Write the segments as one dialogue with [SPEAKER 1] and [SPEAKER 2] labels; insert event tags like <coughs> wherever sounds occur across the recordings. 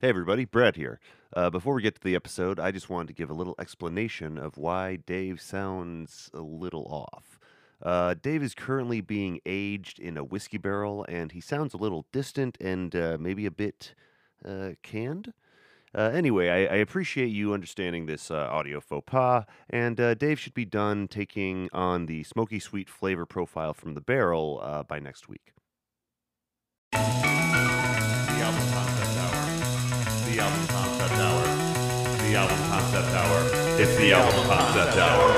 [SPEAKER 1] Hey, everybody, Brad here. Uh, before we get to the episode, I just wanted to give a little explanation of why Dave sounds a little off. Uh, Dave is currently being aged in a whiskey barrel, and he sounds a little distant and uh, maybe a bit uh, canned. Uh, anyway, I, I appreciate you understanding this uh, audio faux pas, and uh, Dave should be done taking on the smoky sweet flavor profile from the barrel uh, by next week.
[SPEAKER 2] The album concept hour. The album concept hour. The album concept hour. It's the album concept hour.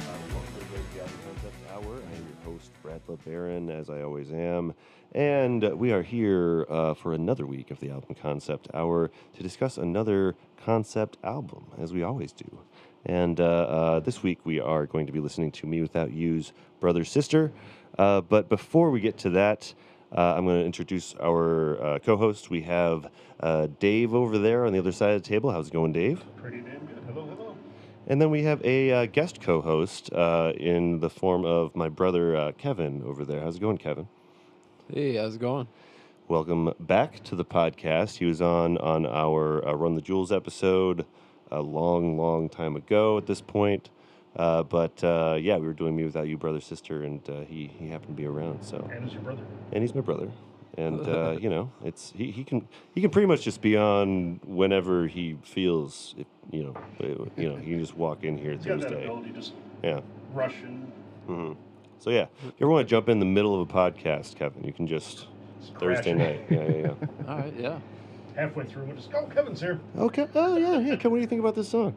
[SPEAKER 1] Uh, welcome to the Gabby Concept Hour. I am your host, Brad LeBaron, as I always am. And uh, we are here uh, for another week of the Album Concept Hour to discuss another concept album, as we always do. And uh, uh, this week we are going to be listening to Me Without You's Brother Sister. Uh, but before we get to that, uh, I'm going to introduce our uh, co host. We have uh, Dave over there on the other side of the table. How's it going, Dave?
[SPEAKER 2] Pretty damn good. Hello, hello.
[SPEAKER 1] And then we have a uh, guest co host uh, in the form of my brother uh, Kevin over there. How's it going, Kevin?
[SPEAKER 3] Hey, how's it going?
[SPEAKER 1] Welcome back to the podcast. He was on on our uh, Run the Jewels episode a long, long time ago at this point. Uh, but uh, yeah, we were doing Me Without You, Brother, Sister, and uh, he, he happened to be around. So
[SPEAKER 2] And is your brother?
[SPEAKER 1] and he's my brother. And uh, you know, it's he, he can he can pretty much just be on whenever he feels it, you know uh, you know he can just walk in here
[SPEAKER 2] He's got that
[SPEAKER 1] Thursday.
[SPEAKER 2] ability to just
[SPEAKER 1] Yeah.
[SPEAKER 2] rush and
[SPEAKER 1] hmm So yeah, if you ever want to jump in the middle of a podcast, Kevin, you can just
[SPEAKER 2] just
[SPEAKER 1] Thursday
[SPEAKER 2] crash
[SPEAKER 1] night. Yeah, yeah, yeah.
[SPEAKER 3] All right, yeah.
[SPEAKER 2] it. Halfway through, we'll just go.
[SPEAKER 4] "Oh,
[SPEAKER 2] Kevin's here.
[SPEAKER 1] okay. Oh yeah, yeah. Kevin, what do you think about this song?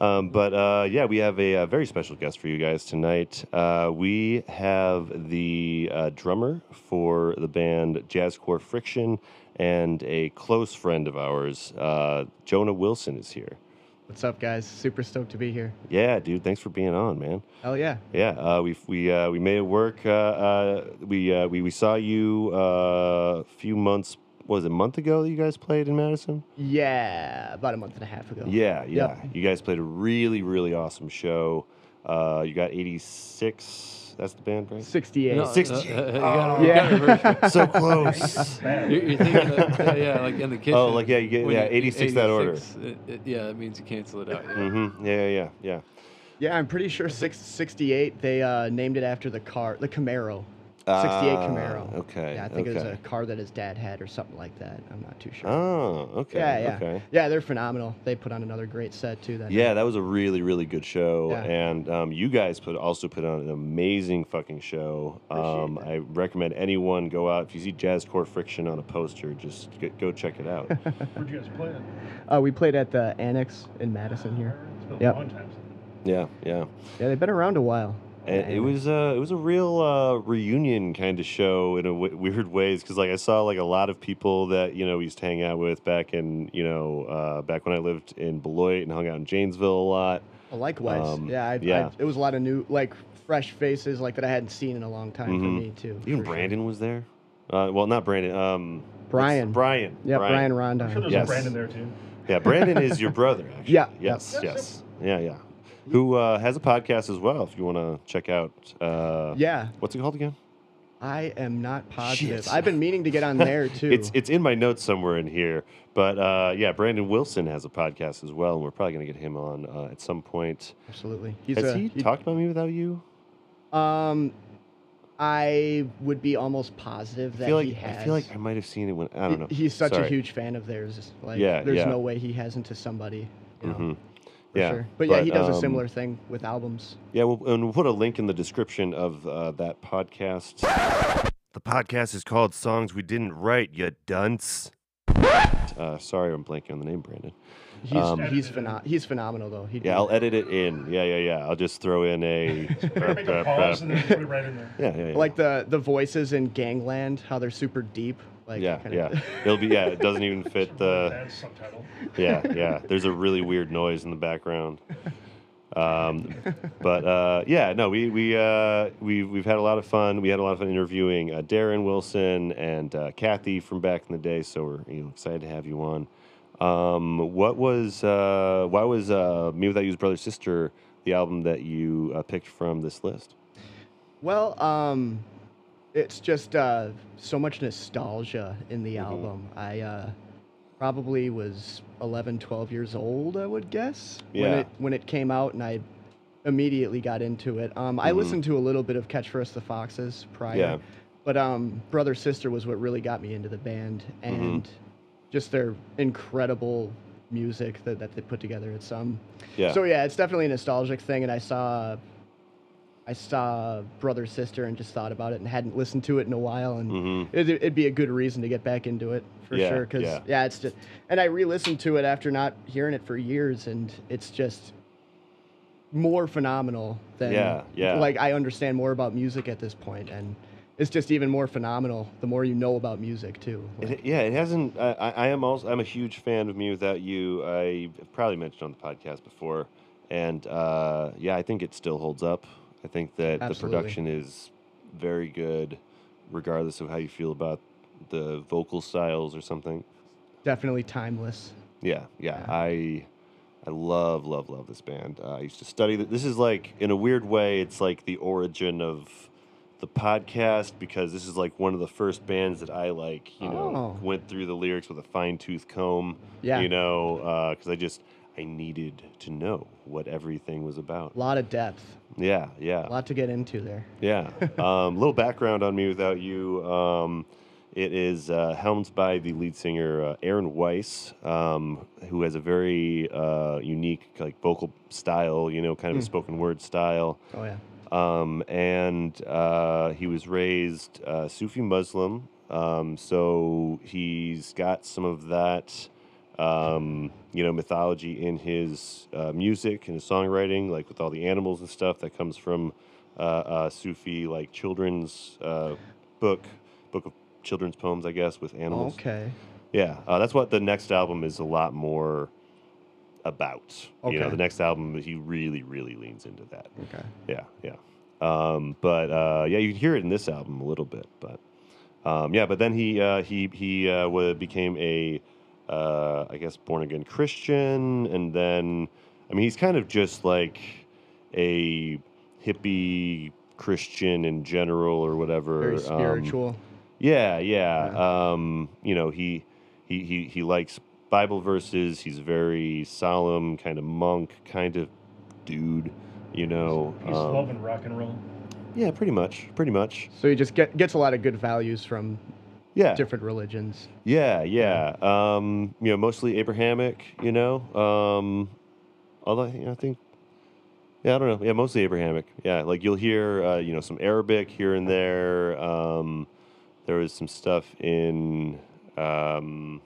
[SPEAKER 1] Um, but uh, yeah, we have a, uh very special guest for you guys tonight. Uh, we have the uh, drummer for the band Jazzcore Friction and a close friend of ours, uh, Jonah Wilson, is here.
[SPEAKER 5] What's up, guys? Super stoked to be here.
[SPEAKER 1] Yeah, dude, thanks for being on, man.
[SPEAKER 5] Hell yeah.
[SPEAKER 1] Yeah, uh, we we uh, we made it work. Uh, uh, we, uh, we we saw you uh, a few months. What was it a month ago that you guys played in Madison?
[SPEAKER 5] Yeah, about a month and a half ago.
[SPEAKER 1] Yeah, yeah.
[SPEAKER 5] Yep.
[SPEAKER 1] You guys played a really really awesome show. Uh, you got eighty six. That's the band, right?
[SPEAKER 5] 68.
[SPEAKER 3] No,
[SPEAKER 1] Six-
[SPEAKER 3] uh, uh, <laughs> you got a-
[SPEAKER 1] Oh.
[SPEAKER 3] you got a
[SPEAKER 1] <laughs>
[SPEAKER 3] version.
[SPEAKER 1] so <laughs>
[SPEAKER 5] Oh.
[SPEAKER 1] close.
[SPEAKER 3] <laughs> You're, you're thinking, of, uh, yeah, like
[SPEAKER 1] <laughs>
[SPEAKER 3] in the kitchen.
[SPEAKER 1] Oh, like, yeah, you get-
[SPEAKER 3] when
[SPEAKER 1] yeah, 86 that order.
[SPEAKER 3] 86, uh, uh, yeah, that means you
[SPEAKER 1] <laughs>
[SPEAKER 3] cancel it out. Yeah.
[SPEAKER 1] Mm-hmm. Yeah, yeah, yeah.
[SPEAKER 5] Yeah, I'm pretty sure six, 68, they uh, named it after the car, the Camaro. 68
[SPEAKER 1] Ah,
[SPEAKER 5] Camaro.
[SPEAKER 1] okay,
[SPEAKER 5] Yeah, I think it was
[SPEAKER 1] okay.
[SPEAKER 5] a car that his dad had or something like that. I'm not too sure.
[SPEAKER 1] Oh, okay.
[SPEAKER 5] yeah, yeah.
[SPEAKER 1] Okay.
[SPEAKER 5] Yeah, they're phenomenal. They put on another great set, too. That
[SPEAKER 1] Yeah,
[SPEAKER 5] night.
[SPEAKER 1] that was a really, really good show,
[SPEAKER 5] Yeah.
[SPEAKER 1] and um, you guys put also put on an amazing fucking show. Um, I recommend anyone go out if you see Jazz Core Friction on a poster, just get, go check it
[SPEAKER 5] <laughs>
[SPEAKER 1] out.
[SPEAKER 2] Where'd you guys play it?
[SPEAKER 5] Uh, we played at the Annex in Madison here.
[SPEAKER 2] It's been a
[SPEAKER 5] Yep.
[SPEAKER 2] long time since.
[SPEAKER 1] yeah, yeah,
[SPEAKER 5] Yeah, they've been around a while.
[SPEAKER 1] and it
[SPEAKER 5] Yeah.
[SPEAKER 1] was uh, it was a real uh, reunion kind of show in a w- weird ways because like I saw like a lot of people that you know we used to hang out with back in you know uh, back when I lived in Beloit and hung out in Janesville a lot.
[SPEAKER 5] Well, Oh, Likewise.
[SPEAKER 1] Um,
[SPEAKER 5] yeah, I,
[SPEAKER 1] yeah.
[SPEAKER 5] I, it was a lot of new, like, fresh faces like that I hadn't seen in a long time for
[SPEAKER 1] Mhm.
[SPEAKER 5] me, too. for
[SPEAKER 1] Even
[SPEAKER 5] sure.
[SPEAKER 1] Brandon was there. Uh, well, not Brandon. Um, what's-
[SPEAKER 5] Brian.
[SPEAKER 1] Brian.
[SPEAKER 5] Yeah, Brian, Rondon.
[SPEAKER 2] I'm sure there's
[SPEAKER 1] Yes.
[SPEAKER 2] a brand in there too.
[SPEAKER 5] Uh,
[SPEAKER 1] Yeah, Brandon is your brother. Actually.
[SPEAKER 5] Yeah.
[SPEAKER 1] Yes.
[SPEAKER 2] Yes,
[SPEAKER 1] Yes. Yeah. Yeah. Who uh, has a podcast as well? If you want to check out. Uh,
[SPEAKER 5] Yeah,
[SPEAKER 1] What's it called again?
[SPEAKER 5] I am not positive.
[SPEAKER 1] Shit.
[SPEAKER 5] I've been meaning to get
[SPEAKER 1] <laughs>
[SPEAKER 5] on there too.
[SPEAKER 1] It's it's in my notes somewhere in here. But uh, yeah, Brandon Wilson has a podcast as well, and we're probably gonna get him on uh, at some point.
[SPEAKER 5] absolutely. He's
[SPEAKER 1] has
[SPEAKER 5] a,
[SPEAKER 1] he, talked about me without you?
[SPEAKER 5] Um, I would be almost positive that
[SPEAKER 1] I feel like
[SPEAKER 5] he has.
[SPEAKER 1] I feel like I might have seen it when I
[SPEAKER 5] He-
[SPEAKER 1] don't know.
[SPEAKER 5] He's such
[SPEAKER 1] Sorry.
[SPEAKER 5] a huge fan of theirs. Like,
[SPEAKER 1] Yeah,
[SPEAKER 5] there's
[SPEAKER 1] yeah.
[SPEAKER 5] no way he hasn't to somebody. You know,
[SPEAKER 1] Mhm.
[SPEAKER 5] for
[SPEAKER 1] Yeah,
[SPEAKER 5] sure. But, yeah, he does
[SPEAKER 1] um,
[SPEAKER 5] a similar thing with albums.
[SPEAKER 1] Yeah, we'll, and we'll put a link in the description of uh, that podcast. The podcast is called Songs We Didn't Write, you dunce. Uh, sorry, I'm blanking on the name, Brandon.
[SPEAKER 5] He's
[SPEAKER 1] um,
[SPEAKER 5] he's pheno- he's phenomenal though. He'd
[SPEAKER 1] Yeah,
[SPEAKER 5] be-
[SPEAKER 1] I'll edit it in. Yeah, yeah, yeah. I'll just throw in a.
[SPEAKER 2] We're gonna make a pause and then put it right in there.
[SPEAKER 1] yeah, yeah, yeah.
[SPEAKER 5] like the the voices in Gangland, how they're super deep. Like
[SPEAKER 1] yeah,
[SPEAKER 5] kinda,
[SPEAKER 1] yeah. It'll be yeah. It doesn't even fit
[SPEAKER 4] <laughs>
[SPEAKER 1] the.
[SPEAKER 2] That's subtitle.
[SPEAKER 1] Yeah, yeah. There's a really weird noise in the background. Um, but uh, yeah, no, we we uh, we we've had a lot of fun. We had a lot of fun interviewing uh, Darren Wilson and uh, Kathy from back in the day. So we're you know excited to have you on. Um, what was uh, why was uh, Me Without You's Brother Sister the album that you uh, picked from this list?
[SPEAKER 5] Well, um, it's just uh, so much nostalgia in
[SPEAKER 1] Mm-hmm.
[SPEAKER 5] the album. I uh, probably was 11, 12 years old, I would guess, when
[SPEAKER 1] Yeah.
[SPEAKER 5] it when it came out, and I immediately got into it. Um, I listened to a little bit of Catch for Us the Foxes prior,
[SPEAKER 1] Mm-hmm. Yeah.
[SPEAKER 5] but um, Brother Sister was what really got me into the band
[SPEAKER 1] Mm-hmm.
[SPEAKER 5] and just their incredible music that, that they put together. It's um,
[SPEAKER 1] Yeah.
[SPEAKER 5] so yeah, it's definitely a nostalgic thing, and I saw I saw Brother Sister and just thought about it and hadn't listened to it in a while, and
[SPEAKER 1] Mhm.
[SPEAKER 5] it, it'd be a good reason to get back into it for
[SPEAKER 1] Yeah,
[SPEAKER 5] sure. Because
[SPEAKER 1] yeah.
[SPEAKER 5] yeah. it's just and I re-listened to it after not hearing it for years, and it's just more phenomenal than
[SPEAKER 1] Yeah, yeah.
[SPEAKER 5] Like I understand more about music at this point, and it's just even more phenomenal the more you know about
[SPEAKER 1] <laughs>
[SPEAKER 5] music too. Like,
[SPEAKER 1] It, yeah, it hasn't. I, I I am also. I'm a huge fan of Me Without You. I probably mentioned on the podcast before, and uh, yeah, I think it still holds up. I think that
[SPEAKER 5] Absolutely.
[SPEAKER 1] the production is very good, regardless of how you feel about the vocal styles or something.
[SPEAKER 5] definitely timeless.
[SPEAKER 1] Yeah, yeah. I I love, love, love this band. Uh, I used to study that. This is like, in a weird way, it's like the origin of the podcast because this is like one of the first bands that I like. You know,
[SPEAKER 5] Oh.
[SPEAKER 1] went through the lyrics with a fine tooth comb.
[SPEAKER 5] Yeah.
[SPEAKER 1] You know, because I just I needed to know what everything was about.
[SPEAKER 5] A lot of depth,
[SPEAKER 1] Yeah, yeah.
[SPEAKER 5] a lot to get into there.
[SPEAKER 1] Yeah. Um, little background on me without you. Um, it is uh, helmed by the lead singer uh, Aaron Weiss, um, who has a very uh, unique like vocal style. You know, kind of a spoken word style.
[SPEAKER 5] Oh yeah.
[SPEAKER 1] Um, and uh, he was raised uh, Sufi Muslim, um, so he's got some of that, um, you know, mythology in his uh, music and his songwriting, like with all the animals and stuff that comes from uh, uh, Sufi like children's uh, book, book of children's poems, I guess, with animals.
[SPEAKER 5] Okay.
[SPEAKER 1] Yeah, uh, that's what the next album is a lot more about. You know,
[SPEAKER 5] Okay.
[SPEAKER 1] the next album he really, really leans into that.
[SPEAKER 5] Okay.
[SPEAKER 1] Yeah, yeah. Um, but uh, yeah, you can hear it in this album a little bit. But um, yeah, but then he uh, he he uh, wa- became a uh, I guess born again Christian, and then I mean he's kind of just like a hippie Christian in general or whatever.
[SPEAKER 5] Very
[SPEAKER 1] um,
[SPEAKER 5] spiritual.
[SPEAKER 1] yeah, yeah. Um, you know, he, he he he likes Bible verses. He's very solemn, kind of monk, kind of dude. You know,
[SPEAKER 4] He's
[SPEAKER 1] um,
[SPEAKER 4] loving rock and roll.
[SPEAKER 1] yeah, pretty much, pretty much.
[SPEAKER 5] So he just get, gets a lot of good values from
[SPEAKER 1] Yeah,
[SPEAKER 5] different religions.
[SPEAKER 1] yeah, yeah. Um, you know, mostly Abrahamic. You know, um, although I think, I think, yeah, I don't know. Yeah, mostly Abrahamic. Yeah, like you'll hear, uh, you know, some Arabic here and there. Um, there was some stuff in um,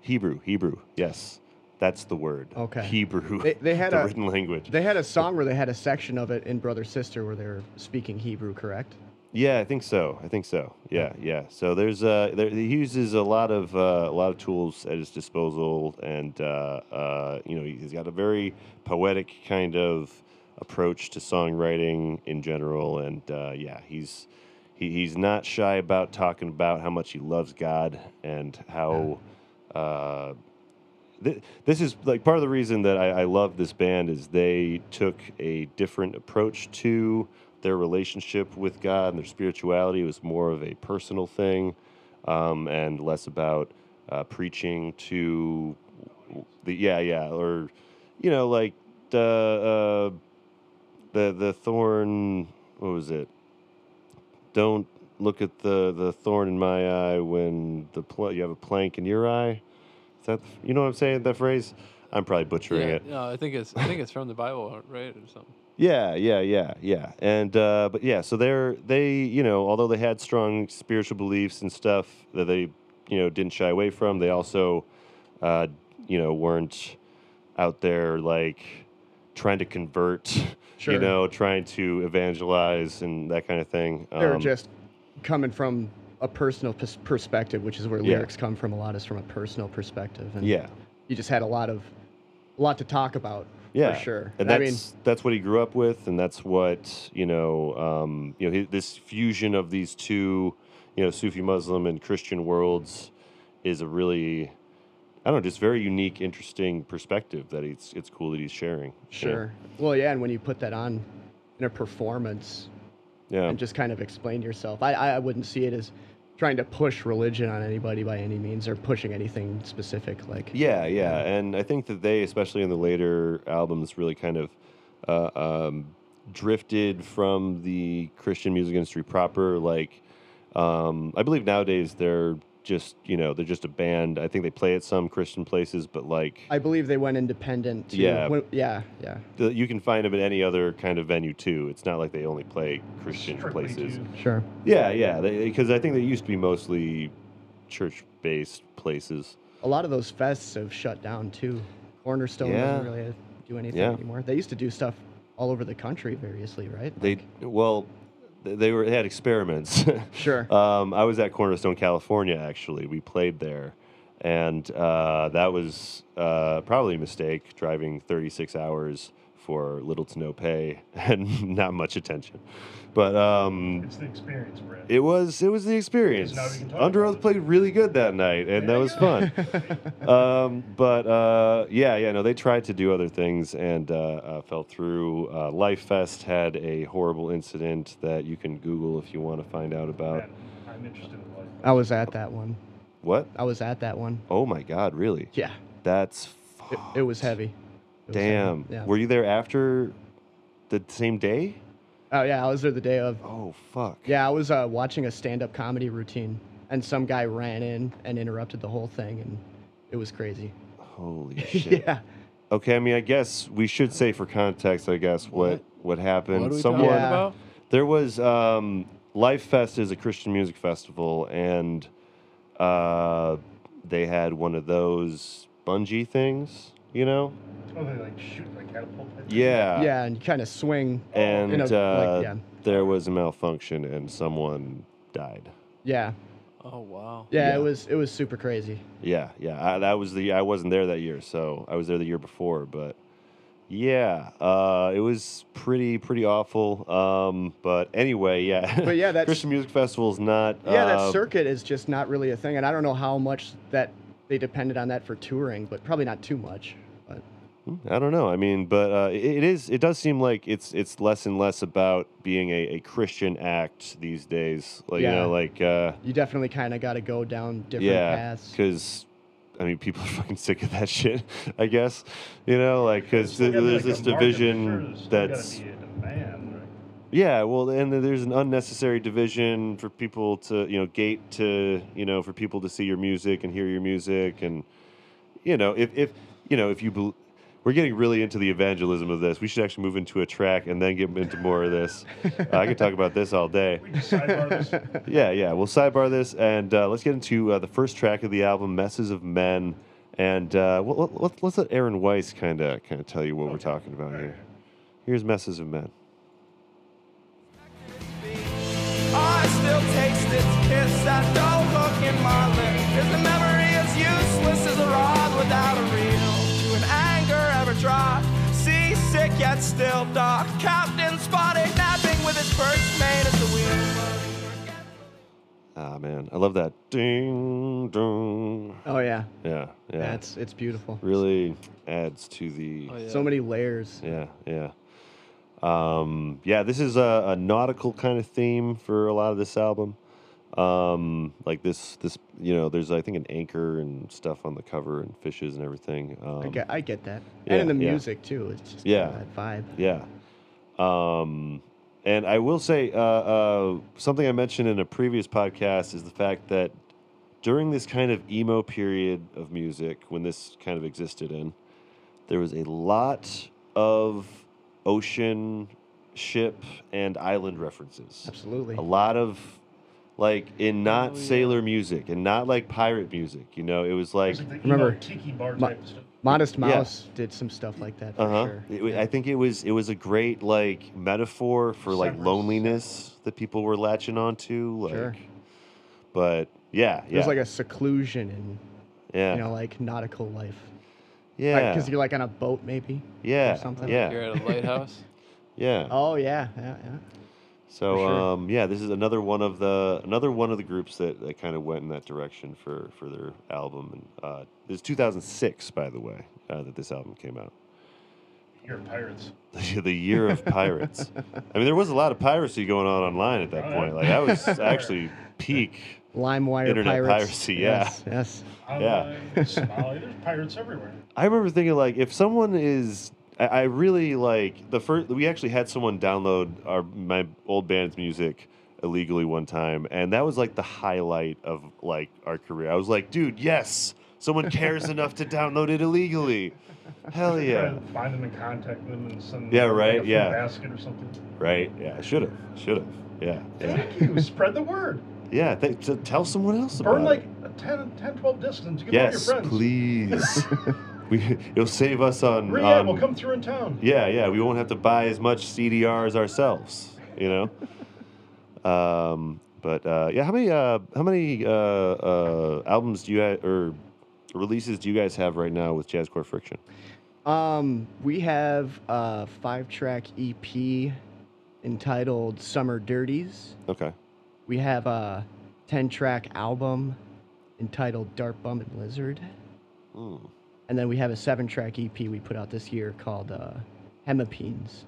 [SPEAKER 1] Hebrew. Hebrew, yes, that's the word.
[SPEAKER 5] Okay.
[SPEAKER 1] Hebrew.
[SPEAKER 5] They- they had
[SPEAKER 1] <laughs> the
[SPEAKER 5] a-
[SPEAKER 1] written language.
[SPEAKER 5] They had a song where they had a section of it in Brother Sister where they're speaking Hebrew, correct?
[SPEAKER 1] Yeah, I think so. I think so. Yeah, yeah. So there's uh, there, he uses a lot of uh, a lot of tools at his disposal, and uh, uh, you know he's got a very poetic kind of approach to songwriting in general, and uh, yeah, he's he, he's not shy about talking about how much he loves God and how. Uh, th- this is like part of the reason that I, I love this band is they took a different approach to their relationship with God and their spirituality. It was more of a personal thing um, and less about uh, preaching to the yeah yeah or you know like the uh, the the thorn what was it don't look at the the thorn in my eye when the pl- you have a plank in your eye is that you know what i'm saying that phrase i'm probably butchering
[SPEAKER 3] yeah,
[SPEAKER 1] it
[SPEAKER 3] no, I think it's I think it's from the Bible, right, or something.
[SPEAKER 1] yeah yeah yeah yeah and uh but yeah so they're they you know although they had strong spiritual beliefs and stuff that they you know didn't shy away from they also uh you know weren't out there like trying to convert you
[SPEAKER 5] Sure.
[SPEAKER 1] know trying to evangelize and that kind of thing
[SPEAKER 5] They were
[SPEAKER 1] Um,
[SPEAKER 5] just coming from a personal pers- perspective, which is where
[SPEAKER 1] Yeah.
[SPEAKER 5] lyrics come from a lot, is from a personal perspective. And
[SPEAKER 1] yeah
[SPEAKER 5] you just had a lot of, a lot to talk about.
[SPEAKER 1] Yeah,
[SPEAKER 5] For sure.
[SPEAKER 1] And
[SPEAKER 5] I
[SPEAKER 1] that's
[SPEAKER 5] mean,
[SPEAKER 1] that's what he grew up with, and that's what you know. Um, you know, hi- this fusion of these two, you know, Sufi Muslim and Christian worlds, is a really, I don't know, just very unique, interesting perspective that it's it's cool that he's sharing. you know?
[SPEAKER 5] sure. Well, yeah, and when you put that on in a performance,
[SPEAKER 1] Yeah.
[SPEAKER 5] and just kind of explain yourself. I, I I wouldn't see it as trying to push religion on anybody by any means or pushing anything specific. Like,
[SPEAKER 1] Yeah, yeah, and I think that they, especially in the later albums, really kind of uh, um, drifted from the Christian music industry proper. Like, um, I believe nowadays they're just you know they're just a band. I think they play at some Christian places, but like
[SPEAKER 5] I believe they went independent. too.
[SPEAKER 1] Yeah.
[SPEAKER 5] When- yeah, yeah.
[SPEAKER 1] the, you can find them at any other kind of venue too. It's not like they only play Christian
[SPEAKER 4] Strictly
[SPEAKER 1] places.
[SPEAKER 4] Jews.
[SPEAKER 5] Sure.
[SPEAKER 1] Yeah, yeah, because I think they used to be mostly church-based places.
[SPEAKER 5] A lot of those fests have shut down too. Cornerstone
[SPEAKER 1] Yeah.
[SPEAKER 5] doesn't really do anything
[SPEAKER 1] Yeah.
[SPEAKER 5] anymore. They used to do stuff all over the country variously, right?
[SPEAKER 1] They
[SPEAKER 5] Like-
[SPEAKER 1] well, th- they were they had experiments. <laughs>
[SPEAKER 5] sure.
[SPEAKER 1] Um, I was at Cornerstone, California. Actually, we played there, and uh, that was uh, probably a mistake driving 36 hours for little to no pay <laughs> and not much attention. But um,
[SPEAKER 4] It's the experience, Brad.
[SPEAKER 1] it was it was the experience.
[SPEAKER 4] now we can talk
[SPEAKER 1] Under
[SPEAKER 4] about
[SPEAKER 1] Oath
[SPEAKER 4] it.
[SPEAKER 1] played really good that night, and that
[SPEAKER 4] There you
[SPEAKER 1] was
[SPEAKER 4] go.
[SPEAKER 1] fun.
[SPEAKER 4] <laughs>
[SPEAKER 1] um, but uh, yeah, yeah, no, they tried to do other things and uh, uh, fell through. Uh, Life Fest had a horrible incident that you can Google if you want to find out about.
[SPEAKER 4] Brad, I'm interested in life.
[SPEAKER 5] I was at that one.
[SPEAKER 1] What?
[SPEAKER 5] I was at that one.
[SPEAKER 1] Oh my God! Really?
[SPEAKER 5] Yeah.
[SPEAKER 1] That's
[SPEAKER 5] It, it was heavy. It was heavy.
[SPEAKER 1] damn.
[SPEAKER 5] Yeah.
[SPEAKER 1] Were you there after the same day?
[SPEAKER 5] Oh yeah, I was there the day of.
[SPEAKER 1] Oh fuck.
[SPEAKER 5] Yeah, I was uh, watching a stand-up comedy routine, and some guy ran in and interrupted the whole thing, and it was crazy. <laughs>
[SPEAKER 1] Holy <laughs> shit.
[SPEAKER 5] yeah.
[SPEAKER 1] Okay. I mean, I guess we should say for context. I guess what
[SPEAKER 3] What?
[SPEAKER 1] what happened.
[SPEAKER 3] what are we
[SPEAKER 1] Someone
[SPEAKER 3] talking
[SPEAKER 5] Yeah.
[SPEAKER 3] about?
[SPEAKER 1] there was um, Life Fest is a Christian music festival, and uh, they had one of those bungee things. You know?
[SPEAKER 4] Oh, they like shoot like catapult. type thing?
[SPEAKER 1] Yeah.
[SPEAKER 5] yeah, and you kind of swing.
[SPEAKER 1] Uh, And
[SPEAKER 5] In a- like,
[SPEAKER 1] uh,
[SPEAKER 5] yeah.
[SPEAKER 1] there was a malfunction, and someone died.
[SPEAKER 5] Yeah.
[SPEAKER 3] Oh wow.
[SPEAKER 5] yeah,
[SPEAKER 1] Yeah.
[SPEAKER 5] It was it was super crazy.
[SPEAKER 1] Yeah, yeah. I, that was the I wasn't there that year, so I was there the year before. But yeah, uh, it was pretty pretty awful. Um, but anyway, yeah. <laughs>
[SPEAKER 5] But yeah, that's-
[SPEAKER 1] Christian music festival is not.
[SPEAKER 5] Yeah,
[SPEAKER 1] uh,
[SPEAKER 5] that circuit is just not really a thing, and I don't know how much that they depended on that for touring, but probably not too much. But
[SPEAKER 1] hmm, I don't know. I mean, but uh, it, it is. It does seem like it's it's less and less about being a, a Christian act these days. Like you
[SPEAKER 5] Yeah.
[SPEAKER 1] know, like uh,
[SPEAKER 5] you definitely kind of got to go down different
[SPEAKER 1] yeah,
[SPEAKER 5] paths.
[SPEAKER 1] because. I mean, people are <laughs> fucking sick of that shit. I guess, you know, like because
[SPEAKER 4] Still gotta be,
[SPEAKER 1] there's
[SPEAKER 4] like,
[SPEAKER 1] this
[SPEAKER 4] a market.
[SPEAKER 1] division
[SPEAKER 4] Sure, there's still gotta
[SPEAKER 1] that's
[SPEAKER 4] be a demand, right?
[SPEAKER 1] Yeah, well, and then there's an unnecessary division for people to, you know, gate to, you know, for people to see your music and hear your music, and you know, if if you know if you, bel we're getting really into the evangelism of this. We should actually move into a track and then get into more of this. Uh, I could talk about this all day.
[SPEAKER 4] We just sidebar
[SPEAKER 5] <laughs>
[SPEAKER 4] this.
[SPEAKER 1] Yeah, yeah. We'll sidebar this and uh, let's get into uh, the first track of the album, "Messes of Men," and uh, we'll, we'll- let's let's let Aaron Weiss kind of kind of tell you what we're talking about here. Here's "Messes of Men."
[SPEAKER 6] I Oh, still taste its kiss, that dull hook in my lip. Cause the memory is useless as a rod without a reel. To an anger ever dry, seasick yet still dark. Captain spotted napping with his first mate at the wheel.
[SPEAKER 1] Ah man, I love that ding dong.
[SPEAKER 5] oh yeah.
[SPEAKER 1] Yeah, yeah.
[SPEAKER 5] yeah, it's it's beautiful.
[SPEAKER 1] really adds to the
[SPEAKER 3] Oh, yeah.
[SPEAKER 5] So many layers.
[SPEAKER 1] yeah, yeah. Um, yeah, this is a, a nautical kind of theme for a lot of this album. Um, like this, this you know, there's I think an anchor and stuff on the cover and fishes and everything. Um,
[SPEAKER 5] I get, I get that.
[SPEAKER 1] yeah,
[SPEAKER 5] and in the
[SPEAKER 1] yeah.
[SPEAKER 5] music too. It's just
[SPEAKER 1] Yeah.
[SPEAKER 5] yeah. that vibe.
[SPEAKER 1] Yeah. Um, and I will say uh, uh, something I mentioned in a previous podcast is the fact that during this kind of emo period of music, when this kind of existed in, there was a lot of ocean, ship, and island references.
[SPEAKER 5] Absolutely.
[SPEAKER 1] A lot of like in not
[SPEAKER 3] Oh, yeah.
[SPEAKER 1] sailor music and not like pirate music. You know, it was
[SPEAKER 4] It's
[SPEAKER 1] like
[SPEAKER 4] like the emo
[SPEAKER 5] Remember,
[SPEAKER 4] tiki bar
[SPEAKER 5] my-
[SPEAKER 4] type of stuff.
[SPEAKER 5] Modest Mouse did some stuff like that for
[SPEAKER 1] Uh-huh.
[SPEAKER 5] sure.
[SPEAKER 1] It wa- I think it was it was a great like metaphor for like
[SPEAKER 4] Severus.
[SPEAKER 1] loneliness that people were latching onto. Like,
[SPEAKER 5] Sure.
[SPEAKER 1] But yeah, yeah,
[SPEAKER 5] There's like a seclusion and
[SPEAKER 1] yeah,
[SPEAKER 5] you know like nautical life.
[SPEAKER 1] yeah,
[SPEAKER 5] Because you're like on a boat maybe.
[SPEAKER 1] yeah,
[SPEAKER 5] something.
[SPEAKER 1] yeah,
[SPEAKER 3] You're at a lighthouse.
[SPEAKER 1] yeah.
[SPEAKER 5] Oh yeah, yeah, yeah.
[SPEAKER 1] so
[SPEAKER 5] for sure.
[SPEAKER 1] um, yeah, this is another one of the another one of the groups that, that kind of went in that direction for for their album. And uh, it's 2006, by the way, uh, that this album came out.
[SPEAKER 4] You're pirates.
[SPEAKER 1] <laughs> the year of
[SPEAKER 5] <laughs>
[SPEAKER 1] pirates. I mean, there was a lot of piracy going on online at
[SPEAKER 5] Oh,
[SPEAKER 1] that point. Like that
[SPEAKER 5] <laughs>
[SPEAKER 1] was actually peak.
[SPEAKER 5] LimeWire
[SPEAKER 1] Internet
[SPEAKER 5] pirates.
[SPEAKER 1] piracy, yeah.
[SPEAKER 5] Yes, yes.
[SPEAKER 1] Yeah.
[SPEAKER 4] Online, Somali, there's pirates everywhere.
[SPEAKER 1] I remember thinking like, if someone is, I, I really like the first. We actually had someone download our my old band's music illegally one time, and that was like the highlight of like our career. I was like, dude, yes, someone cares enough to download it illegally. Hell
[SPEAKER 4] Try
[SPEAKER 1] <laughs> yeah.
[SPEAKER 4] to Find them and contact them and send them
[SPEAKER 1] Yeah,
[SPEAKER 4] like, a
[SPEAKER 1] right,
[SPEAKER 4] fruit
[SPEAKER 1] yeah.
[SPEAKER 4] basket or something.
[SPEAKER 1] Right? Yeah. Should have. Should have. Yeah. Yeah.
[SPEAKER 4] Thank you. Spread
[SPEAKER 1] <laughs>
[SPEAKER 4] the word.
[SPEAKER 1] Yeah. Th- to tell someone else about
[SPEAKER 4] Burn
[SPEAKER 1] it.
[SPEAKER 4] like 10, 10 12 discs and give it to
[SPEAKER 1] Yes,
[SPEAKER 4] your friends. <laughs>
[SPEAKER 1] please. we it'll save us on.
[SPEAKER 4] Rehab
[SPEAKER 1] on-
[SPEAKER 4] will come through in town.
[SPEAKER 1] um, Yeah, yeah. We won't have to buy as much CDRs ourselves.
[SPEAKER 5] <laughs>
[SPEAKER 1] You know. um, but uh, yeah, how many uh, how many uh, uh, albums do you ha- or releases do you guys have right now with Jazzcore Friction?
[SPEAKER 5] Um, we have a five-track EP entitled "Summer Dirties."
[SPEAKER 1] Okay.
[SPEAKER 5] We have a ten-track album entitled "Dart Bum and Lizard," Hmm.
[SPEAKER 1] Mm.
[SPEAKER 5] and then we have a seven-track EP we put out this year called uh, "Hemipines."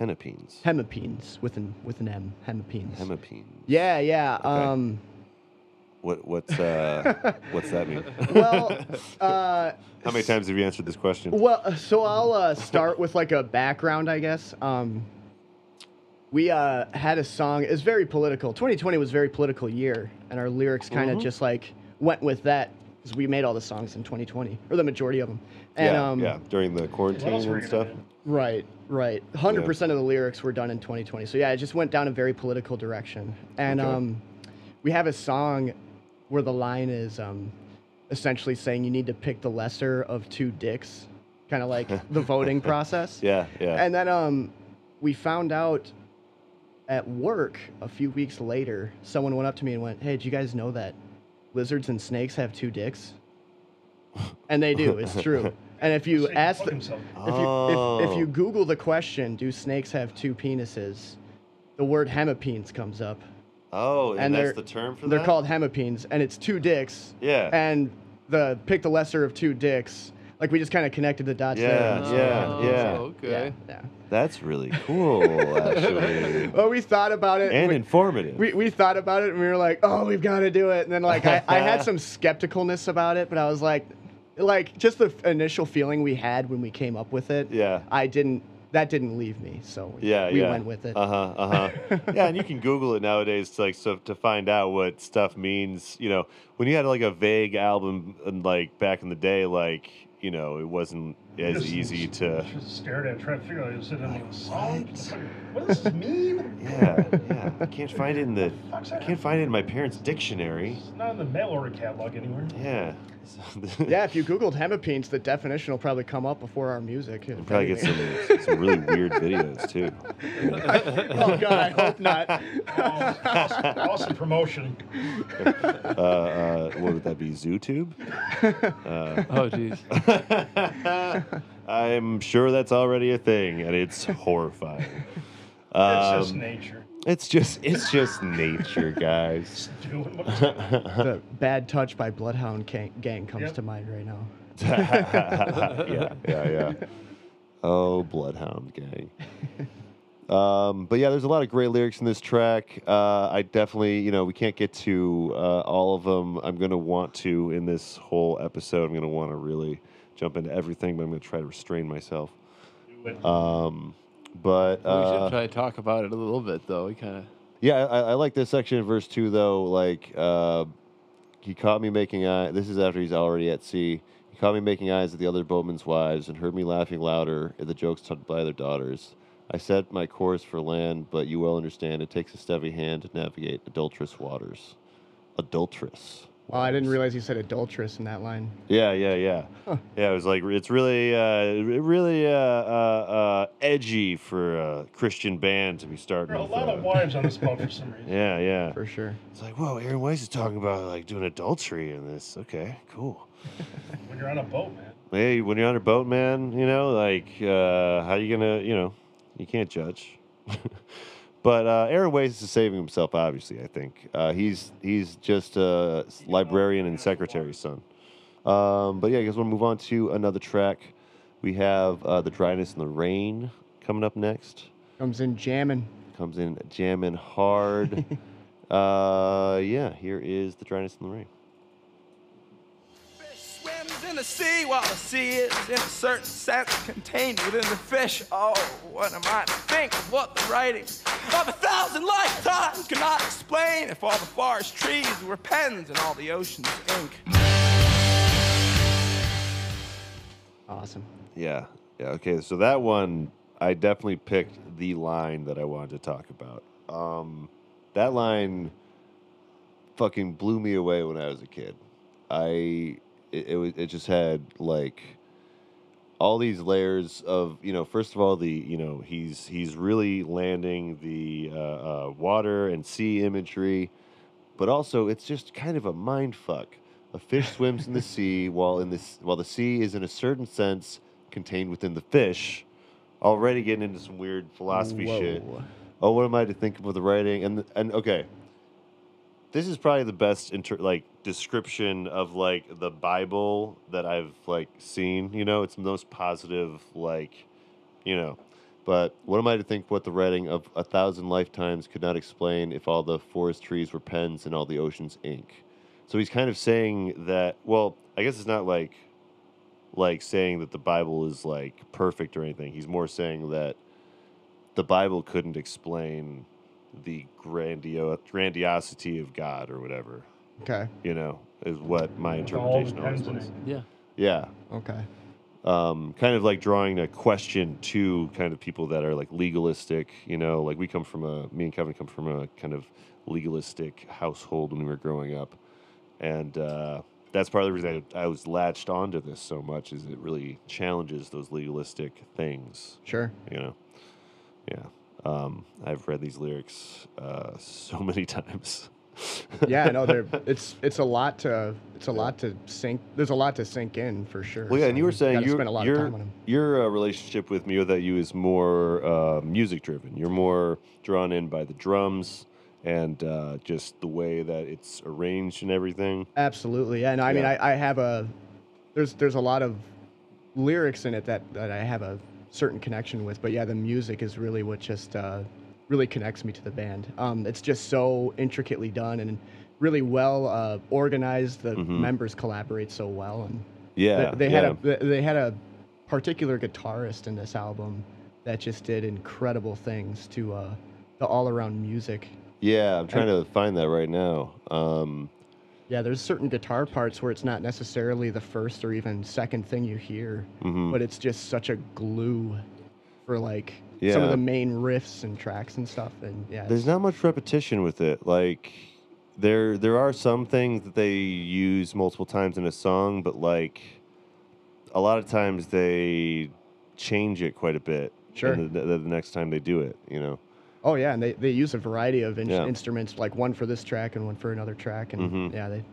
[SPEAKER 1] Hennepines.
[SPEAKER 5] Hemipines with an with an M. Hemipines.
[SPEAKER 1] Hennepines.
[SPEAKER 5] yeah, yeah. Um,
[SPEAKER 1] What what's
[SPEAKER 5] <laughs>
[SPEAKER 1] uh, what's that mean?
[SPEAKER 5] well, <laughs> uh,
[SPEAKER 1] how many times have you answered this question?
[SPEAKER 5] Well, uh, so I'll uh, start with like a background, I guess. Um, we uh, had a song. It's very political. 2020 was a very political year, and our lyrics kind
[SPEAKER 1] Mm-hmm.
[SPEAKER 5] of just like went with that because we made all the songs in 2020, or the majority of them. And
[SPEAKER 1] yeah,
[SPEAKER 5] um,
[SPEAKER 1] yeah, during the
[SPEAKER 4] What else
[SPEAKER 1] quarantine
[SPEAKER 4] were
[SPEAKER 1] and
[SPEAKER 4] you
[SPEAKER 1] stuff.
[SPEAKER 4] gonna do?
[SPEAKER 5] right, right. 100% of the lyrics were done in 2020. So yeah, it just went down a very political direction. And
[SPEAKER 1] Okay.
[SPEAKER 5] um, we have a song where the line is um, essentially saying you need to pick the lesser of two dicks, kind
[SPEAKER 1] <laughs>
[SPEAKER 5] of like the voting process.
[SPEAKER 1] Yeah, yeah.
[SPEAKER 5] And then um, we found out at work a few weeks later, someone went up to me and went, "Hey, did you guys know that lizards and snakes have two dicks?" And they do. It's
[SPEAKER 1] <laughs>
[SPEAKER 5] true. And if you
[SPEAKER 4] Say,
[SPEAKER 5] ask
[SPEAKER 4] fuck
[SPEAKER 5] the, if you
[SPEAKER 4] himself.
[SPEAKER 5] if,
[SPEAKER 1] Oh.
[SPEAKER 5] if you Google the question, "Do snakes have two penises?" the word hemipines comes up.
[SPEAKER 1] oh, and,
[SPEAKER 5] and
[SPEAKER 1] that's
[SPEAKER 5] they're-
[SPEAKER 1] the term for
[SPEAKER 5] They're
[SPEAKER 1] that?
[SPEAKER 5] called hemipines, and it's two dicks.
[SPEAKER 1] Yeah.
[SPEAKER 5] And the pick the lesser of two dicks. Like we just kind of connected the dots there.
[SPEAKER 1] <laughs> Yeah, yeah,
[SPEAKER 3] Oh,
[SPEAKER 1] yeah.
[SPEAKER 3] Okay.
[SPEAKER 5] Yeah. yeah.
[SPEAKER 1] That's really cool,
[SPEAKER 5] <laughs>
[SPEAKER 1] actually.
[SPEAKER 5] Well, we thought about it.
[SPEAKER 1] and
[SPEAKER 5] we-
[SPEAKER 1] informative.
[SPEAKER 5] we, we thought about it and we were like, oh, we've got to do it. And then like I, I
[SPEAKER 1] <laughs>
[SPEAKER 5] had some skepticalness about it, but I was like, like just the f- initial feeling we had when we came up with it.
[SPEAKER 1] Yeah.
[SPEAKER 5] I didn't. That didn't leave me. So we,
[SPEAKER 1] yeah,
[SPEAKER 5] we
[SPEAKER 1] yeah.
[SPEAKER 5] went with it.
[SPEAKER 1] Uh huh. Uh huh. yeah, and you can Google it nowadays, to, like so to find out what stuff means. You know, when you had like a vague album, and like back in the day, like you know, it wasn't as
[SPEAKER 4] Just-
[SPEAKER 1] easy
[SPEAKER 4] <laughs>
[SPEAKER 1] to.
[SPEAKER 4] Just stared at it, tried to figure out. Is it in the song? What does this mean?
[SPEAKER 1] Yeah, yeah. I can't find it in the. I can't find it in my parents' dictionary.
[SPEAKER 4] It's not in the mail order
[SPEAKER 1] <laughs>
[SPEAKER 4] catalog anywhere.
[SPEAKER 1] Yeah.
[SPEAKER 5] yeah, if you Googled hemipines, the definition will probably come up before our music. if
[SPEAKER 1] We'll probably get
[SPEAKER 5] anything.
[SPEAKER 1] some, some really weird videos too.
[SPEAKER 5] <laughs> oh God, I
[SPEAKER 1] <laughs>
[SPEAKER 5] hope not.
[SPEAKER 4] awesome, awesome promotion.
[SPEAKER 1] Uh, uh, what would that be? ZooTube. Uh,
[SPEAKER 3] Oh, jeez.
[SPEAKER 1] <laughs> I'm sure that's already a thing, and
[SPEAKER 3] <laughs>
[SPEAKER 1] it's horrifying.
[SPEAKER 4] It's just
[SPEAKER 1] Um,
[SPEAKER 4] nature.
[SPEAKER 1] it's just it's just nature,
[SPEAKER 3] <laughs>
[SPEAKER 1] guys. <laughs>
[SPEAKER 4] It's doing what it's
[SPEAKER 5] the bad touch by Bloodhound Gang, gang comes
[SPEAKER 4] Yep.
[SPEAKER 5] to mind right now.
[SPEAKER 1] yeah, yeah, yeah. Oh, Bloodhound Gang. Um, but yeah, there's a lot of great lyrics in this track. Uh, I definitely, you know, we can't get to uh, all of them. I'm going to want to in this whole episode. I'm going to want to really jump into everything, but I'm going to try to restrain myself.
[SPEAKER 4] doing.
[SPEAKER 1] Um, but
[SPEAKER 3] we should
[SPEAKER 1] uh,
[SPEAKER 3] try to talk about it a little bit, though. We kind of.
[SPEAKER 1] yeah, I, I like this section of verse two though. Like uh, he caught me making eye. This is after he's already at sea. He caught me making eyes at the other boatmen's wives and heard me laughing louder at the jokes told by their daughters. I set my course for land, but you well understand it takes a steady hand to navigate adulterous waters. Adulterous.
[SPEAKER 5] Wow, I didn't realize you said adulterous in that line.
[SPEAKER 1] Yeah, yeah, yeah. Yeah, it was like it's really, uh, it really uh, uh, uh, edgy for a Christian band to be starting.
[SPEAKER 4] There are a
[SPEAKER 1] with,
[SPEAKER 4] lot of
[SPEAKER 1] uh,
[SPEAKER 4] wives on this boat for some reason.
[SPEAKER 1] Yeah, yeah.
[SPEAKER 5] For sure.
[SPEAKER 1] It's like, whoa, Aaron Weiss is talking about like doing adultery in this. Okay, cool.
[SPEAKER 4] When you're on a boat, man.
[SPEAKER 1] Hey, when you're on a boat, man, you know, like, uh, how you gonna, you know, you can't judge. <laughs> but uh, Aaron Weiss is saving himself, obviously. I think uh, he's he's just a librarian and secretary's son. Um, but yeah, I guess we'll move on to another track. We have uh, the dryness and the rain coming up next.
[SPEAKER 5] Comes in jamming.
[SPEAKER 1] Comes in jamming hard. uh, yeah, here is the dryness and the rain.
[SPEAKER 6] Fish swims in the sea while the sea is, in a certain sense, contained within the fish. Oh, what am I to think of what the writings of a thousand lifetimes cannot explain if all the forest trees were pens and all the oceans ink?
[SPEAKER 5] Awesome.
[SPEAKER 1] Yeah. Yeah. Okay. So that one, I definitely picked the line that I wanted to talk about. Um, that line fucking blew me away when I was a kid. I it, it was it just had like all these layers of you know first of all the you know he's he's really landing the uh, uh, water and sea imagery but also it's just kind of a mind fuck. A fish swims in the sea while in this while the sea is in a certain sense contained within the fish. Already getting into some weird philosophy shit. Oh, what am I to think of the writing? And and okay, this is probably the best inter- like description of like the Bible that I've like seen. You know, it's the most positive like, you know. But what am I to think what the writing of a thousand lifetimes could not explain if all the forest trees were pens and all the oceans ink? So he's kind of saying that. Well, I guess it's not like, like saying that the Bible is like perfect or anything. He's more saying that the Bible couldn't explain the grandio- grandiosity of God or whatever.
[SPEAKER 5] Okay.
[SPEAKER 1] You know, is what my
[SPEAKER 4] All
[SPEAKER 1] interpretation always
[SPEAKER 4] depends on
[SPEAKER 1] was.
[SPEAKER 4] it.
[SPEAKER 3] Yeah.
[SPEAKER 1] Yeah,
[SPEAKER 5] Okay.
[SPEAKER 1] um, kind of like drawing a question to kind of people that are like legalistic. You know, like we come from a me and Kevin come from a kind of legalistic household when we were growing up, and uh, that's part of the reason I, I was latched onto this so much is it really challenges those legalistic things.
[SPEAKER 5] Sure.
[SPEAKER 1] You know, yeah. Um, I've read these lyrics uh, <laughs> so many times.
[SPEAKER 5] Yeah, no, they're <laughs> it's it's a lot to it's a lot to sink. There's a lot to sink in for sure.
[SPEAKER 1] Well, yeah,
[SPEAKER 5] so
[SPEAKER 1] and you were saying
[SPEAKER 5] gotta
[SPEAKER 1] you,
[SPEAKER 5] spend a lot of
[SPEAKER 1] your
[SPEAKER 5] time on 'em.
[SPEAKER 1] your uh, relationship with Mio that you is more uh, music driven. You're more drawn in by the drums and uh, just the way that it's arranged and everything.
[SPEAKER 5] Absolutely. Yeah. No, I mean,
[SPEAKER 1] Yeah.
[SPEAKER 5] I, I have a there's there's a lot of lyrics in it that that I have a certain connection with, but yeah, the music is really what just uh, really connects me to the band. Um, it's just so intricately done and really well uh, organized. The members collaborate so well, and
[SPEAKER 1] Mm-hmm. Yeah,
[SPEAKER 5] they, they
[SPEAKER 1] yeah.
[SPEAKER 5] had a they had a particular guitarist in this album that just did incredible things to uh, the all around music.
[SPEAKER 1] yeah. I'm trying to find that right now. Um,
[SPEAKER 5] Yeah, there's certain guitar parts where it's not necessarily the first or even second thing you hear,
[SPEAKER 1] mm-hmm. Hmm.
[SPEAKER 5] but it's just such a glue for like some
[SPEAKER 1] Yeah.
[SPEAKER 5] of the main riffs and tracks and stuff. And yeah,
[SPEAKER 1] There's not much repetition with it. Like there there are some things that they use multiple times in a song, but like a lot of times they change it quite a bit.
[SPEAKER 5] Sure.
[SPEAKER 1] And the, the, the next time they do it, you know.
[SPEAKER 5] oh yeah, and they, they use a variety of in-
[SPEAKER 1] Yeah. Mm-hmm.
[SPEAKER 5] instruments, like one for this track and one for another track, and yeah, they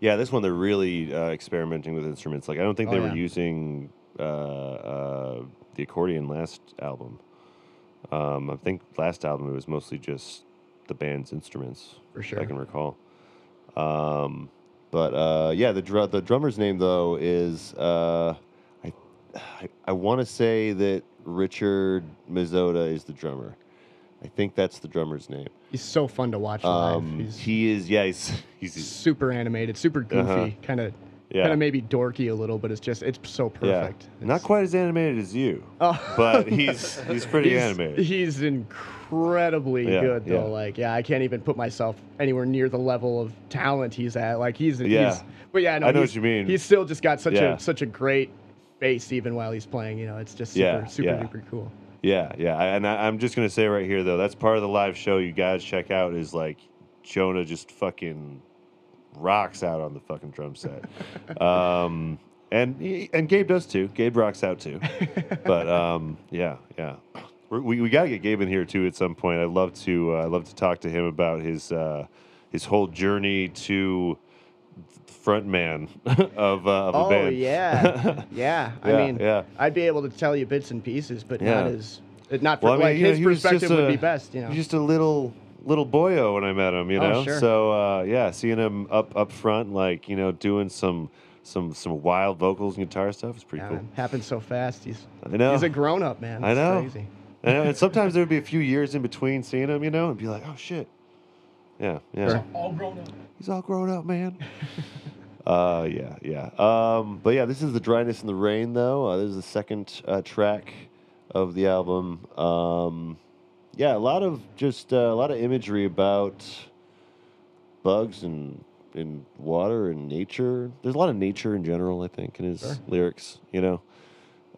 [SPEAKER 1] Yeah, this one they're really uh, experimenting with instruments. Like I don't think
[SPEAKER 5] Oh,
[SPEAKER 1] they were
[SPEAKER 5] yeah.
[SPEAKER 1] using uh, uh, the accordion last album. Um, I think last album it was mostly just the band's instruments.
[SPEAKER 5] For
[SPEAKER 1] if I
[SPEAKER 5] sure.
[SPEAKER 1] can recall. Um, but uh, yeah, the dr- the drummer's name though is uh, I I, I want to say that Richard Mazzotta is the drummer. I think that's the drummer's name.
[SPEAKER 5] he's so fun to watch live.
[SPEAKER 1] Um,
[SPEAKER 5] he's
[SPEAKER 1] he is yeah he's he's, he's
[SPEAKER 5] super animated, super
[SPEAKER 1] Uh-huh.
[SPEAKER 5] goofy, kind of
[SPEAKER 1] Yeah.
[SPEAKER 5] kind of maybe dorky a little, but it's just it's so perfect.
[SPEAKER 1] Yeah. Not
[SPEAKER 5] It's-
[SPEAKER 1] quite as animated as you,
[SPEAKER 5] Oh.
[SPEAKER 1] but he's he's pretty
[SPEAKER 5] <laughs> he's,
[SPEAKER 1] animated.
[SPEAKER 5] He's incredibly
[SPEAKER 1] Yeah,
[SPEAKER 5] good though.
[SPEAKER 1] yeah.
[SPEAKER 5] Like, yeah, I can't even put myself anywhere near the level of talent he's at. Like, he's
[SPEAKER 1] Yeah.
[SPEAKER 5] he's but yeah, no,
[SPEAKER 1] I know
[SPEAKER 5] he's-
[SPEAKER 1] what you mean.
[SPEAKER 5] He's still just got such
[SPEAKER 1] Yeah.
[SPEAKER 5] a such a great face even while he's playing. You know, it's just super
[SPEAKER 1] Yeah,
[SPEAKER 5] super
[SPEAKER 1] yeah.
[SPEAKER 5] duper cool.
[SPEAKER 1] yeah, yeah. I, and I, I'm just gonna say right here though, that's part of the live show you guys check out is like Jonah just fucking rocks out on the fucking drum
[SPEAKER 5] <laughs>
[SPEAKER 1] set, um, and he- and Gabe does too. Gabe rocks out too, but um, yeah, yeah. We're, we we gotta get Gabe in here too at some point. I'd love to uh, I'd love to talk to him about his uh, his whole journey to front man <laughs> of, uh, of a
[SPEAKER 5] Oh
[SPEAKER 1] band. <laughs>
[SPEAKER 5] yeah, yeah. I
[SPEAKER 1] Yeah,
[SPEAKER 5] mean,
[SPEAKER 1] yeah.
[SPEAKER 5] I'd be able to tell you bits and pieces, but
[SPEAKER 1] Yeah.
[SPEAKER 5] not as not for
[SPEAKER 1] Well, I mean,
[SPEAKER 5] like
[SPEAKER 1] you know,
[SPEAKER 5] his
[SPEAKER 1] he was
[SPEAKER 5] perspective
[SPEAKER 1] just
[SPEAKER 5] would
[SPEAKER 1] a-
[SPEAKER 5] be best. You know,
[SPEAKER 1] He's just a little little boyo when I met him, you
[SPEAKER 5] Oh,
[SPEAKER 1] know.
[SPEAKER 5] sure.
[SPEAKER 1] So uh, yeah, seeing him up up front, like you know, doing some some some wild vocals and guitar stuff. It's pretty
[SPEAKER 5] Yeah,
[SPEAKER 1] cool.
[SPEAKER 5] man, happens so fast. He's
[SPEAKER 1] I know.
[SPEAKER 5] he's a grown up man.
[SPEAKER 1] I
[SPEAKER 5] It's
[SPEAKER 1] know.
[SPEAKER 5] Crazy.
[SPEAKER 1] I know. And
[SPEAKER 5] <laughs>
[SPEAKER 1] sometimes there would be a few years in between seeing him, you know, and be like, oh shit. Yeah, yeah.
[SPEAKER 5] Sure.
[SPEAKER 4] All grown up.
[SPEAKER 1] He's all grown up, man. uh, yeah, yeah. Um, but yeah, this is the dryness in the rain, though. Uh, this is the second uh, track of the album. Um, yeah, a lot of just uh, a lot of imagery about bugs and and water and nature. There's a lot of nature in general, I think, in his lyrics. You know,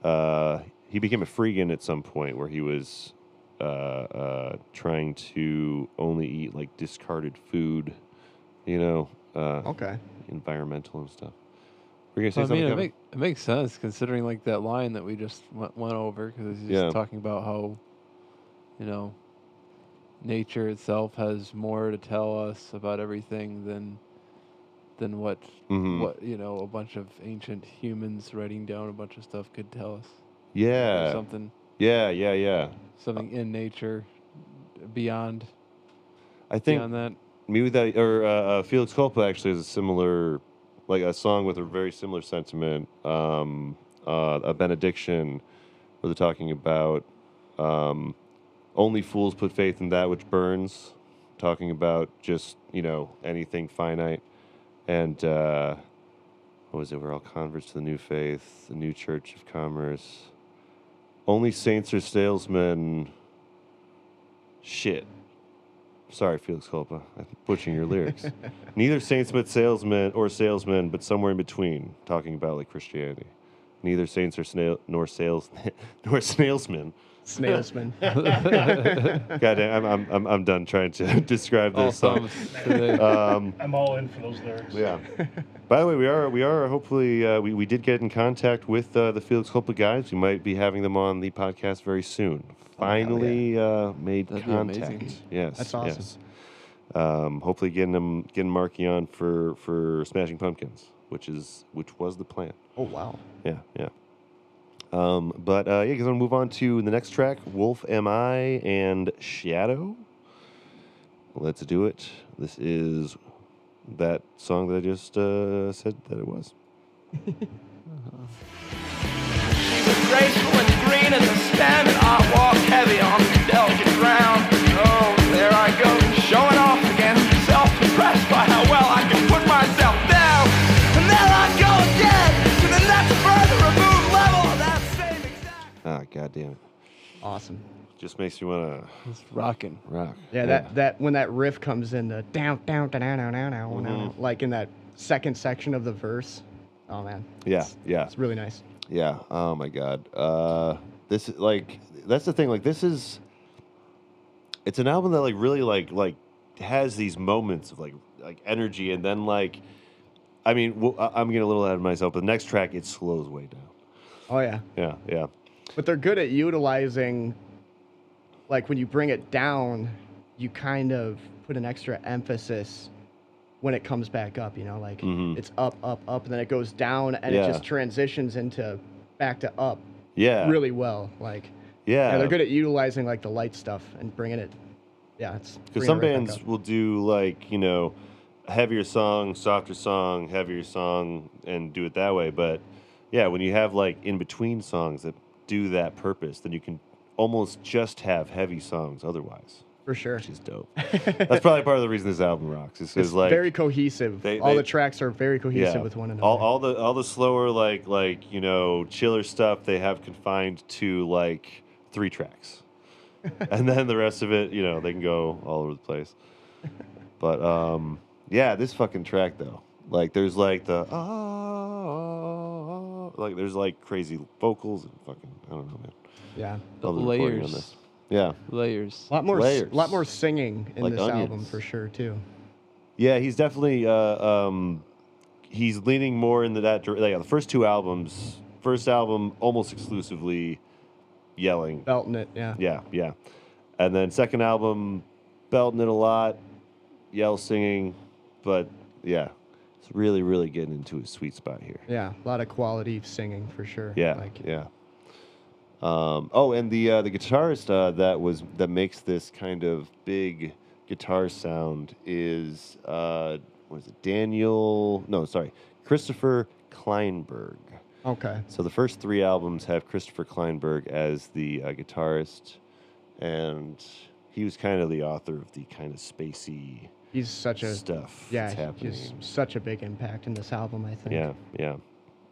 [SPEAKER 1] uh, he became a freegan at some point where he was uh, uh, trying to only eat like discarded food. You know, uh,
[SPEAKER 5] Okay.
[SPEAKER 1] environmental and stuff. We're gonna say
[SPEAKER 3] Well, Oh, I
[SPEAKER 1] something.
[SPEAKER 3] mean, it,
[SPEAKER 1] Kevin?
[SPEAKER 3] make, it makes sense considering like that line that we just went, went over because he's
[SPEAKER 1] Yeah.
[SPEAKER 3] just talking about how, you know, nature itself has more to tell us about everything than than what
[SPEAKER 1] Mhm.
[SPEAKER 3] what you know a bunch of ancient humans writing down a bunch of stuff could tell us. There's
[SPEAKER 1] Yeah,
[SPEAKER 3] something
[SPEAKER 1] yeah, yeah, yeah.
[SPEAKER 3] something in nature beyond
[SPEAKER 1] I think
[SPEAKER 3] beyond that.
[SPEAKER 1] Me with that, or uh, uh, Felix Culpa actually has a similar, like a song with a very similar sentiment. Um, uh, a benediction, where they're talking about um, only fools put faith in that which burns, talking about just you know anything finite, and uh, what was it? We're all converts to the new faith, the new church of commerce. Only saints are salesmen. Shit. Sorry, Felix Culpa. I'm butchering your lyrics. Neither saints but salesmen or salesmen, but somewhere in between, talking about like Christianity. Neither saints or snail nor sales <laughs> nor salesmen. <laughs>
[SPEAKER 5] Snailsman.
[SPEAKER 1] God damn, I'm, I'm, I'm, I'm done trying to <laughs> describe
[SPEAKER 3] All
[SPEAKER 1] this song.
[SPEAKER 3] thumbs today.
[SPEAKER 1] Um,
[SPEAKER 4] I'm all in for those lyrics.
[SPEAKER 1] yeah. <laughs> By the way, we are we are hopefully uh, we, we did get in contact with uh, the Felix Culpa guys. We might be having them on the podcast very soon. Finally uh, made
[SPEAKER 3] Oh, That'd be amazing.
[SPEAKER 1] contact. Yes,
[SPEAKER 5] That's awesome.
[SPEAKER 1] Yes. Um, hopefully getting them getting Marky on for for Smashing Pumpkins, which is which was the plan.
[SPEAKER 5] <laughs> oh wow.
[SPEAKER 1] Yeah, yeah. Um, but uh, yeah, because I'm gonna move on to the next track, Wolf Am I and Shadow. Let's do it. This is that song that I just uh, said that it was.
[SPEAKER 6] She was graceful and green as a stem, and I walk heavy on the delicate ground. Oh, there I go, showing off again, self-impressed by how well I can put myself down. And there I go again, to the next further removed level of that same exact...
[SPEAKER 1] Ah, goddamn it!
[SPEAKER 5] Awesome.
[SPEAKER 1] Just makes me wanna
[SPEAKER 3] it's rocking.
[SPEAKER 1] rock.
[SPEAKER 5] Yeah, that that when that riff comes in the down down down down down down down,
[SPEAKER 1] Mm-hmm.
[SPEAKER 5] down like in that second section of the verse. Oh man.
[SPEAKER 1] Yeah,
[SPEAKER 5] It's-
[SPEAKER 1] yeah.
[SPEAKER 5] It's really nice.
[SPEAKER 1] Yeah. Oh my god. Uh, this is like that's the thing. Like this is, it's an album that like really like like has these moments of like like energy, and then like, I mean, well, I- I'm getting a little ahead of myself. But the next track it slows way down.
[SPEAKER 5] Oh yeah.
[SPEAKER 1] Yeah. Yeah.
[SPEAKER 5] But they're good at utilizing like when you bring it down, you kind of put an extra emphasis when it comes back up, you know, like
[SPEAKER 1] Mhm.
[SPEAKER 5] it's up, up, up, and then it goes down and
[SPEAKER 1] Yeah.
[SPEAKER 5] it just transitions into back to up
[SPEAKER 1] Yeah.
[SPEAKER 5] really well. Like
[SPEAKER 1] Yeah.
[SPEAKER 5] yeah, they're good at utilizing like the light stuff and bringing it. Yeah, it's
[SPEAKER 1] Because
[SPEAKER 5] bringing
[SPEAKER 1] some
[SPEAKER 5] it right back
[SPEAKER 1] bands
[SPEAKER 5] up.
[SPEAKER 1] will do like you know, heavier song, softer song, heavier song, and do it that way. But yeah, when you have like in between songs that do that purpose, then you can almost just have heavy songs otherwise,
[SPEAKER 5] for sure.
[SPEAKER 1] which is
[SPEAKER 5] <laughs>
[SPEAKER 1] dope. That's probably part of the reason this album rocks. Is
[SPEAKER 5] It's
[SPEAKER 1] because like
[SPEAKER 5] very cohesive.
[SPEAKER 1] they-
[SPEAKER 5] all
[SPEAKER 1] they-
[SPEAKER 5] the tracks are very cohesive with one another.
[SPEAKER 1] all, all the all the slower like like you know chiller stuff they have confined to like three tracks,
[SPEAKER 5] <laughs>
[SPEAKER 1] and then the rest of it you know they can go all over the place. But um, yeah, this fucking track though, like there's like the "Ah, oh, like there's like crazy vocals and fucking I don't know man.
[SPEAKER 5] yeah,
[SPEAKER 3] The
[SPEAKER 1] Love the recording on
[SPEAKER 3] layers,
[SPEAKER 1] this. Yeah,
[SPEAKER 3] layers.
[SPEAKER 5] a lot more, s-
[SPEAKER 1] Layers.
[SPEAKER 5] lot more singing in
[SPEAKER 1] Like
[SPEAKER 5] this album
[SPEAKER 1] onions.
[SPEAKER 5] for sure too.
[SPEAKER 1] Yeah, he's definitely uh, um, he's leaning more into that. dir- Yeah, the first two albums, first album almost exclusively yelling.
[SPEAKER 5] Belting it, yeah.
[SPEAKER 1] Yeah, yeah, and then second album, belting it a lot, yell singing, but yeah, it's really really getting into his sweet spot here.
[SPEAKER 5] Yeah, a lot of quality singing for sure.
[SPEAKER 1] Yeah,
[SPEAKER 5] Like,
[SPEAKER 1] yeah. Um, oh, and the uh, the guitarist uh, that was that makes this kind of big guitar sound is uh, what is it? Daniel? No, sorry, Christopher Kleinberg.
[SPEAKER 5] Okay.
[SPEAKER 1] So the first three albums have Christopher Kleinberg as the uh, guitarist, and he was kind of the author of the kind of spacey
[SPEAKER 5] He's such a
[SPEAKER 1] stuff
[SPEAKER 5] yeah,
[SPEAKER 1] that's happening.
[SPEAKER 5] he's such a big impact in this album. I think.
[SPEAKER 1] Yeah, yeah.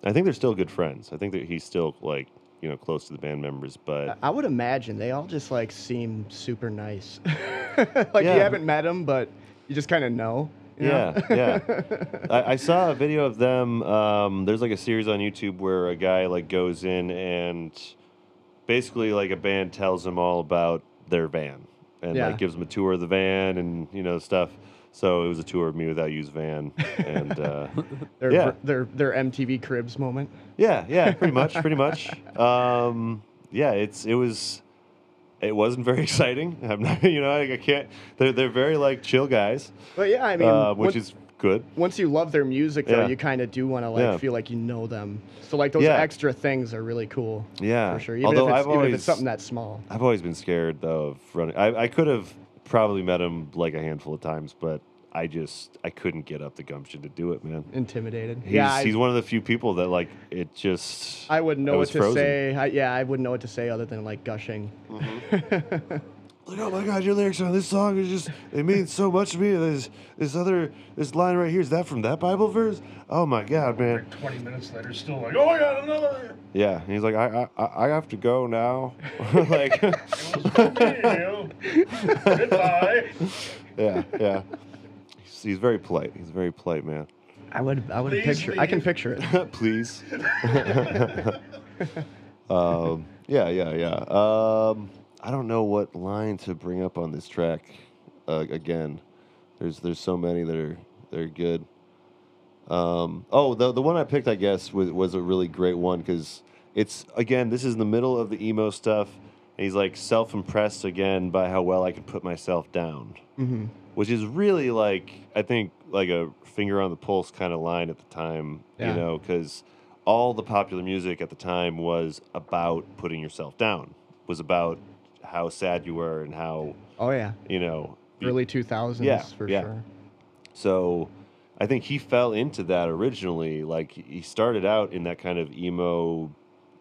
[SPEAKER 1] I think they're still good friends. I think that he's still like you know close to the band members, but
[SPEAKER 5] I- I would imagine they all just like seem super nice. <laughs> like
[SPEAKER 1] Yeah.
[SPEAKER 5] you haven't met them, but you just kind of know. you know?
[SPEAKER 1] yeah, yeah. I, I saw a video of them. Um, there's like a series on YouTube where a guy like goes in and basically like a band tells him all about their van and
[SPEAKER 5] Yeah.
[SPEAKER 1] like gives him a tour of the van and you know stuff. So it was a tour of me without you's van, and
[SPEAKER 5] <laughs>
[SPEAKER 1] uh,
[SPEAKER 5] <laughs> their,
[SPEAKER 1] Yeah.
[SPEAKER 5] ver- their their MTV Cribs moment.
[SPEAKER 1] Yeah, yeah, pretty
[SPEAKER 5] <laughs>
[SPEAKER 1] much, pretty much. Um, yeah, it's it was, it wasn't very <laughs> exciting. I'm not, you know, I, I can't. They're they're very like chill guys,
[SPEAKER 5] But yeah, I mean,
[SPEAKER 1] uh,
[SPEAKER 5] once,
[SPEAKER 1] which is good.
[SPEAKER 5] once you love their music, though,
[SPEAKER 1] Yeah.
[SPEAKER 5] you kind of do want to like
[SPEAKER 1] Yeah.
[SPEAKER 5] feel like you know them. So like those
[SPEAKER 1] Yeah.
[SPEAKER 5] extra things are really cool.
[SPEAKER 1] Yeah.
[SPEAKER 5] for sure. Even,
[SPEAKER 1] Although
[SPEAKER 5] if, it's,
[SPEAKER 1] I've
[SPEAKER 5] even if
[SPEAKER 1] always-
[SPEAKER 5] it's something that's small.
[SPEAKER 1] I've always been scared though of running. I I could have probably met him like a handful of times, but I just I couldn't get up the gumption to do it, man.
[SPEAKER 5] Intimidated.
[SPEAKER 1] He's,
[SPEAKER 5] yeah, I,
[SPEAKER 1] he's one of the few people that like it just.
[SPEAKER 5] I wouldn't know
[SPEAKER 1] I
[SPEAKER 5] what
[SPEAKER 1] was
[SPEAKER 5] to
[SPEAKER 1] frozen.
[SPEAKER 5] say. I, yeah, I wouldn't know what to say other than like gushing.
[SPEAKER 1] like, oh my god, your lyrics on this song is just it means so much to me. This this other this line right here is that from that Bible verse? Oh my god, man.
[SPEAKER 4] Like 20 minutes later, still like, oh, I got another.
[SPEAKER 1] Yeah, and he's like, I I- I, I have to go now. <laughs> like,
[SPEAKER 4] Deal. Goodbye.
[SPEAKER 1] yeah, yeah. He's, he's very polite. He's a very polite man.
[SPEAKER 5] I would. I would
[SPEAKER 4] Please
[SPEAKER 5] picture. I can
[SPEAKER 4] leave.
[SPEAKER 5] picture
[SPEAKER 1] <laughs>
[SPEAKER 5] it.
[SPEAKER 1] Please. um, yeah, yeah, yeah. Um, I don't know what line to bring up on this track. Uh, again, there's there's so many that are that are good. Um, oh, the the one I picked, I guess, was was a really great one because it's again, this is in the middle of the emo stuff. And he's like self impressed again by how well I could put myself down,
[SPEAKER 5] Mhm.
[SPEAKER 1] which is really like I think like a finger on the pulse kind of line at the time, you
[SPEAKER 5] Yeah.
[SPEAKER 1] know, because all the popular music at the time was about putting yourself down, was about how sad you were and how
[SPEAKER 5] Oh yeah,
[SPEAKER 1] you know you-
[SPEAKER 5] early two thousands
[SPEAKER 1] Yeah,
[SPEAKER 5] for
[SPEAKER 1] yeah.
[SPEAKER 5] sure.
[SPEAKER 1] so I think he fell into that originally. Like he started out in that kind of emo,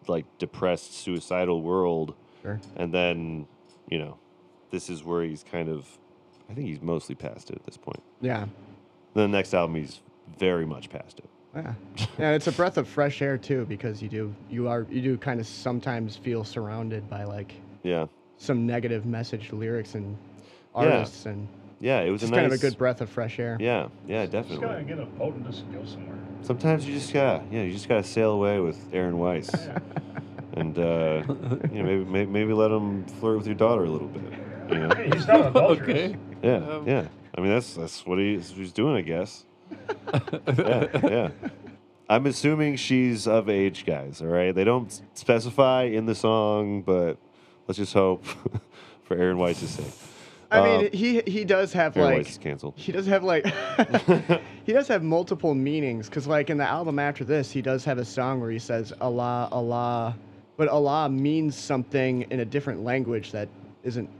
[SPEAKER 1] like depressed, suicidal world.
[SPEAKER 5] Sure.
[SPEAKER 1] And then, you know, this is where he's kind of, I think he's mostly past it at this point.
[SPEAKER 5] Yeah.
[SPEAKER 1] the next album, he's very much past it.
[SPEAKER 5] Yeah. And it's a breath of fresh air too, because you do you are you do kind of sometimes feel surrounded by like
[SPEAKER 1] Yeah.
[SPEAKER 5] some negative message lyrics and
[SPEAKER 1] Yeah.
[SPEAKER 5] artists and
[SPEAKER 1] Yeah. It was
[SPEAKER 5] it's
[SPEAKER 1] a nice,
[SPEAKER 5] kind of a good breath of fresh air.
[SPEAKER 1] Yeah. Yeah,
[SPEAKER 4] Just gotta
[SPEAKER 1] definitely.
[SPEAKER 4] get a boat and just go somewhere.
[SPEAKER 1] Sometimes you just gotta, yeah, you just gotta sail away with Aaron Weiss. And uh, you know, maybe, maybe maybe let him flirt with your daughter a little bit. You know?
[SPEAKER 4] Hey, he's not adulterous.
[SPEAKER 3] okay.
[SPEAKER 1] Yeah,
[SPEAKER 3] Um,
[SPEAKER 1] yeah. I mean, that's that's what he, he's doing, I guess. yeah, yeah. I'm assuming she's of age, guys. All right, they don't s- specify in the song, but let's just hope <laughs> for Aaron Weitz's sake.
[SPEAKER 5] I
[SPEAKER 1] Um,
[SPEAKER 5] mean, he he does have
[SPEAKER 1] Aaron
[SPEAKER 5] like
[SPEAKER 1] Weiss is canceled.
[SPEAKER 5] he does
[SPEAKER 1] <laughs>
[SPEAKER 5] have like <laughs> he does have multiple meanings because like in the album after this he does have a song where he says allah allah but allah means something in a different language that isn't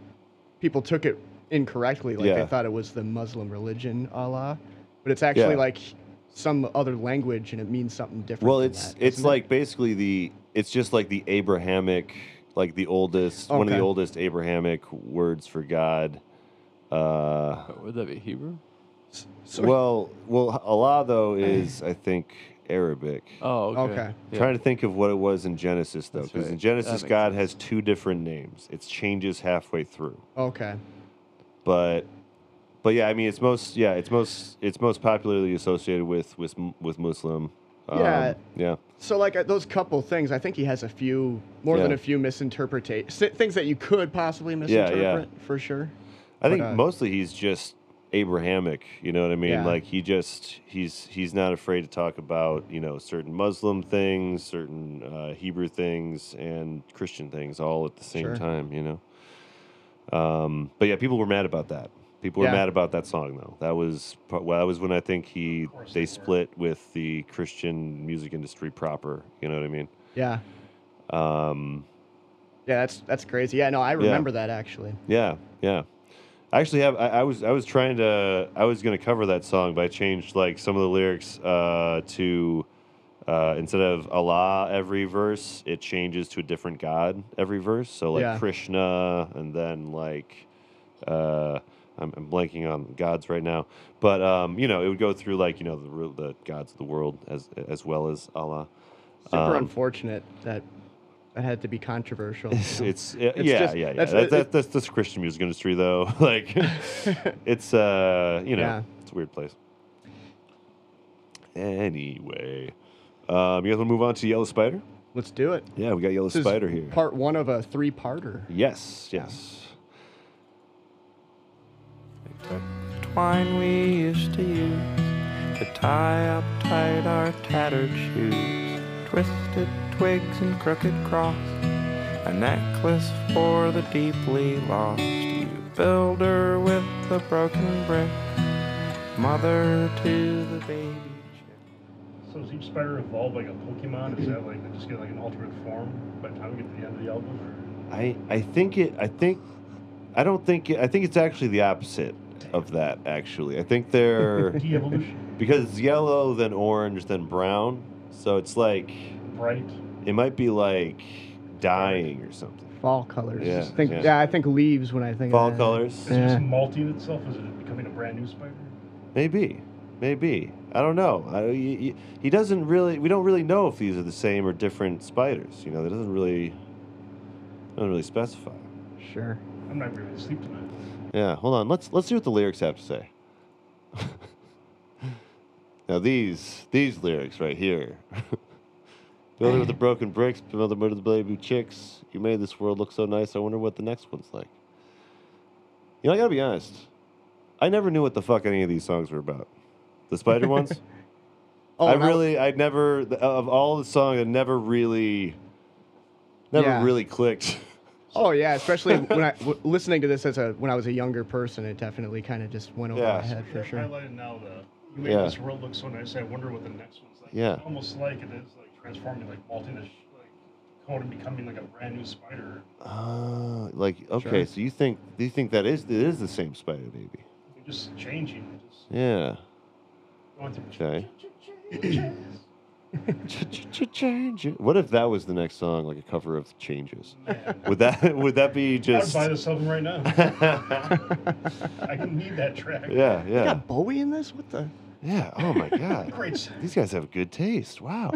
[SPEAKER 5] people took it incorrectly like
[SPEAKER 1] Yeah.
[SPEAKER 5] they thought it was the muslim religion allah but it's actually
[SPEAKER 1] Yeah.
[SPEAKER 5] like some other language and it means something different
[SPEAKER 1] Well,
[SPEAKER 5] than
[SPEAKER 1] it's
[SPEAKER 5] that,
[SPEAKER 1] it's
[SPEAKER 5] doesn't it?
[SPEAKER 1] like basically the it's just like the Abrahamic, like the oldest one of the
[SPEAKER 5] Okay.
[SPEAKER 1] oldest Abrahamic words for God. Uh,
[SPEAKER 3] Oh, Would that be Hebrew?
[SPEAKER 1] well, well, Allah though is I think Arabic.
[SPEAKER 3] Oh, okay.
[SPEAKER 5] Okay.
[SPEAKER 3] Yeah.
[SPEAKER 1] Trying to think of what it was in Genesis, though,
[SPEAKER 3] That's
[SPEAKER 1] because in
[SPEAKER 3] right. That
[SPEAKER 1] Genesis,
[SPEAKER 3] makes
[SPEAKER 1] God has two different names. It changes halfway through,
[SPEAKER 5] okay
[SPEAKER 1] but, but yeah, I mean, it's most yeah, it's most it's most popularly associated with with m- with Muslim. Um,
[SPEAKER 5] Yeah.
[SPEAKER 1] yeah,
[SPEAKER 5] So like uh, those couple things, I think he has a few more than
[SPEAKER 1] Yeah.
[SPEAKER 5] a few misinterpretations, things that you could possibly
[SPEAKER 1] Yeah,
[SPEAKER 5] misinterpret
[SPEAKER 1] yeah.
[SPEAKER 5] for sure.
[SPEAKER 1] I think
[SPEAKER 5] uh,
[SPEAKER 1] mostly he's just Abrahamic. You know what I mean?
[SPEAKER 5] Yeah.
[SPEAKER 1] Like he just he's he's not afraid to talk about you know certain Muslim things, certain uh, Hebrew things, and Christian things all at the same
[SPEAKER 5] Sure.
[SPEAKER 1] time. You know. Um, but yeah, people were mad about that. People were
[SPEAKER 5] Yeah.
[SPEAKER 1] mad about that song though. That was part- well, that was when I think he
[SPEAKER 4] course
[SPEAKER 1] they
[SPEAKER 4] they were.
[SPEAKER 1] split with the Christian music industry proper. You know what I mean?
[SPEAKER 5] Yeah,
[SPEAKER 1] Um,
[SPEAKER 5] yeah, that's that's crazy. Yeah, no, I remember that actually.
[SPEAKER 1] yeah, yeah. I actually have. I, I was I was trying to. I was going to cover that song, but I changed like some of the lyrics uh, to uh, instead of Allah every verse, it changes to a different God every verse. So like
[SPEAKER 5] Yeah.
[SPEAKER 1] Krishna, and then like uh, I'm, I'm blanking on gods right now, but um, you know it would go through like you know the real- the gods of the world as as well as Allah.
[SPEAKER 5] Super
[SPEAKER 1] Um,
[SPEAKER 5] unfortunate that that had to be
[SPEAKER 1] <laughs>
[SPEAKER 5] controversial.
[SPEAKER 1] It's, it's, yeah, yeah,
[SPEAKER 5] just-
[SPEAKER 1] yeah,
[SPEAKER 5] that's-
[SPEAKER 1] That,
[SPEAKER 5] it-
[SPEAKER 1] that, that's that's the Christian music industry, though. <laughs>
[SPEAKER 5] <laughs>
[SPEAKER 1] like, it's uh, you know,
[SPEAKER 5] Yeah.
[SPEAKER 1] it's a weird place. Anyway, um, you guys want to move on to Yellow Spider?
[SPEAKER 5] Let's do it.
[SPEAKER 1] Yeah, we got Yellow
[SPEAKER 5] This is
[SPEAKER 1] Spider here.
[SPEAKER 5] Part one of a three-parter.
[SPEAKER 1] yes, yes.
[SPEAKER 6] twine we used to use to tie up tight our tattered shoes, twisted twigs and crooked cross, a necklace for the deeply lost. You builder with the broken brick, mother to the baby chick.
[SPEAKER 4] So is each spider evolved like a Pokemon? Is that like they just get like an alternate form by the time we get to the end of the album? Or...
[SPEAKER 1] I I think it. I think I don't think it, I think it's actually the opposite of that. Actually, I think
[SPEAKER 5] <laughs>
[SPEAKER 1] they're
[SPEAKER 4] De-evolution,
[SPEAKER 1] because it's yellow, then orange, then brown. So it's like.
[SPEAKER 4] bright.
[SPEAKER 1] It might be like dying or something.
[SPEAKER 5] Fall colors.
[SPEAKER 1] Yeah,
[SPEAKER 5] Just think,
[SPEAKER 1] yeah.
[SPEAKER 5] yeah. I think leaves when I think
[SPEAKER 1] Fall
[SPEAKER 5] of that.
[SPEAKER 1] colors?
[SPEAKER 4] Is it
[SPEAKER 5] Yeah.
[SPEAKER 4] just molting itself? Is it becoming a brand new spider?
[SPEAKER 1] Maybe, maybe. I don't know. I, he, he- he doesn't really. We don't really know if these are the same or different spiders. You know, that doesn't really doesn't really specify.
[SPEAKER 5] Sure.
[SPEAKER 4] I'm not really asleep tonight.
[SPEAKER 1] Yeah. Hold on. Let's let's see what the lyrics have to say. <laughs> now these these lyrics right here. <laughs> Builder with the broken bricks, mother murder the baby chicks. You made this world look so nice. I wonder what the next one's like. You know, I gotta be honest. I never knew what the fuck any of these songs were about. The
[SPEAKER 5] <laughs>
[SPEAKER 1] spider ones.
[SPEAKER 5] Oh,
[SPEAKER 1] I
[SPEAKER 5] and I-
[SPEAKER 1] really, I never th- of all the songs, I never really, never
[SPEAKER 5] Yeah.
[SPEAKER 1] really clicked. <laughs>
[SPEAKER 5] Oh yeah, especially when I w- listening to this as a when I was a younger person, it definitely kind of just went over
[SPEAKER 1] Yeah.
[SPEAKER 5] my head for
[SPEAKER 4] Yeah,
[SPEAKER 5] sure.
[SPEAKER 4] Highlighted now the you made
[SPEAKER 1] Yeah.
[SPEAKER 4] this world look so nice. I wonder what the next one's like.
[SPEAKER 1] Yeah.
[SPEAKER 4] It's almost like it is like transforming, like molting a sh- like coat and becoming like a brand new spider.
[SPEAKER 1] Uh, like okay,
[SPEAKER 5] Sure.
[SPEAKER 1] so you think do you think that is it is the same spider baby?
[SPEAKER 4] You're just changing. Just
[SPEAKER 1] Yeah.
[SPEAKER 4] going through.
[SPEAKER 1] Okay. Change it. What if that was the next song, like a cover of Changes? Would that would that be
[SPEAKER 4] I'd
[SPEAKER 1] just? <laughs>
[SPEAKER 4] buy
[SPEAKER 1] Yeah,
[SPEAKER 4] this album right now. <laughs> I can need that track.
[SPEAKER 1] yeah,
[SPEAKER 5] Got Bowie in this? What the?
[SPEAKER 1] yeah. Oh my
[SPEAKER 5] <laughs>
[SPEAKER 1] god,
[SPEAKER 4] Great. sound.
[SPEAKER 1] these guys have good taste. Wow.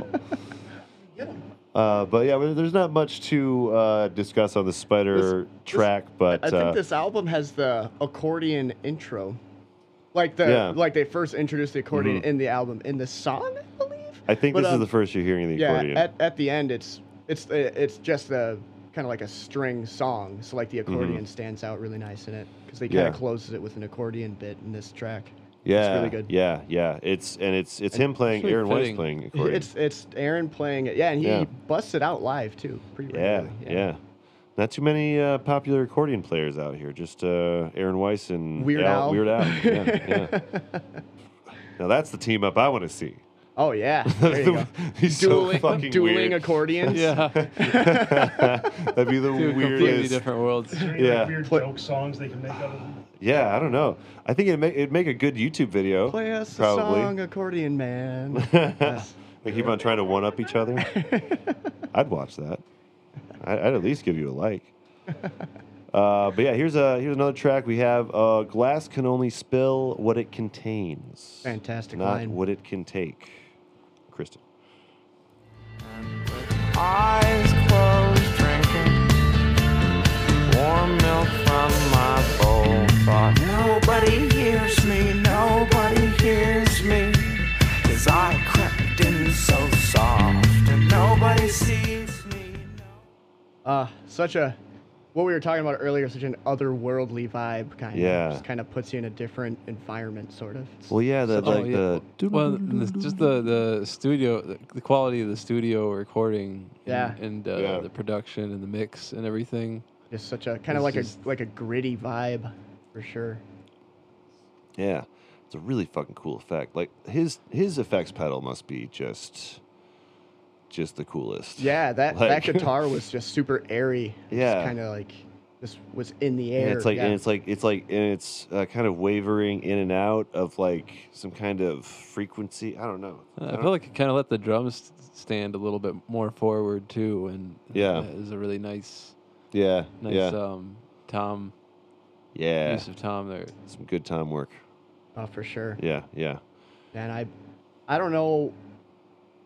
[SPEAKER 1] <laughs>
[SPEAKER 4] Get 'em.
[SPEAKER 1] Uh, but yeah, there's not much to uh, discuss on the spider track, but
[SPEAKER 5] I
[SPEAKER 1] uh,
[SPEAKER 5] think this album has the accordion intro, like the
[SPEAKER 1] Yeah. Mm-hmm.
[SPEAKER 5] like they first introduced the accordion in the album in the song, I believe.
[SPEAKER 1] I think
[SPEAKER 5] but,
[SPEAKER 1] this is
[SPEAKER 5] um,
[SPEAKER 1] the first you're hearing the
[SPEAKER 5] Yeah,
[SPEAKER 1] accordion.
[SPEAKER 5] at at the end, it's it's uh, it's just a kind of like a string song, so like the accordion stands out really nice in it because they kind of
[SPEAKER 1] Mm-hmm. Yeah.
[SPEAKER 5] closes it with an accordion bit in this track.
[SPEAKER 1] yeah,
[SPEAKER 5] really good.
[SPEAKER 1] yeah, yeah. It's and it's it's him playing.
[SPEAKER 3] actually
[SPEAKER 1] Aaron White's
[SPEAKER 3] fitting.
[SPEAKER 1] playing accordion.
[SPEAKER 5] It's it's Aaron playing it, yeah, and he
[SPEAKER 1] Yeah.
[SPEAKER 5] busts it out live too. Pretty
[SPEAKER 1] Yeah,
[SPEAKER 5] regularly,
[SPEAKER 1] yeah. Not too many uh, popular accordion players out here. Just uh, Aaron Weiss and
[SPEAKER 5] Weird Al.
[SPEAKER 1] Weird
[SPEAKER 5] <laughs>
[SPEAKER 1] Al. Yeah, yeah. now that's the team up I want to see.
[SPEAKER 5] Oh
[SPEAKER 1] <laughs>
[SPEAKER 5] yeah, there you go.
[SPEAKER 1] He's
[SPEAKER 5] dueling,
[SPEAKER 1] so fucking
[SPEAKER 5] dueling <laughs>
[SPEAKER 1] weird.
[SPEAKER 5] accordions.
[SPEAKER 3] Yeah,
[SPEAKER 1] <laughs> That'd be the
[SPEAKER 3] two <laughs> completely
[SPEAKER 1] weirdest.
[SPEAKER 3] different worlds.
[SPEAKER 4] Is there any, like,
[SPEAKER 1] Yeah.
[SPEAKER 4] weird
[SPEAKER 5] Play-
[SPEAKER 4] joke songs they can make out of them?
[SPEAKER 1] Yeah, I don't know. I think it'd make it'd make a good YouTube video.
[SPEAKER 5] Play us
[SPEAKER 1] probably.
[SPEAKER 5] a song, accordion
[SPEAKER 1] <laughs>
[SPEAKER 5] man.
[SPEAKER 1] they keep on trying to one up each <laughs> other. I'd watch that. I- I'd at least give you a like. Uh, but yeah, here's a here's another track we have. Uh, Glass can only spill what it contains.
[SPEAKER 5] Fantastic
[SPEAKER 1] Not
[SPEAKER 5] line.
[SPEAKER 1] what it can take. Kristen.
[SPEAKER 6] eyes closed, drinking warm milk from my bowl. But nobody hears me, nobody hears me, cause I crept in so soft, and nobody sees me.
[SPEAKER 5] Uh, such a what we were talking about earlier, such an otherworldly vibe kind of.
[SPEAKER 1] Yeah.
[SPEAKER 5] Just kind of puts you in a different environment, sort of. It's-
[SPEAKER 1] Well, yeah, the
[SPEAKER 3] Oh,
[SPEAKER 1] like
[SPEAKER 3] yeah.
[SPEAKER 1] the
[SPEAKER 3] well, and the- just the the studio, the- the quality of the studio recording, and-
[SPEAKER 5] Yeah.
[SPEAKER 3] and, uh,
[SPEAKER 1] Yeah.
[SPEAKER 3] the production and the mix and everything.
[SPEAKER 5] Just such a kind
[SPEAKER 3] It's
[SPEAKER 5] of like
[SPEAKER 3] just-
[SPEAKER 5] a like a gritty vibe, for sure.
[SPEAKER 1] yeah, it's a really fucking cool effect. Like his his effects pedal must be just just the coolest.
[SPEAKER 5] Yeah, that
[SPEAKER 1] Like- <laughs>
[SPEAKER 5] that guitar was just super airy. It's
[SPEAKER 1] Yeah.
[SPEAKER 5] Kind of like Just was in the air.
[SPEAKER 1] And it's like,
[SPEAKER 5] yeah.
[SPEAKER 1] and it's like, it's like, and it's uh, kind of wavering in and out of like some kind of frequency. I don't know.
[SPEAKER 3] Uh, I
[SPEAKER 1] don't-
[SPEAKER 3] feel like it kind of let the drums s- stand a little bit more forward too, and
[SPEAKER 1] Yeah.
[SPEAKER 3] it was a really nice,
[SPEAKER 1] yeah,
[SPEAKER 3] nice
[SPEAKER 1] yeah,
[SPEAKER 3] um, tom
[SPEAKER 1] yeah.
[SPEAKER 3] use of tom there.
[SPEAKER 1] Some good time work.
[SPEAKER 5] oh, for sure.
[SPEAKER 1] Yeah, yeah.
[SPEAKER 5] And I, I don't know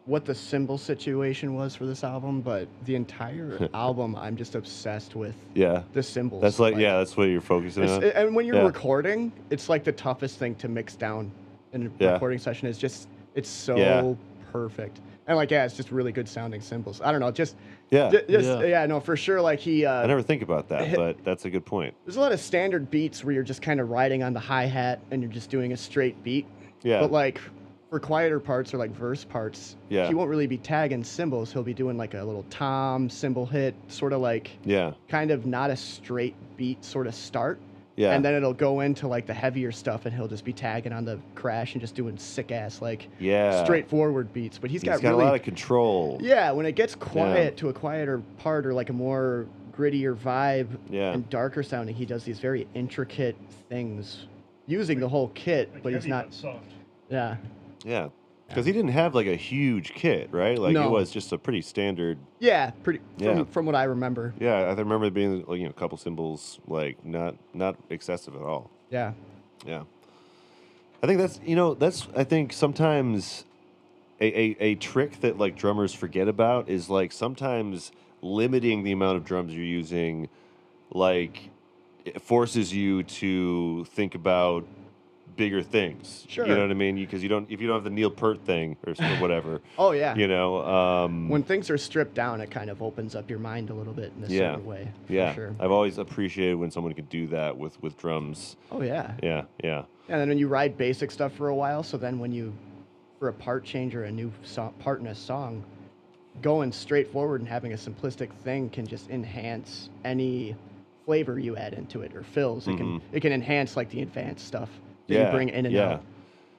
[SPEAKER 5] what the symbol situation was for this album, but the
[SPEAKER 1] <laughs>
[SPEAKER 5] entire album, I'm just obsessed with
[SPEAKER 1] Yeah.
[SPEAKER 5] the symbols.
[SPEAKER 1] That's like, yeah, that's what you're focusing
[SPEAKER 5] it's-
[SPEAKER 1] on.
[SPEAKER 5] and when you're
[SPEAKER 1] Yeah.
[SPEAKER 5] recording, it's like the toughest thing to mix down in a
[SPEAKER 1] Yeah.
[SPEAKER 5] recording session. Is just it's so
[SPEAKER 1] Yeah.
[SPEAKER 5] perfect. And like, yeah, it's just really good sounding cymbals. I don't know, just
[SPEAKER 1] yeah.
[SPEAKER 5] ju- just
[SPEAKER 3] Yeah.
[SPEAKER 5] yeah, no, for sure. Like he, uh,
[SPEAKER 1] I never think about that, but that's a good point.
[SPEAKER 5] there's a lot of standard beats where you're just kind of riding on the hi hat and you're just doing a straight beat.
[SPEAKER 1] Yeah.
[SPEAKER 5] But like for quieter parts or like verse parts,
[SPEAKER 1] Yeah.
[SPEAKER 5] he won't really be tagging cymbals. He'll be doing like a little tom cymbal hit, sort of like
[SPEAKER 1] yeah.
[SPEAKER 5] kind of not a straight beat sort of start.
[SPEAKER 1] Yeah.
[SPEAKER 5] And then it'll go into like the heavier stuff and he'll just be tagging on the crash and just doing sick ass like
[SPEAKER 1] yeah.
[SPEAKER 5] straightforward beats. But he's got,
[SPEAKER 1] he's got
[SPEAKER 5] really
[SPEAKER 1] a lot of control.
[SPEAKER 5] yeah, when it gets quiet to a quieter part or like a more grittier vibe
[SPEAKER 1] Yeah.
[SPEAKER 5] and darker sounding, he does these very intricate things using the whole kit,
[SPEAKER 4] Like
[SPEAKER 5] but he's
[SPEAKER 4] heavy,
[SPEAKER 5] not.
[SPEAKER 4] soft.
[SPEAKER 5] Yeah,
[SPEAKER 1] Yeah. Because he didn't have like a huge kit, right? Like it
[SPEAKER 5] No.
[SPEAKER 1] was just a pretty standard.
[SPEAKER 5] yeah, pretty. From,
[SPEAKER 1] Yeah.
[SPEAKER 5] from what I remember,
[SPEAKER 1] Yeah, I remember there being like, you know a couple symbols, like not not excessive at all.
[SPEAKER 5] yeah,
[SPEAKER 1] Yeah. I think that's you know that's I think sometimes a, a, a trick that like drummers forget about is like sometimes limiting the amount of drums you're using like it forces you to think about bigger things.
[SPEAKER 5] Sure.
[SPEAKER 1] You know what I mean? Because you don't if you don't have the Neil Peart thing or, s- or whatever,
[SPEAKER 5] <laughs> oh yeah.
[SPEAKER 1] you know, um
[SPEAKER 5] When <laughs> things are stripped down, it kind of opens up your mind a little bit in a
[SPEAKER 1] Yeah.
[SPEAKER 5] certain way. for
[SPEAKER 1] yeah.
[SPEAKER 5] sure.
[SPEAKER 1] I've always appreciated when someone can do that with with drums.
[SPEAKER 5] Oh yeah.
[SPEAKER 1] Yeah, yeah.
[SPEAKER 5] And then when you ride basic stuff for a while, so then when you, for a part change or a new so- part in a song, going straight forward and having a simplistic thing can just enhance any flavor you add into it or fills. It can it can enhance like the advanced stuff that
[SPEAKER 1] Mm-hmm. Yeah,
[SPEAKER 5] you bring in and
[SPEAKER 1] yeah.
[SPEAKER 5] out.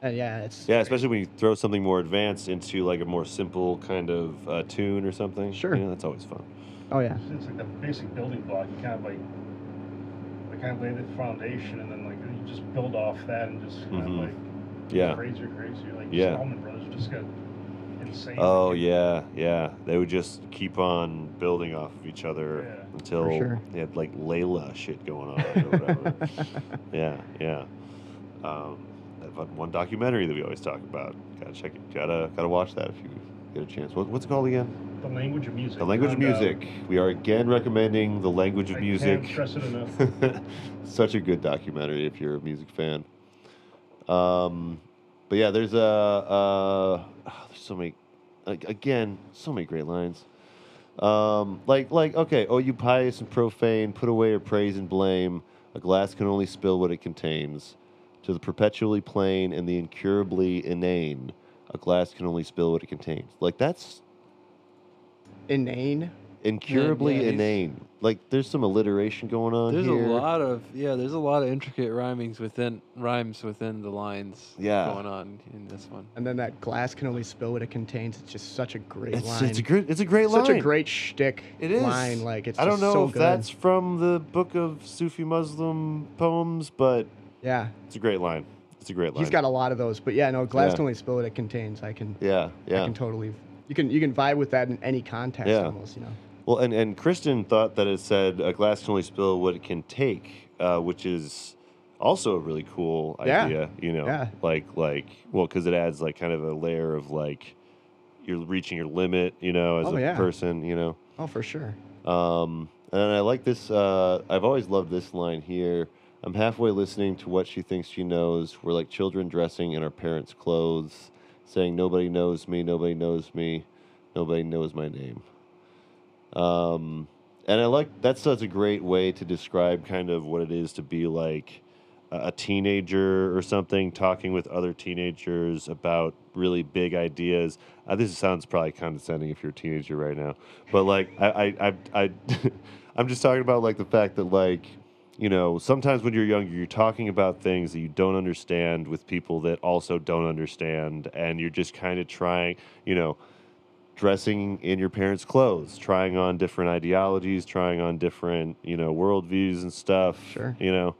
[SPEAKER 5] And yeah, it's
[SPEAKER 1] Yeah, especially when you throw something more advanced into like a more simple kind of uh, tune or something.
[SPEAKER 5] Sure.
[SPEAKER 1] You know, that's always fun.
[SPEAKER 5] oh yeah,
[SPEAKER 4] It's like the basic building block. You kind of like, like kind of lay the foundation, and then like you just build off that, and just kind
[SPEAKER 1] Mhm.
[SPEAKER 4] of like
[SPEAKER 1] Yeah.
[SPEAKER 4] crazier, crazier. Like
[SPEAKER 1] Yeah.
[SPEAKER 4] yeah. Allman Brothers just got insane.
[SPEAKER 1] Oh yeah, yeah. They would just keep on building off of each other
[SPEAKER 4] Yeah.
[SPEAKER 1] until
[SPEAKER 5] sure.
[SPEAKER 1] they had like Layla shit going on or
[SPEAKER 4] <laughs>
[SPEAKER 1] whatever. yeah, yeah. Um, that fun- one documentary that we always talk about. Gotta check it. Gotta gotta watch that if you get a chance. What, what's it called again?
[SPEAKER 4] The language of music.
[SPEAKER 1] The Language of
[SPEAKER 4] And, uh,
[SPEAKER 1] Music. We are again recommending The Language of
[SPEAKER 4] I
[SPEAKER 1] Music.
[SPEAKER 4] Can't stress it enough.
[SPEAKER 1] <laughs> Such a good documentary if you're a music fan. Um, but yeah, there's a uh, there's so many like, again so many great lines. Um, like like okay, oh you pious and profane, put away your praise and blame. A glass can only spill what it contains. To the perpetually plain and the incurably inane, a glass can only spill what it contains. Like that's
[SPEAKER 5] inane.
[SPEAKER 1] incurably
[SPEAKER 3] he's-
[SPEAKER 1] inane. Like there's some alliteration going on
[SPEAKER 3] There's
[SPEAKER 1] here.
[SPEAKER 3] a lot of yeah, there's a lot of intricate rhymings within rhymes within the lines
[SPEAKER 1] Yeah.
[SPEAKER 3] going on in this one.
[SPEAKER 5] And then that glass can only spill what it contains. It's just such a great
[SPEAKER 1] It's,
[SPEAKER 5] line.
[SPEAKER 1] it's a great. It's a great line.
[SPEAKER 5] such a great shtick
[SPEAKER 1] It is.
[SPEAKER 5] line. Like it's
[SPEAKER 1] I don't
[SPEAKER 5] just
[SPEAKER 1] know
[SPEAKER 5] so
[SPEAKER 1] if
[SPEAKER 5] good.
[SPEAKER 1] that's from the book of Sufi Muslim poems, but
[SPEAKER 5] yeah.
[SPEAKER 1] it's a great line. It's a great line.
[SPEAKER 5] He's got a lot of those, but yeah, no glass
[SPEAKER 1] Yeah.
[SPEAKER 5] can only spill what it contains. I can
[SPEAKER 1] Yeah,
[SPEAKER 5] I
[SPEAKER 1] yeah.
[SPEAKER 5] can totally. You can you can vibe with that in any context
[SPEAKER 1] Yeah.
[SPEAKER 5] almost. You know.
[SPEAKER 1] Well, and and Kristen thought that it said a glass can only spill what it can take, uh, which is also a really cool
[SPEAKER 5] Yeah.
[SPEAKER 1] idea. You know,
[SPEAKER 5] Yeah.
[SPEAKER 1] like like well, because it adds like kind of a layer of like you're reaching your limit. You know, as
[SPEAKER 5] Oh,
[SPEAKER 1] a
[SPEAKER 5] yeah.
[SPEAKER 1] person. You know.
[SPEAKER 5] Oh, for sure.
[SPEAKER 1] Um, and I like this. Uh, I've always loved this line here. I'm halfway listening to what she thinks she knows. We're like children dressing in our parents' clothes, saying, Nobody knows me, nobody knows me, nobody knows my name. Um, and I like that's such a great way to describe kind of what it is to be like a a teenager or something talking with other teenagers about really big ideas. Uh, this sounds probably condescending if you're a teenager right now, but like I I I, I <laughs> I'm just talking about like the fact that like you know sometimes when you're younger you're talking about things that you don't understand with people that also don't understand and you're just kind of trying you know dressing in your parents' clothes, trying on different ideologies, trying on different, you know, worldviews and stuff.
[SPEAKER 5] Sure.
[SPEAKER 1] You know,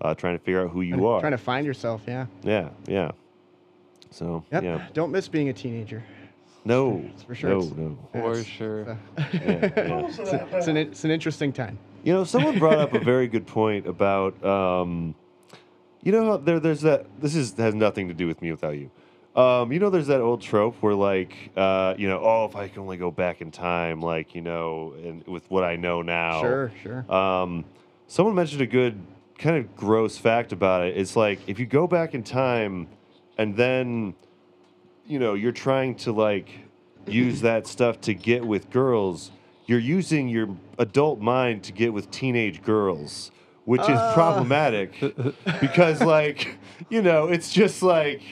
[SPEAKER 1] uh, trying to figure out who you are.
[SPEAKER 5] Trying to find yourself, yeah.
[SPEAKER 1] yeah, yeah. So,
[SPEAKER 5] Yep.
[SPEAKER 1] yeah.
[SPEAKER 5] Don't miss being a teenager.
[SPEAKER 1] No,
[SPEAKER 5] for sure
[SPEAKER 1] no,
[SPEAKER 5] it's-
[SPEAKER 1] no.
[SPEAKER 3] For
[SPEAKER 5] It's-
[SPEAKER 3] sure.
[SPEAKER 5] it's a-
[SPEAKER 1] Yeah, yeah.
[SPEAKER 5] It's, a- it's an, it's an interesting time.
[SPEAKER 1] You know, someone brought up a very good point about, um, you know, how there, there's that. This is has nothing to do with me without you. Um, you know, there's that old trope where, like, uh, you know, oh, if I can only go back in time, like, you know, and with what I know now.
[SPEAKER 5] Sure, sure.
[SPEAKER 1] Um, someone mentioned a good kind of gross fact about it. It's like if you go back in time and then you know you're trying to like use that stuff to get with girls, you're using your adult mind to get with teenage girls, which is problematic because like you know it's just like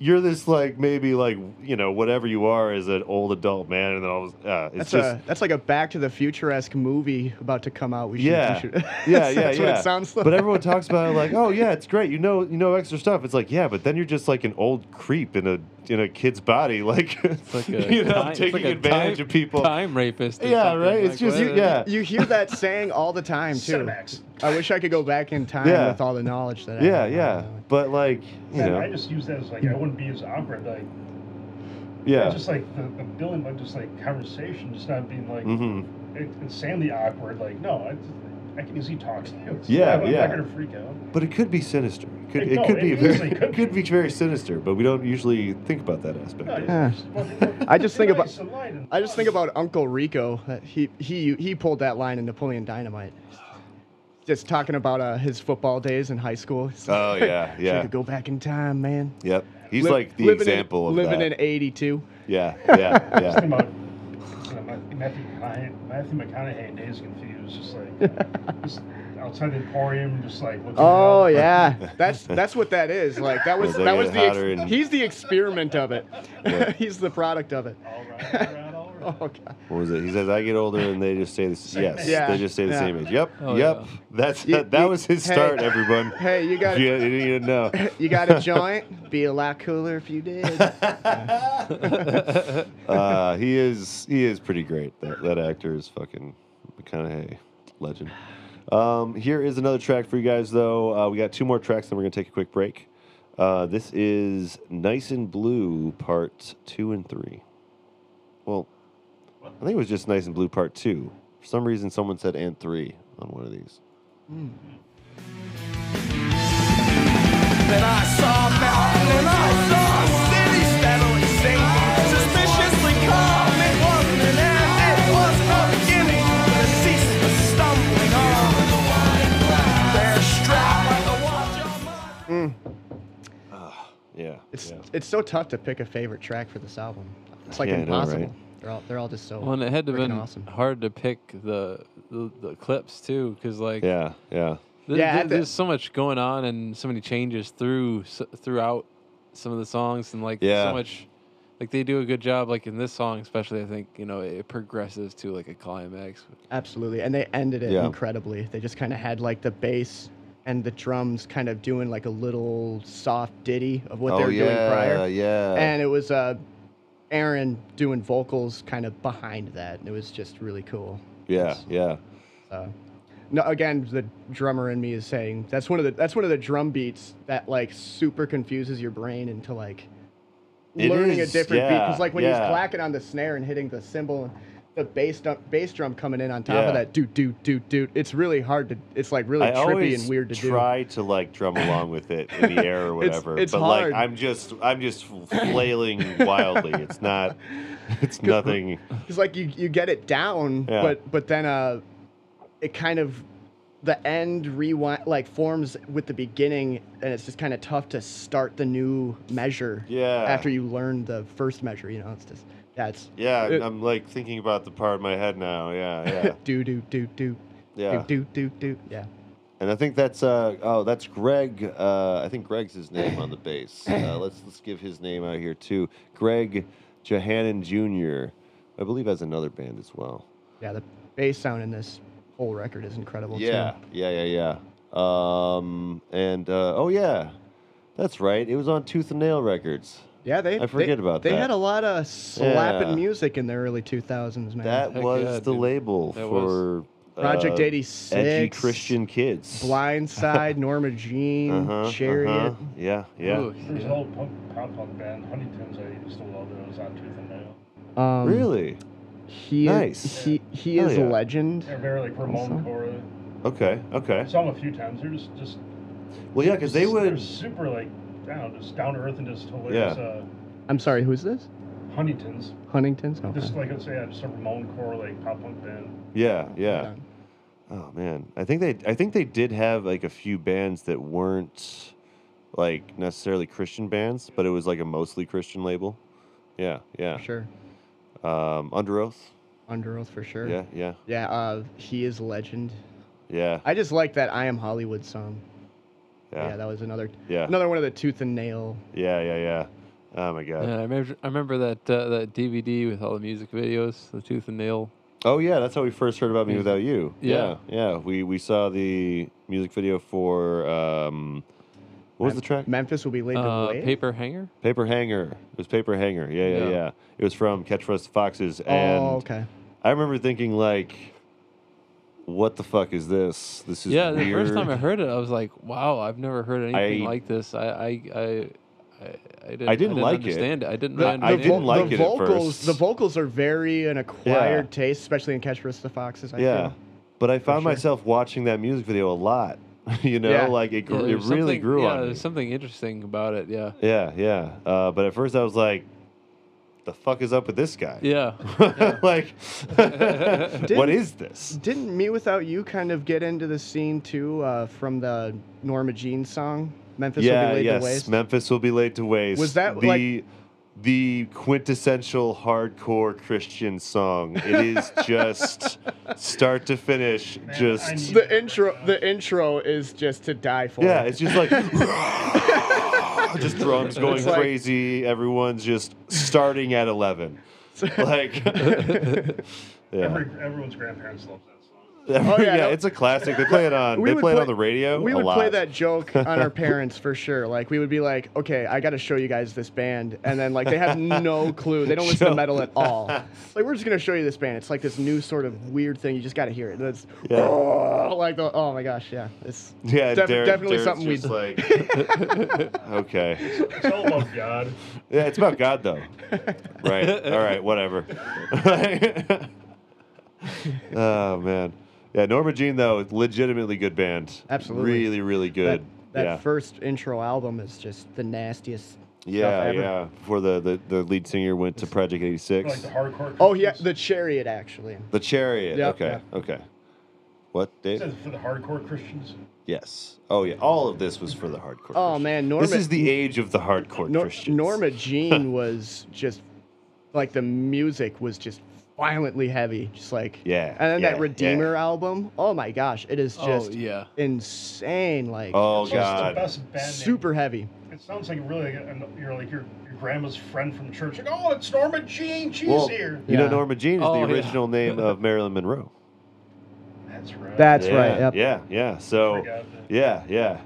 [SPEAKER 1] you're this like maybe like you know whatever you are as an old adult man and then all of a- uh, it's
[SPEAKER 5] That's
[SPEAKER 1] just
[SPEAKER 5] a that's like a Back to the Future esque movie about to come out. We should, we
[SPEAKER 1] yeah.
[SPEAKER 3] <laughs>
[SPEAKER 1] <laughs>
[SPEAKER 5] should- <laughs>
[SPEAKER 1] yeah, yeah,
[SPEAKER 5] that's
[SPEAKER 1] yeah.
[SPEAKER 5] what it sounds like.
[SPEAKER 1] But everyone talks about it like, oh yeah, it's great. You know, you know extra stuff. It's like, yeah, but then you're just like an old creep in a in a kid's body, <laughs> like,
[SPEAKER 3] It's like a
[SPEAKER 1] <laughs> you know,
[SPEAKER 3] time- it's
[SPEAKER 1] taking
[SPEAKER 3] like a
[SPEAKER 1] advantage
[SPEAKER 3] time-
[SPEAKER 1] of people.
[SPEAKER 3] Time rapist. or
[SPEAKER 1] Yeah,
[SPEAKER 3] something,
[SPEAKER 1] right? It's
[SPEAKER 3] like,
[SPEAKER 1] just-
[SPEAKER 3] what-
[SPEAKER 1] yeah. <laughs>
[SPEAKER 5] you hear that saying all the time too.
[SPEAKER 4] Cinemax.
[SPEAKER 5] I wish I could go back in time
[SPEAKER 1] Yeah.
[SPEAKER 5] with all the knowledge that I
[SPEAKER 1] Yeah,
[SPEAKER 5] have.
[SPEAKER 1] yeah. But like, you
[SPEAKER 4] Yeah, I
[SPEAKER 1] know,
[SPEAKER 4] just use that as like I wouldn't be as awkward. Like
[SPEAKER 1] yeah.
[SPEAKER 4] it's just like the, the building, like just like conversation, just not being like
[SPEAKER 1] hmm
[SPEAKER 4] it, insanely awkward. Like no, I, just- I can easily talk to you. <laughs> It's-
[SPEAKER 1] Yeah,
[SPEAKER 4] I'm
[SPEAKER 1] yeah.
[SPEAKER 4] not gonna freak out.
[SPEAKER 1] But it could be sinister. It could,
[SPEAKER 4] It-
[SPEAKER 1] it
[SPEAKER 4] no,
[SPEAKER 1] could
[SPEAKER 4] it
[SPEAKER 1] be <laughs>
[SPEAKER 4] easily
[SPEAKER 1] very,
[SPEAKER 4] could
[SPEAKER 1] it could be very sinister. But we don't usually think about that aspect.
[SPEAKER 4] No,
[SPEAKER 1] of it.
[SPEAKER 5] Yeah.
[SPEAKER 4] it's- it's-
[SPEAKER 5] I just think
[SPEAKER 4] it's
[SPEAKER 5] about-
[SPEAKER 4] nice and light and
[SPEAKER 5] I just think
[SPEAKER 4] fun.
[SPEAKER 5] about Uncle Rico. That he he he pulled that line in Napoleon Dynamite. Just talking about uh, his football days in high school. He's like,
[SPEAKER 1] Oh yeah,
[SPEAKER 5] "Wish I
[SPEAKER 1] yeah.
[SPEAKER 5] could go back in time, man.
[SPEAKER 1] Yep. He's
[SPEAKER 5] Liv-
[SPEAKER 1] like the
[SPEAKER 5] living in-
[SPEAKER 1] example of
[SPEAKER 5] living
[SPEAKER 1] that.
[SPEAKER 5] in '82.
[SPEAKER 3] <laughs>
[SPEAKER 1] yeah, yeah,
[SPEAKER 4] Just
[SPEAKER 1] yeah.
[SPEAKER 4] think about you know, Ma- Matthew McConaughey, Matthew McConaughey days confused, just
[SPEAKER 5] <laughs>
[SPEAKER 4] like just outside the emporium, just like looking
[SPEAKER 5] Oh
[SPEAKER 4] out.
[SPEAKER 5] yeah, <laughs> that's that's what that is. Like that was
[SPEAKER 1] As they
[SPEAKER 5] that was
[SPEAKER 1] get
[SPEAKER 5] the ex-
[SPEAKER 1] hotter and-
[SPEAKER 5] he's the experiment of it. <laughs> he's the product of it.
[SPEAKER 4] All right, all right, all right.
[SPEAKER 5] Oh god,
[SPEAKER 1] What was it? He says, "I get older, and they just stay the s-
[SPEAKER 4] Same
[SPEAKER 1] yes,
[SPEAKER 4] age.
[SPEAKER 5] Yeah,
[SPEAKER 1] they just stay the
[SPEAKER 5] yeah.
[SPEAKER 1] same age." Yep,
[SPEAKER 3] Oh,
[SPEAKER 1] yep.
[SPEAKER 3] yeah.
[SPEAKER 1] That's
[SPEAKER 5] You-
[SPEAKER 1] that
[SPEAKER 5] you-
[SPEAKER 1] was his
[SPEAKER 5] hey.
[SPEAKER 1] start, everyone.
[SPEAKER 5] Hey, you got
[SPEAKER 1] If you, you didn't know.
[SPEAKER 5] <laughs> you got a joint? Be a lot cooler if you did.
[SPEAKER 1] Uh, he is he is pretty great. That that actor is fucking McConaughey, legend. Um, here is another track for you guys, though. Uh, we got two more tracks, then we're gonna take a quick break. Uh, this is "Nice and Blue" part two and three. Well, I think it was just "Nice and Blue" part two. For some reason, someone said "and three on one of these.
[SPEAKER 6] Then I saw mountain and I saw city steadily sinking, suspiciously calm. It wasn't an end, it was a beginning. The ceaseless stumbling on. They're strapped like a watch on my.
[SPEAKER 1] Yeah,
[SPEAKER 5] It's
[SPEAKER 1] yeah.
[SPEAKER 5] it's so tough to pick a favorite track for this album. It's like
[SPEAKER 1] Yeah, I know,
[SPEAKER 5] impossible.
[SPEAKER 1] right?
[SPEAKER 5] They're all they're all just so.
[SPEAKER 3] Well, and it had to
[SPEAKER 5] freaking
[SPEAKER 3] been
[SPEAKER 5] awesome.
[SPEAKER 3] hard to pick the the, the clips too, because like
[SPEAKER 1] yeah, yeah.
[SPEAKER 3] th-
[SPEAKER 5] Yeah,
[SPEAKER 3] th-
[SPEAKER 5] at the-
[SPEAKER 3] there's so much going on and so many changes through s- throughout some of the songs and like
[SPEAKER 1] Yeah.
[SPEAKER 3] so much. Like they do a good job, like in this song especially. I think you know it progresses to like a climax.
[SPEAKER 5] Absolutely, and they ended it
[SPEAKER 1] Yeah.
[SPEAKER 5] incredibly. They just kind of had like the bass and the drums kind of doing like a little soft ditty of what they
[SPEAKER 1] oh
[SPEAKER 5] were
[SPEAKER 1] yeah,
[SPEAKER 5] doing prior.
[SPEAKER 1] yeah.
[SPEAKER 5] and it was uh, Aaron doing vocals kind of behind that. and It was just really cool.
[SPEAKER 1] yeah, yeah.
[SPEAKER 5] Uh, no, again, the drummer in me is saying that's one of the that's one of the drum beats that like super confuses your brain into like
[SPEAKER 1] It
[SPEAKER 5] learning
[SPEAKER 1] is,
[SPEAKER 5] a different beat.
[SPEAKER 1] yeah,
[SPEAKER 5] Because like when he's
[SPEAKER 1] yeah.
[SPEAKER 5] clacking on the snare and hitting the cymbal, the bass drum, bass drum coming in on top
[SPEAKER 1] Yeah.
[SPEAKER 5] of that doot doot doot doot. It's really hard to. It's like really
[SPEAKER 1] I
[SPEAKER 5] trippy
[SPEAKER 1] always
[SPEAKER 5] and weird to <laughs>
[SPEAKER 1] try to like drum along with it in the air or
[SPEAKER 5] It's-
[SPEAKER 1] whatever.
[SPEAKER 5] it's
[SPEAKER 1] but
[SPEAKER 5] hard.
[SPEAKER 1] like I'm just I'm just flailing wildly. It's
[SPEAKER 5] <laughs>
[SPEAKER 1] not it's nothing.
[SPEAKER 5] do. It's like you you get it down,
[SPEAKER 1] Yeah.
[SPEAKER 5] but but then uh, it kind of the end rewind like forms with the beginning, and it's just kind of tough to start the new measure.
[SPEAKER 1] Yeah.
[SPEAKER 5] After you learn the first measure, you know it's just that's
[SPEAKER 1] Yeah,
[SPEAKER 5] It-
[SPEAKER 1] I'm like thinking about the part in my head now. Yeah,
[SPEAKER 5] <laughs>
[SPEAKER 1] yeah.
[SPEAKER 5] do do do do
[SPEAKER 1] Yeah.
[SPEAKER 5] do do do do yeah.
[SPEAKER 1] And I think that's uh oh that's Greg. Uh, I think Greg's his name on the bass. Uh,
[SPEAKER 5] <laughs>
[SPEAKER 1] let's let's give his name out here too. Greg Johannan Jr. I believe has another band as well.
[SPEAKER 5] Yeah, the bass sound in this whole record is incredible.
[SPEAKER 1] Yeah,
[SPEAKER 5] too.
[SPEAKER 1] yeah, yeah, yeah. Um, and uh, oh yeah, that's right. It was on Tooth and Nail Records.
[SPEAKER 5] Yeah, they
[SPEAKER 1] I forget
[SPEAKER 5] they,
[SPEAKER 1] about
[SPEAKER 5] they
[SPEAKER 1] that.
[SPEAKER 5] had a lot of slapping
[SPEAKER 1] Yeah.
[SPEAKER 5] music in the early 2000s, man.
[SPEAKER 1] That
[SPEAKER 3] Heck
[SPEAKER 1] was
[SPEAKER 3] yeah,
[SPEAKER 1] the
[SPEAKER 3] dude.
[SPEAKER 1] label
[SPEAKER 3] That
[SPEAKER 1] for
[SPEAKER 3] was-
[SPEAKER 5] Project
[SPEAKER 1] uh,
[SPEAKER 5] 86,
[SPEAKER 1] edgy Christian kids. <laughs>
[SPEAKER 5] Blindside, Norma Jean,
[SPEAKER 1] Uh-huh,
[SPEAKER 5] Chariot.
[SPEAKER 1] uh-huh. Yeah, yeah.
[SPEAKER 3] Ooh,
[SPEAKER 4] There's an
[SPEAKER 3] yeah.
[SPEAKER 4] old punk, pop punk band, Huntingtons. I used to love that was on Tooth and Nail.
[SPEAKER 5] Um,
[SPEAKER 1] really?
[SPEAKER 5] He
[SPEAKER 1] Nice.
[SPEAKER 5] Is, he he
[SPEAKER 1] Hell
[SPEAKER 5] is
[SPEAKER 1] yeah.
[SPEAKER 5] a legend.
[SPEAKER 4] They're very like Ramon
[SPEAKER 5] Awesome.
[SPEAKER 4] Cora.
[SPEAKER 1] Okay, okay.
[SPEAKER 4] I saw them a few times. They're just just
[SPEAKER 1] Well, yeah, because they
[SPEAKER 4] they're
[SPEAKER 1] would.
[SPEAKER 4] super like I don't know, just down to earth and just hilarious.
[SPEAKER 1] Yeah.
[SPEAKER 4] Uh,
[SPEAKER 5] I'm sorry, who's this?
[SPEAKER 4] Huntingtons.
[SPEAKER 5] Huntington's? Okay.
[SPEAKER 4] Just like I say, I'm just a Ramon Cora like pop punk band.
[SPEAKER 1] Yeah, yeah. Oh man, I think they I think they did have like a few bands that weren't like necessarily Christian bands, but it was like a mostly Christian label. Yeah, yeah.
[SPEAKER 5] Sure.
[SPEAKER 1] Um, Under Oath.
[SPEAKER 5] Under Oath for sure.
[SPEAKER 1] Yeah, yeah,
[SPEAKER 5] Yeah, uh, he is a legend.
[SPEAKER 1] yeah,
[SPEAKER 5] I just like that I Am Hollywood song. Yeah,
[SPEAKER 1] yeah,
[SPEAKER 5] that was another
[SPEAKER 1] yeah, yeah,
[SPEAKER 5] another one of the tooth and nail.
[SPEAKER 1] yeah, yeah. Oh my god.
[SPEAKER 3] Yeah, I remember, I remember that uh, that DVD with all the music videos, the Tooth and Nail.
[SPEAKER 1] Oh yeah, that's how we first heard about Me
[SPEAKER 3] Music-
[SPEAKER 1] Without You.
[SPEAKER 3] Yeah.
[SPEAKER 1] yeah. We we saw the music video for um, what was the track?
[SPEAKER 5] Memphis will be laid to
[SPEAKER 3] Uh,
[SPEAKER 5] waste.
[SPEAKER 3] paper hanger.
[SPEAKER 1] Paper Hanger. It was Paper Hanger. Yeah, yeah, yeah.
[SPEAKER 3] Yeah.
[SPEAKER 1] It was from Catch Us Foxes, and
[SPEAKER 5] oh, okay.
[SPEAKER 1] I remember thinking like, "What the fuck is this? This is
[SPEAKER 3] Yeah, the
[SPEAKER 1] weird."
[SPEAKER 3] first time I heard it, I was like, "Wow, I've never heard anything
[SPEAKER 1] I-
[SPEAKER 3] like this." I I I, I, I didn't.
[SPEAKER 1] like it.
[SPEAKER 3] understand it. I didn't.
[SPEAKER 1] I- I
[SPEAKER 3] understand
[SPEAKER 1] didn't
[SPEAKER 5] vo-
[SPEAKER 1] like
[SPEAKER 5] the
[SPEAKER 1] it at
[SPEAKER 5] vocals,
[SPEAKER 1] first.
[SPEAKER 5] The vocals are very an acquired taste, especially in Catch Risk the Foxes. I
[SPEAKER 1] yeah,
[SPEAKER 5] feel.
[SPEAKER 1] but I found
[SPEAKER 5] sure.
[SPEAKER 1] myself watching that music video a lot. <laughs> you know,
[SPEAKER 5] Yeah.
[SPEAKER 1] like it, gr-
[SPEAKER 3] Yeah, there
[SPEAKER 1] it
[SPEAKER 3] was
[SPEAKER 1] really
[SPEAKER 3] something-
[SPEAKER 1] grew
[SPEAKER 3] yeah,
[SPEAKER 1] on me.
[SPEAKER 3] there's something interesting about it. Yeah.
[SPEAKER 1] Yeah, yeah. Uh, but at first I was like, "The fuck is up with this guy?" <laughs>
[SPEAKER 3] Yeah.
[SPEAKER 1] like, <laughs> what is this?
[SPEAKER 5] Didn't Me Without You kind of get into the scene too uh, from the Norma Jean song, Memphis will
[SPEAKER 1] yeah,
[SPEAKER 5] be laid
[SPEAKER 1] yes.
[SPEAKER 5] to waste?
[SPEAKER 1] Memphis will be laid to waste.
[SPEAKER 5] Was that,
[SPEAKER 1] the
[SPEAKER 5] like-
[SPEAKER 1] the quintessential hardcore Christian song? It
[SPEAKER 5] <laughs>
[SPEAKER 1] is just start to finish,
[SPEAKER 4] Man, I
[SPEAKER 1] just
[SPEAKER 4] need-
[SPEAKER 5] the intro the intro is just to die for.
[SPEAKER 1] yeah, it's just
[SPEAKER 5] <laughs>
[SPEAKER 1] like <laughs> just drums going
[SPEAKER 5] It's like-
[SPEAKER 1] crazy. Everyone's just starting at
[SPEAKER 5] <laughs>
[SPEAKER 1] eleven, like. Yeah.
[SPEAKER 4] Every, everyone's grandparents loves that song.
[SPEAKER 5] <laughs>
[SPEAKER 1] Every-
[SPEAKER 5] Oh, yeah,
[SPEAKER 1] yeah,
[SPEAKER 5] no-
[SPEAKER 1] it's a classic. They play it on.
[SPEAKER 5] We
[SPEAKER 1] they
[SPEAKER 5] would
[SPEAKER 1] play it
[SPEAKER 5] play-
[SPEAKER 1] on the radio.
[SPEAKER 5] we
[SPEAKER 1] a
[SPEAKER 5] would
[SPEAKER 1] lot.
[SPEAKER 5] play that joke on our parents for sure. Like we would be like, "Okay, I got to show you guys this band," and then like they have no clue. They don't
[SPEAKER 1] <laughs>
[SPEAKER 5] listen
[SPEAKER 1] Show-
[SPEAKER 5] to metal at all. Like we're just gonna show you this band. It's like this new sort of weird thing. You just got to hear it. That's
[SPEAKER 1] Yeah.
[SPEAKER 5] oh, <laughs> like the, oh my gosh, yeah. It's
[SPEAKER 1] <laughs> Yeah,
[SPEAKER 5] def-
[SPEAKER 1] Darren-
[SPEAKER 5] definitely
[SPEAKER 1] Darren's
[SPEAKER 5] something we.
[SPEAKER 1] just like.
[SPEAKER 5] <laughs>
[SPEAKER 1] okay.
[SPEAKER 4] It's all about God.
[SPEAKER 1] Yeah, it's about God though. right. All right. Whatever. <laughs> oh man. Yeah, Norma Jean though, legitimately good band.
[SPEAKER 5] Absolutely.
[SPEAKER 1] Really, really
[SPEAKER 5] that
[SPEAKER 1] good.
[SPEAKER 5] that
[SPEAKER 1] yeah.
[SPEAKER 5] first intro album is just the nastiest.
[SPEAKER 1] yeah,
[SPEAKER 5] ever.
[SPEAKER 1] yeah. Before the, the the lead singer went to Project Eighty
[SPEAKER 4] Like
[SPEAKER 1] Six.
[SPEAKER 4] the hardcore.
[SPEAKER 5] Oh yeah,
[SPEAKER 4] Christians.
[SPEAKER 5] the Chariot actually.
[SPEAKER 1] The Chariot.
[SPEAKER 5] Yeah,
[SPEAKER 1] okay. Okay. What, Dave?
[SPEAKER 4] This is for the hardcore Christians.
[SPEAKER 1] Yes. Oh yeah. All of this was for the hardcore.
[SPEAKER 5] Oh,
[SPEAKER 1] Christians.
[SPEAKER 5] man,
[SPEAKER 1] this
[SPEAKER 5] Norma-
[SPEAKER 1] is the age of the hardcore
[SPEAKER 5] Nor-
[SPEAKER 1] Christians. <laughs>
[SPEAKER 5] Norma Jean was just like the music was just violently heavy, just like
[SPEAKER 1] Yeah,
[SPEAKER 5] And then
[SPEAKER 1] yeah,
[SPEAKER 5] that
[SPEAKER 1] yeah.
[SPEAKER 5] Redeemer album, oh my gosh, it is just
[SPEAKER 3] oh yeah.
[SPEAKER 5] insane, like
[SPEAKER 1] Oh
[SPEAKER 4] It's just the
[SPEAKER 1] god.
[SPEAKER 4] best band name.
[SPEAKER 5] super heavy.
[SPEAKER 4] It sounds like really like an- you're like your, your grandma's friend from church. Like, oh, it's Norma Jean. She's
[SPEAKER 1] Well,
[SPEAKER 4] here.
[SPEAKER 1] you know
[SPEAKER 5] Yeah.
[SPEAKER 1] Norma Jean is
[SPEAKER 3] Oh, yeah.
[SPEAKER 1] the original name of Marilyn Monroe.
[SPEAKER 4] That's right.
[SPEAKER 5] That's
[SPEAKER 1] yeah,
[SPEAKER 5] right. Yep.
[SPEAKER 1] Yeah. Yeah. So.
[SPEAKER 4] Forgot that.
[SPEAKER 1] Yeah. Yeah.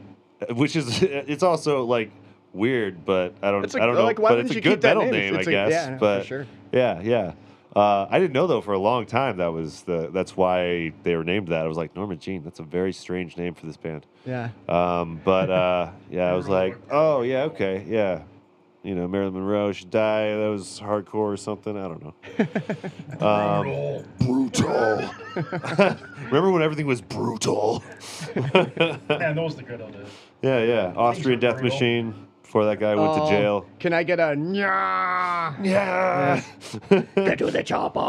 [SPEAKER 1] Uh, Which is <laughs> it's also like weird, but I don't
[SPEAKER 5] It's a-
[SPEAKER 1] I don't know.
[SPEAKER 5] like, why
[SPEAKER 1] but
[SPEAKER 5] wouldn't
[SPEAKER 1] it's a
[SPEAKER 5] you
[SPEAKER 1] good
[SPEAKER 5] keep that
[SPEAKER 1] metal
[SPEAKER 5] name?
[SPEAKER 1] name,
[SPEAKER 5] It's
[SPEAKER 1] I
[SPEAKER 5] a-
[SPEAKER 1] guess.
[SPEAKER 5] yeah, for
[SPEAKER 1] but
[SPEAKER 5] sure.
[SPEAKER 1] yeah, yeah. Uh, I didn't know though for a long time that was the that's why they were named that. I was like Norma Jean. That's a very strange name for this band.
[SPEAKER 5] Yeah.
[SPEAKER 1] Um, but uh, yeah, I was like, oh yeah, okay, yeah. You know, Marilyn Monroe, she died. That was hardcore or something. I don't know. um, <laughs>
[SPEAKER 4] Brutal.
[SPEAKER 1] Brutal. <laughs> Remember when everything was brutal? yeah,
[SPEAKER 4] Man, those were the good old days.
[SPEAKER 1] yeah. Austrian Death
[SPEAKER 4] brutal.
[SPEAKER 1] Machine. Before that guy went
[SPEAKER 5] Oh,
[SPEAKER 1] to jail.
[SPEAKER 5] Can I get a
[SPEAKER 1] <laughs>
[SPEAKER 5] nyah?
[SPEAKER 1] Yeah.
[SPEAKER 5] Get to the chopper.
[SPEAKER 1] uh,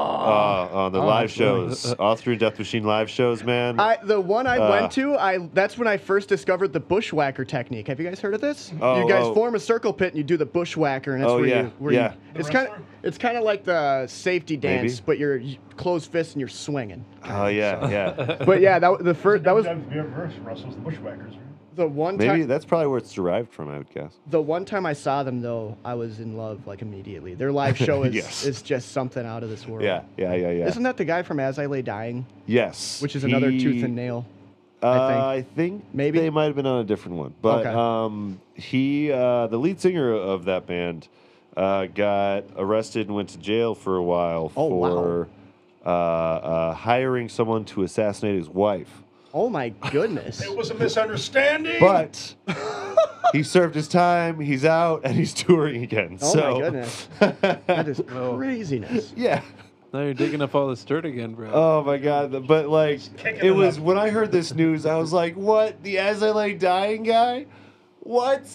[SPEAKER 1] on the live shows, Austrian Death Machine live shows, man.
[SPEAKER 5] Oh, I, the one I
[SPEAKER 1] Uh.
[SPEAKER 5] went to, I that's when I first discovered the bushwhacker technique. Have you guys heard of this?
[SPEAKER 1] Oh,
[SPEAKER 5] you guys
[SPEAKER 1] oh.
[SPEAKER 5] form a circle pit and you do the bushwhacker, and that's
[SPEAKER 1] Oh,
[SPEAKER 5] where
[SPEAKER 1] yeah,
[SPEAKER 5] you where
[SPEAKER 1] yeah.
[SPEAKER 5] you. It's kind of
[SPEAKER 4] wrestler?
[SPEAKER 5] it's kind of like the safety
[SPEAKER 1] Maybe.
[SPEAKER 5] dance, but you're you- closed fist and you're swinging.
[SPEAKER 1] oh
[SPEAKER 5] <laughs>
[SPEAKER 1] yeah, yeah.
[SPEAKER 5] But yeah, that was the first. That was
[SPEAKER 4] WWF versus Russell's the Bushwhackers. right?
[SPEAKER 5] the one time.
[SPEAKER 1] Maybe that's probably where it's derived from. I would guess.
[SPEAKER 5] the one time I saw them though, I was in love like immediately. Their live
[SPEAKER 1] <laughs>
[SPEAKER 5] show is
[SPEAKER 1] Yes.
[SPEAKER 5] is just something out of this world.
[SPEAKER 1] Yeah, yeah, yeah, yeah.
[SPEAKER 5] Isn't that the guy from As I Lay Dying,
[SPEAKER 1] yes.
[SPEAKER 5] which is another tooth
[SPEAKER 1] He-
[SPEAKER 5] and nail?
[SPEAKER 1] Uh,
[SPEAKER 5] I
[SPEAKER 1] I think
[SPEAKER 5] Maybe?
[SPEAKER 1] they might have been on a different one, but
[SPEAKER 5] Okay.
[SPEAKER 1] um, he, uh, the lead singer of that band, uh, got arrested and went to jail for a while
[SPEAKER 5] Oh, wow.
[SPEAKER 1] for uh, uh, hiring someone to assassinate his
[SPEAKER 5] <laughs>
[SPEAKER 1] wife.
[SPEAKER 5] Oh my goodness.
[SPEAKER 4] <laughs> It was a misunderstanding.
[SPEAKER 1] But he served his time, he's out, and he's <laughs> touring again.
[SPEAKER 5] Oh
[SPEAKER 1] so, <laughs>
[SPEAKER 5] my goodness.
[SPEAKER 4] <laughs>
[SPEAKER 5] That is
[SPEAKER 4] Oh.
[SPEAKER 5] craziness.
[SPEAKER 1] Yeah.
[SPEAKER 3] Now you're digging up all this dirt again, bro.
[SPEAKER 1] Oh my god. But like
[SPEAKER 4] kicking
[SPEAKER 1] it
[SPEAKER 4] it
[SPEAKER 1] was
[SPEAKER 4] up.
[SPEAKER 1] when I heard this news, I was like, what? The as I lay dying guy? What?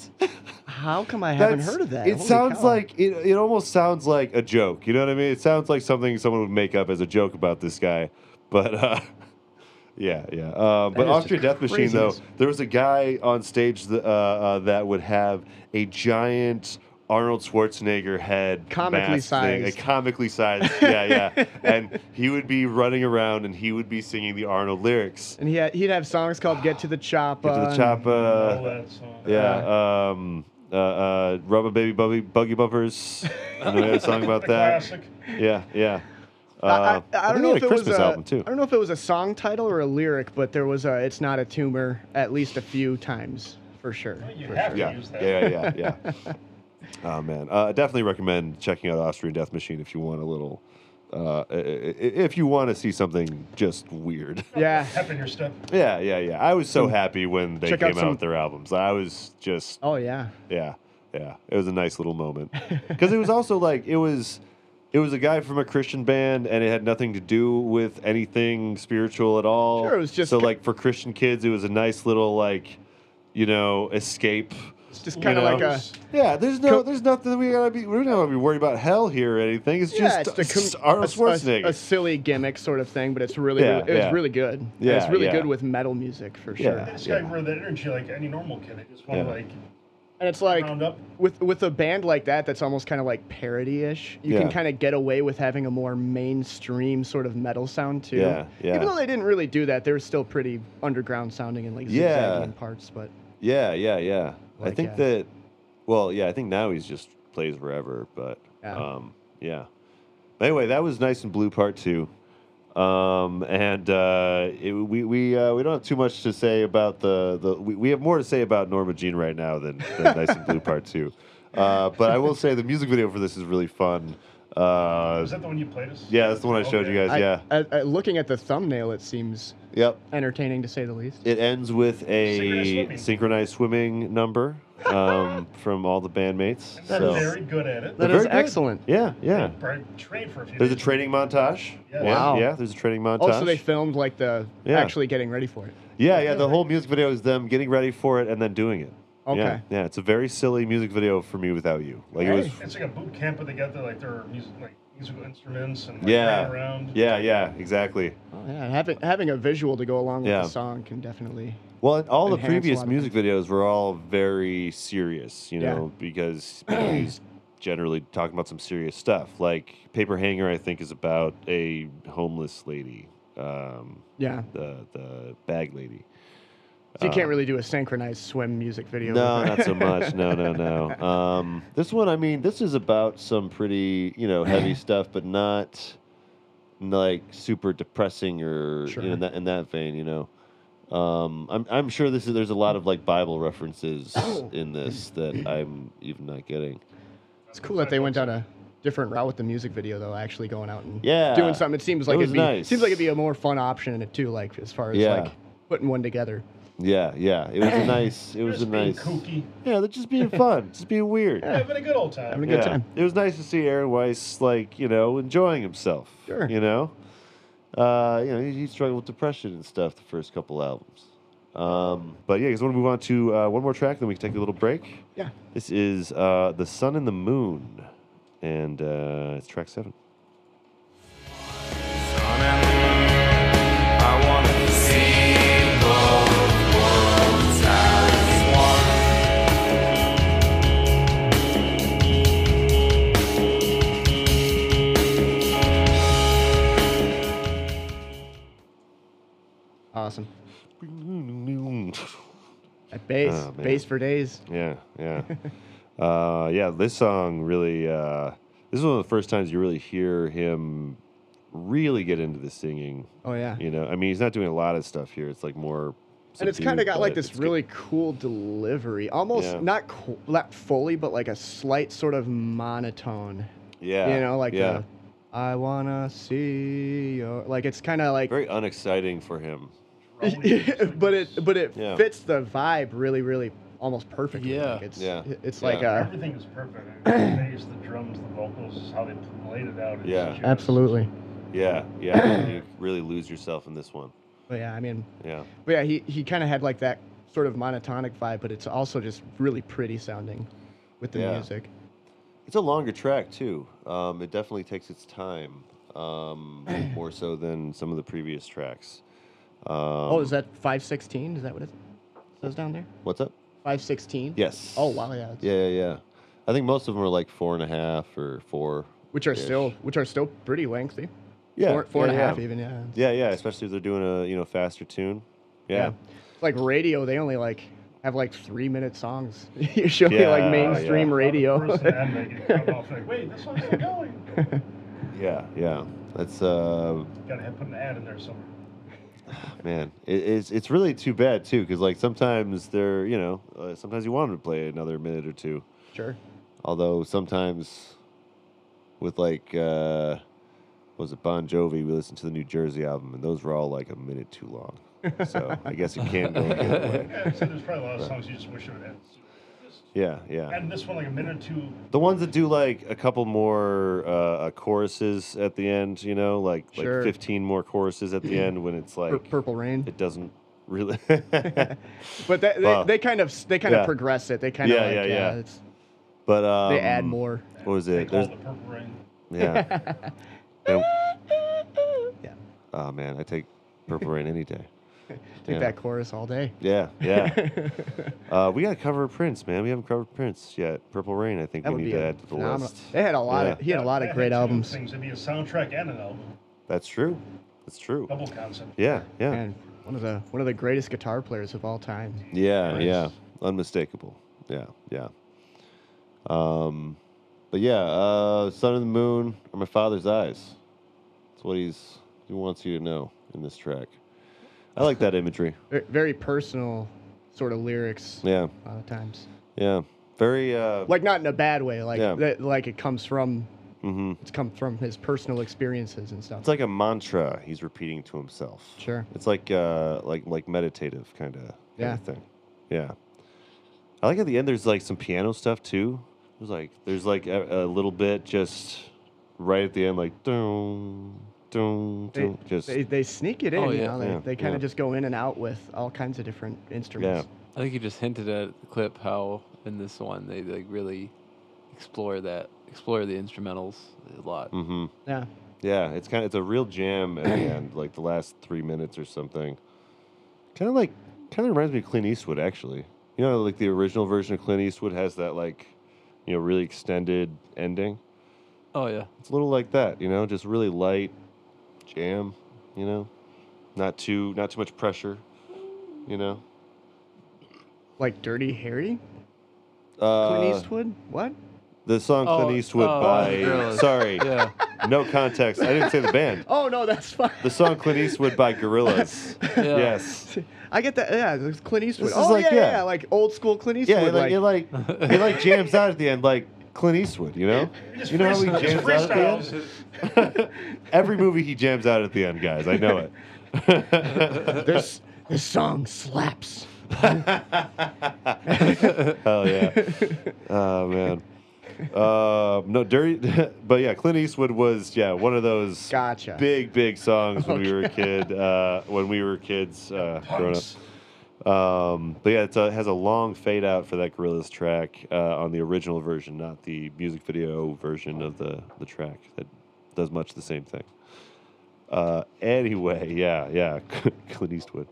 [SPEAKER 5] How come I haven't
[SPEAKER 1] That's-
[SPEAKER 5] heard of that?
[SPEAKER 1] It
[SPEAKER 5] Holy
[SPEAKER 1] sounds
[SPEAKER 5] cow.
[SPEAKER 1] like it, it almost sounds like a joke. You know what I mean? It sounds like something someone would make up as a joke about this guy. <laughs> But uh, yeah, yeah. Uh, but
[SPEAKER 5] is just
[SPEAKER 1] Austrian Death Machine though,
[SPEAKER 5] craziness.
[SPEAKER 1] there was a guy on stage that, uh, uh, that would have a giant. Arnold Schwarzenegger head,
[SPEAKER 5] Comically
[SPEAKER 1] mask thing, a
[SPEAKER 5] sized.
[SPEAKER 1] comically
[SPEAKER 5] <laughs>
[SPEAKER 1] sized, yeah, yeah, and he would be running around and he would be singing the Arnold lyrics.
[SPEAKER 5] And he had, he'd have songs called "Get to the Choppa."
[SPEAKER 1] Get to the
[SPEAKER 5] and-
[SPEAKER 1] chopper,
[SPEAKER 4] All that, so.
[SPEAKER 1] yeah. Um, uh, uh, Rubber Baby Buggy, Buggy Bumpers. I know we had a song about
[SPEAKER 4] The
[SPEAKER 1] that.
[SPEAKER 4] classic.
[SPEAKER 1] Yeah, yeah. Uh,
[SPEAKER 5] I- I, I
[SPEAKER 1] think
[SPEAKER 5] don't
[SPEAKER 1] they
[SPEAKER 5] know
[SPEAKER 1] had
[SPEAKER 5] if
[SPEAKER 1] a
[SPEAKER 5] it was
[SPEAKER 1] Christmas
[SPEAKER 5] a,
[SPEAKER 1] album too.
[SPEAKER 5] I don't know if it was a song title or a lyric, but there was a "It's Not a Tumor" at least a few times for sure.
[SPEAKER 4] You
[SPEAKER 5] for
[SPEAKER 4] have
[SPEAKER 5] sure.
[SPEAKER 4] to
[SPEAKER 1] Yeah,
[SPEAKER 4] use that.
[SPEAKER 1] yeah, yeah, yeah. yeah. <laughs> oh man, uh, I definitely recommend checking out Austrian Death Machine if you want a little, uh, i- i- i- if you want to see something just weird. <laughs>
[SPEAKER 5] Yeah.
[SPEAKER 4] Pep in your step.
[SPEAKER 1] yeah, yeah, yeah. I was so happy when they
[SPEAKER 5] Hmm. Check out
[SPEAKER 1] came out,
[SPEAKER 5] some-
[SPEAKER 1] with their albums. I was just
[SPEAKER 5] Oh yeah.
[SPEAKER 1] Yeah, yeah. It was a nice little moment because it was also like it was it was a guy from a Christian band, and it had nothing to do with anything spiritual at all.
[SPEAKER 5] Sure, it was just
[SPEAKER 1] so
[SPEAKER 5] ki-
[SPEAKER 1] like for Christian kids, it was a nice little like you know escape.
[SPEAKER 5] It's just
[SPEAKER 1] you
[SPEAKER 5] kind of
[SPEAKER 1] know?
[SPEAKER 5] like a
[SPEAKER 1] yeah. There's no, there's nothing we gotta be. We don't gotta be worried about hell here or anything. It's
[SPEAKER 5] yeah,
[SPEAKER 1] just
[SPEAKER 5] it's
[SPEAKER 1] it's
[SPEAKER 5] the com-
[SPEAKER 1] Arnold
[SPEAKER 5] a- a-
[SPEAKER 1] Schwarzenegger.
[SPEAKER 5] A, silly gimmick sort of thing, but it's really,
[SPEAKER 1] Yeah,
[SPEAKER 5] really it was
[SPEAKER 1] yeah.
[SPEAKER 5] really good. And
[SPEAKER 1] Yeah,
[SPEAKER 5] it's really
[SPEAKER 1] yeah.
[SPEAKER 5] good with metal music for sure.
[SPEAKER 1] Yeah.
[SPEAKER 4] This guy wore that energy like any normal kid. I just want
[SPEAKER 1] Yeah.
[SPEAKER 4] to like
[SPEAKER 5] And it's like
[SPEAKER 4] round up.
[SPEAKER 5] with with a band like that that's almost kind of like parody-ish you
[SPEAKER 1] Yeah.
[SPEAKER 5] can kind of get away with having a more mainstream sort of metal sound too
[SPEAKER 1] Yeah, yeah.
[SPEAKER 5] even though they didn't really do that they were still pretty underground sounding and like
[SPEAKER 1] Yeah.
[SPEAKER 5] zigzagging parts but
[SPEAKER 1] yeah, yeah, yeah. I
[SPEAKER 5] Like,
[SPEAKER 1] think
[SPEAKER 5] uh,
[SPEAKER 1] that. Well, yeah, I think now he's just plays forever, but
[SPEAKER 5] Yeah.
[SPEAKER 1] um, yeah. Anyway, that was nice and blue part two, um, and uh, it, we we uh, we don't have too much to say about the the we, we have more to say about Norma Jean right now than, than nice and blue part two, uh, but I will say the music video for this is really fun. Uh,
[SPEAKER 4] Was that the one you played us?
[SPEAKER 1] yeah, that's the one I showed you
[SPEAKER 4] Okay.
[SPEAKER 1] guys. yeah,
[SPEAKER 5] I, I, I, looking at the thumbnail it seems
[SPEAKER 1] yep.
[SPEAKER 5] entertaining to say the least
[SPEAKER 1] It ends with
[SPEAKER 4] Synchronized
[SPEAKER 1] a
[SPEAKER 4] swimming.
[SPEAKER 1] synchronized swimming number um, from all the bandmates.
[SPEAKER 4] They're
[SPEAKER 1] So.
[SPEAKER 4] very good at it.
[SPEAKER 5] That
[SPEAKER 1] Very
[SPEAKER 5] is
[SPEAKER 1] good.
[SPEAKER 5] excellent
[SPEAKER 1] Yeah, yeah.
[SPEAKER 4] Probably trained for a few
[SPEAKER 1] There's a
[SPEAKER 4] days.
[SPEAKER 1] training montage.
[SPEAKER 4] Yeah.
[SPEAKER 1] Yeah,
[SPEAKER 5] Wow.
[SPEAKER 1] yeah, there's a training montage.
[SPEAKER 5] also Oh, they filmed like the
[SPEAKER 1] Yeah.
[SPEAKER 5] actually getting ready for it
[SPEAKER 1] yeah, yeah, the whole music video is them getting ready for it and then doing it. Yeah,
[SPEAKER 5] Okay.
[SPEAKER 1] yeah it's a very silly music video for me without you. Like it was.
[SPEAKER 5] Hey.
[SPEAKER 4] It's like a boot camp, but they got their like their music, like musical instruments and like, ran
[SPEAKER 1] Yeah,
[SPEAKER 4] around.
[SPEAKER 1] yeah, yeah, exactly.
[SPEAKER 5] oh, yeah having, having a visual to go along with
[SPEAKER 1] Yeah.
[SPEAKER 5] the song can definitely
[SPEAKER 1] Well, and all the
[SPEAKER 5] Enhance a
[SPEAKER 1] previous
[SPEAKER 5] lot of
[SPEAKER 1] music videos were all very serious, you
[SPEAKER 5] Yeah.
[SPEAKER 1] know, because <clears throat> he's generally talking about some serious stuff. Like Paper Hanger, I think, is about a homeless lady, um,
[SPEAKER 5] yeah
[SPEAKER 1] the the bag lady.
[SPEAKER 5] so you can't really do a synchronized swim music video
[SPEAKER 1] Uh,
[SPEAKER 5] <laughs>
[SPEAKER 1] No,
[SPEAKER 5] with it.
[SPEAKER 1] not so much. No, no, no. Um, this one, I mean, this is about some pretty, you know, heavy stuff, but not like super depressing or you know,
[SPEAKER 5] Sure.
[SPEAKER 1] in that in that vein, you know. Um, I'm I'm sure this is there's a lot of like Bible references in this that I'm even not getting.
[SPEAKER 5] It's cool that they went down a different route with the music video, though. Actually, going out and
[SPEAKER 1] Yeah.
[SPEAKER 5] doing something. It seems
[SPEAKER 1] It
[SPEAKER 5] like
[SPEAKER 1] was
[SPEAKER 5] it'd be
[SPEAKER 1] nice.
[SPEAKER 5] seems like it'd be a more fun option in it too. Like as far as
[SPEAKER 1] Yeah.
[SPEAKER 5] like putting one together.
[SPEAKER 1] Yeah, yeah. It was a nice. It was a
[SPEAKER 4] Just being
[SPEAKER 1] nice.
[SPEAKER 4] kooky.
[SPEAKER 1] Yeah, they're just being fun, just being weird.
[SPEAKER 4] Yeah, having a good old time.
[SPEAKER 5] Having a good time.
[SPEAKER 1] It was nice to see Aaron Weiss, like you know, enjoying himself.
[SPEAKER 5] Sure.
[SPEAKER 1] You know, uh, you know, he, he struggled with depression and stuff the first couple albums. Um, but yeah, I just want to move on to uh, one more track, then we can take a little break.
[SPEAKER 5] Yeah.
[SPEAKER 1] This is uh, "The Sun and the Moon," and uh, it's track
[SPEAKER 5] <laughs>
[SPEAKER 1] seven.
[SPEAKER 6] Sun and moon. I wanna see both worlds as one.
[SPEAKER 5] Awesome.
[SPEAKER 1] Yeah,
[SPEAKER 5] At bass,
[SPEAKER 1] Oh, man.
[SPEAKER 5] bass for days.
[SPEAKER 1] yeah, uh, yeah. This song really. Uh, this is one of the first times you really hear him really get into the singing.
[SPEAKER 5] Oh yeah.
[SPEAKER 1] You know, I mean, he's not doing a lot of stuff here. It's like more
[SPEAKER 5] and it's kind of
[SPEAKER 1] subdued,
[SPEAKER 5] got like
[SPEAKER 1] but
[SPEAKER 5] this
[SPEAKER 1] it's good.
[SPEAKER 5] really cool delivery, almost
[SPEAKER 1] Yeah.
[SPEAKER 5] not qu- not fully, but like a slight sort of monotone.
[SPEAKER 1] yeah,
[SPEAKER 5] You know, like uh,
[SPEAKER 1] yeah,
[SPEAKER 5] a, I wanna see your like it's kind of like,
[SPEAKER 1] very unexciting for him.
[SPEAKER 5] <laughs> but it but it
[SPEAKER 1] Yeah.
[SPEAKER 5] fits the vibe really really almost perfectly.
[SPEAKER 3] Yeah.
[SPEAKER 5] like, it's
[SPEAKER 1] Yeah.
[SPEAKER 5] it's
[SPEAKER 1] Yeah.
[SPEAKER 5] like a
[SPEAKER 4] <clears throat> Everything is perfect. The bass, the drums, the vocals, is how they played it out. It's
[SPEAKER 1] Yeah.
[SPEAKER 4] just-
[SPEAKER 5] absolutely.
[SPEAKER 1] Yeah,
[SPEAKER 5] <coughs>
[SPEAKER 1] yeah, you really lose yourself in this one.
[SPEAKER 5] But yeah, I mean,
[SPEAKER 1] Yeah,
[SPEAKER 5] but yeah, he he kind of had like that sort of monotonic vibe, but it's also just really pretty sounding with the
[SPEAKER 1] Yeah.
[SPEAKER 5] music.
[SPEAKER 1] it's a longer track too. Um, it definitely takes its time,
[SPEAKER 5] <coughs>
[SPEAKER 1] um, more so than some of the previous tracks. Um,
[SPEAKER 5] Oh, is that five sixteen? Is that what it says down there?
[SPEAKER 1] what's up?
[SPEAKER 5] Five sixteen.
[SPEAKER 1] Yes.
[SPEAKER 5] Oh wow, yeah. it's-
[SPEAKER 1] Yeah, yeah, yeah. I think most of them are like four and a half or four.
[SPEAKER 5] Which are
[SPEAKER 1] ish.
[SPEAKER 5] still which are still pretty lengthy.
[SPEAKER 1] yeah,
[SPEAKER 5] Four, four
[SPEAKER 1] yeah,
[SPEAKER 5] and a half
[SPEAKER 1] yeah.
[SPEAKER 5] even. Yeah.
[SPEAKER 1] Yeah, yeah, especially if they're doing a you know faster tune. Yeah,
[SPEAKER 5] Like radio, they only like have like three minute songs. <laughs> Usually
[SPEAKER 1] Yeah,
[SPEAKER 5] like mainstream
[SPEAKER 1] yeah.
[SPEAKER 5] radio.
[SPEAKER 4] First and then they get cut off. Like, wait, this one's still going.
[SPEAKER 1] yeah, yeah. That's uh,
[SPEAKER 4] Gotta have put an ad in there somewhere.
[SPEAKER 1] man, it, it's it's really too bad too because like sometimes they're you know uh, sometimes you want them to play another minute or two.
[SPEAKER 5] <laughs> sure.
[SPEAKER 1] Although sometimes with like uh, what was it Bon Jovi, we listened to the New Jersey album and those were all like a minute too long. So I guess it can go the other
[SPEAKER 4] <laughs>
[SPEAKER 1] way.
[SPEAKER 4] Yeah, so there's probably a lot of songs you just wish it would end. Just
[SPEAKER 1] Yeah, yeah.
[SPEAKER 4] Add this one like a minute or two.
[SPEAKER 1] The ones that do like a couple more uh, uh, choruses at the end, you know, like
[SPEAKER 5] Sure.
[SPEAKER 1] like fifteen more choruses at the end when it's like
[SPEAKER 5] Pur- Purple Rain.
[SPEAKER 1] it doesn't really. <laughs>
[SPEAKER 5] But that, they,
[SPEAKER 1] Wow.
[SPEAKER 5] they kind of they kind of
[SPEAKER 1] Yeah.
[SPEAKER 5] progress it. They kind of
[SPEAKER 1] Yeah,
[SPEAKER 5] like,
[SPEAKER 1] yeah,
[SPEAKER 5] yeah,
[SPEAKER 1] yeah.
[SPEAKER 5] It's,
[SPEAKER 1] but um,
[SPEAKER 5] they add more.
[SPEAKER 1] What was
[SPEAKER 4] They
[SPEAKER 1] it?
[SPEAKER 4] call
[SPEAKER 1] There's,
[SPEAKER 4] it the Purple Rain.
[SPEAKER 5] <laughs>
[SPEAKER 1] yeah. They-
[SPEAKER 5] Yeah.
[SPEAKER 1] Oh man, I take Purple Rain any day.
[SPEAKER 5] Take
[SPEAKER 1] Yeah.
[SPEAKER 5] that chorus all day. <laughs>
[SPEAKER 1] Yeah, yeah. uh, we got to cover Prince, man. We haven't covered Prince yet. Purple Rain, I think
[SPEAKER 5] That
[SPEAKER 1] we
[SPEAKER 5] would
[SPEAKER 1] need
[SPEAKER 5] be
[SPEAKER 1] to
[SPEAKER 5] a
[SPEAKER 1] add to the
[SPEAKER 5] phenomenal.
[SPEAKER 1] list.
[SPEAKER 5] They had a lot of
[SPEAKER 1] Yeah.
[SPEAKER 5] he had a lot
[SPEAKER 4] That
[SPEAKER 5] of great
[SPEAKER 4] two
[SPEAKER 5] albums.
[SPEAKER 4] Things. It'd be a soundtrack and an album.
[SPEAKER 1] That's true. That's true.
[SPEAKER 4] Double concept.
[SPEAKER 1] Yeah, yeah,
[SPEAKER 5] And one of the one of the greatest guitar players of all time.
[SPEAKER 1] yeah,
[SPEAKER 4] Prince.
[SPEAKER 1] yeah. Unmistakable. Yeah, yeah. Um, but yeah, uh, Sun and the Moon are my father's eyes. That's what he's he wants you to know in this track. I like that imagery.
[SPEAKER 5] Ver- Very personal sort of lyrics
[SPEAKER 1] Yeah,
[SPEAKER 5] a lot of times.
[SPEAKER 1] yeah. Very uh,
[SPEAKER 5] Like not in a bad way. Like
[SPEAKER 1] Yeah.
[SPEAKER 5] that, like it comes from
[SPEAKER 1] mhm.
[SPEAKER 5] it's come from his personal experiences and stuff.
[SPEAKER 1] It's like a mantra he's repeating to himself.
[SPEAKER 5] Sure.
[SPEAKER 1] It's like uh like like meditative kind of
[SPEAKER 5] Yeah.
[SPEAKER 1] thing. Yeah. I like at the end there's like some piano stuff too. There's like there's like a, a little bit just right at the end like dun dun
[SPEAKER 5] They,
[SPEAKER 1] dun just
[SPEAKER 5] they, they sneak it in.
[SPEAKER 3] Oh,
[SPEAKER 5] you
[SPEAKER 3] yeah.
[SPEAKER 5] know? They,
[SPEAKER 1] Yeah,
[SPEAKER 5] they kind
[SPEAKER 1] yeah.
[SPEAKER 5] of just go in and out with all kinds of different instruments.
[SPEAKER 3] I think you just hinted at the clip how in this one they like really explore that explore the instrumentals a lot.
[SPEAKER 1] mhm.
[SPEAKER 5] Yeah.
[SPEAKER 1] Yeah, it's kind of it's a real jam at the end, like the last three minutes or something. Kind of like, kind of reminds me of Clint Eastwood actually. You know, like the original version of Clint Eastwood has that like, you know, really extended ending.
[SPEAKER 3] Oh yeah.
[SPEAKER 1] It's a little like that, you know, just really light jam, you know, not too not too much pressure, you know.
[SPEAKER 5] Like Dirty Harry,
[SPEAKER 1] Uh,
[SPEAKER 5] Clint Eastwood. What?
[SPEAKER 1] The song
[SPEAKER 3] Oh,
[SPEAKER 1] Clint Eastwood
[SPEAKER 3] oh,
[SPEAKER 1] by
[SPEAKER 3] really?
[SPEAKER 1] sorry,
[SPEAKER 3] Yeah. <laughs>
[SPEAKER 1] no context. I didn't say the band.
[SPEAKER 5] Oh no, that's <laughs> fine.
[SPEAKER 1] The song Clint Eastwood by Gorillaz.
[SPEAKER 3] yeah.
[SPEAKER 1] Yes.
[SPEAKER 5] I get that. Yeah, it's Clint Eastwood.
[SPEAKER 1] is
[SPEAKER 5] Oh
[SPEAKER 1] like-
[SPEAKER 5] yeah,
[SPEAKER 1] yeah.
[SPEAKER 5] yeah, yeah, like old school Clint Eastwood.
[SPEAKER 1] Yeah, it like,
[SPEAKER 5] like,
[SPEAKER 1] it like it like jams out at the end, like Clint Eastwood. You know,
[SPEAKER 4] Just
[SPEAKER 1] you know how he
[SPEAKER 4] freestyle- just
[SPEAKER 1] jams out at
[SPEAKER 4] freestyles.
[SPEAKER 1] the end. Every movie he jams out at the end, guys. I know it.
[SPEAKER 5] this this song slaps.
[SPEAKER 1] Hell yeah. Oh man. Uh, no dirty, <laughs> but yeah, Clint Eastwood was yeah one of those
[SPEAKER 5] Gotcha.
[SPEAKER 1] big big songs when we were a kid. Uh, when we were kids uh, growing up.
[SPEAKER 4] Punks.
[SPEAKER 1] Um, but yeah, it's a, it has a long fade out for that Gorillaz track uh, on the original version, not the music video version of the, the track that does much the same thing. Uh, anyway, yeah, yeah, <laughs> Clint Eastwood.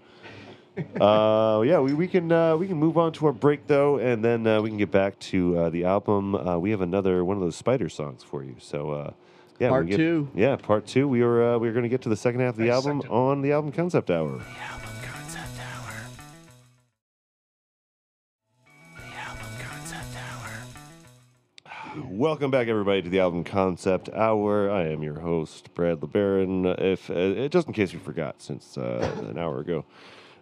[SPEAKER 1] uh, yeah, we, we can uh, we can move on to our break though, and then uh, we can get back to uh, the album. Uh, we have another one of those spider songs for you. So uh, yeah,
[SPEAKER 5] Part
[SPEAKER 1] we get-
[SPEAKER 5] two.
[SPEAKER 1] Yeah, part two. We are uh, we're going to get to the second half of the
[SPEAKER 4] Nice
[SPEAKER 1] album
[SPEAKER 4] second.
[SPEAKER 1] on the album concept hour. Welcome back, everybody, to the album concept hour. I am your host, Brad LeBaron. If uh, just in case you forgot, since uh, an hour ago,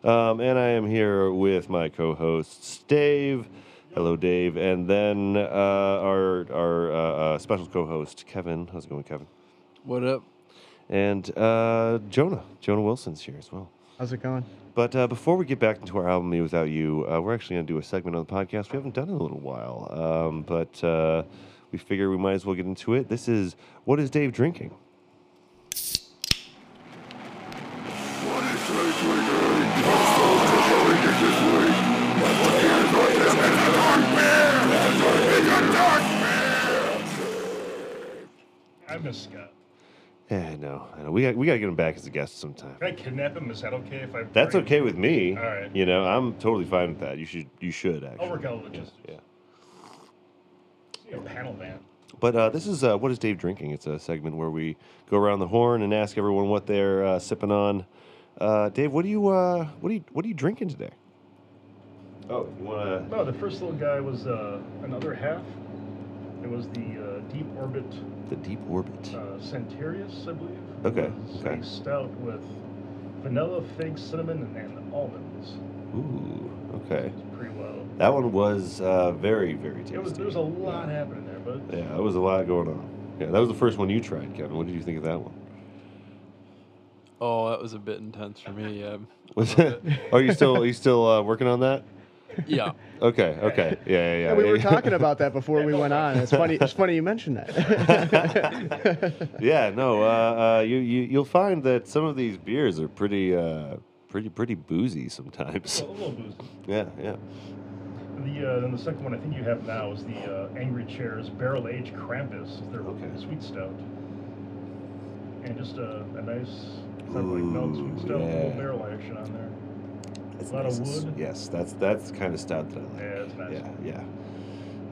[SPEAKER 1] Um, and I am here with my co hosts, Dave. Hello, Dave. And then uh, our, our uh, uh, special co host, Kevin. How's it going, Kevin?
[SPEAKER 3] What up?
[SPEAKER 1] And uh, Jonah. Jonah Wilson's here as well.
[SPEAKER 5] How's it going?
[SPEAKER 1] But uh, before we get back into our album, Me Without You, uh, we're actually going to do a segment on the podcast we haven't done in a little while. Um, but uh, we figure we might as well get into it. This is What is Dave Drinking?
[SPEAKER 4] I miss Scott.
[SPEAKER 1] Yeah, no, Eh, I know. We got, we got to get him back as a guest sometime.
[SPEAKER 4] Can I kidnap him? Is that okay if I?
[SPEAKER 1] That's
[SPEAKER 4] bring-
[SPEAKER 1] okay with me.
[SPEAKER 4] All right. Oh,
[SPEAKER 1] You know, I'm totally fine with that. You should, you should actually.
[SPEAKER 4] work out logistics.
[SPEAKER 1] Yeah. yeah.
[SPEAKER 4] You know, panel van.
[SPEAKER 1] But uh, this is uh, what is Dave drinking? It's a segment where we go around the horn and ask everyone what they're uh, sipping on. Uh, Dave, what do you uh, what do you what are you drinking today? Oh, you want
[SPEAKER 4] No, the first little guy was uh, another half. It was the uh, deep orbit
[SPEAKER 1] the deep orbit?
[SPEAKER 4] uh, Centurius, I believe.
[SPEAKER 1] Okay,
[SPEAKER 4] It was
[SPEAKER 1] okay.
[SPEAKER 4] a stout with vanilla, fig, cinnamon, and, and almonds.
[SPEAKER 1] Ooh, okay.
[SPEAKER 4] It was pretty well.
[SPEAKER 1] That one was uh, very very
[SPEAKER 4] It was,
[SPEAKER 1] tasty.
[SPEAKER 4] there was a lot happening there, but
[SPEAKER 1] Yeah, that was a lot going on. Yeah, that was the first one you tried, Kevin. What did you think of that one?
[SPEAKER 3] Oh, that was a bit intense for me. Yeah.
[SPEAKER 1] Was
[SPEAKER 4] Uh,
[SPEAKER 1] it? Are you still are you still uh, working on that?
[SPEAKER 3] yeah.
[SPEAKER 1] Okay,
[SPEAKER 4] <laughs>
[SPEAKER 1] okay, yeah, yeah. yeah. <laughs>
[SPEAKER 5] Yeah, we were talking about that before we went on. It's funny. It's funny you mentioned <laughs> that.
[SPEAKER 1] yeah, no. Uh, uh, you, you you'll find that some of these beers are pretty uh, pretty pretty boozy sometimes.
[SPEAKER 4] a little boozy.
[SPEAKER 1] <laughs> yeah, yeah.
[SPEAKER 4] The uh, then the second one I think you have now is the uh, Angry Chairs Barrel Aged Krampus. It's their
[SPEAKER 1] Okay.
[SPEAKER 4] sweet stout, and just a, a nice kind of like mild
[SPEAKER 1] Ooh,
[SPEAKER 4] sweet stout, with a
[SPEAKER 1] yeah.
[SPEAKER 4] little barrel action on there.
[SPEAKER 1] That's
[SPEAKER 4] Lot of
[SPEAKER 1] nice.
[SPEAKER 4] wood.
[SPEAKER 1] Yes, that's that's the kind of stout that I like.
[SPEAKER 4] Yeah, it's nice.
[SPEAKER 1] Yeah, yeah.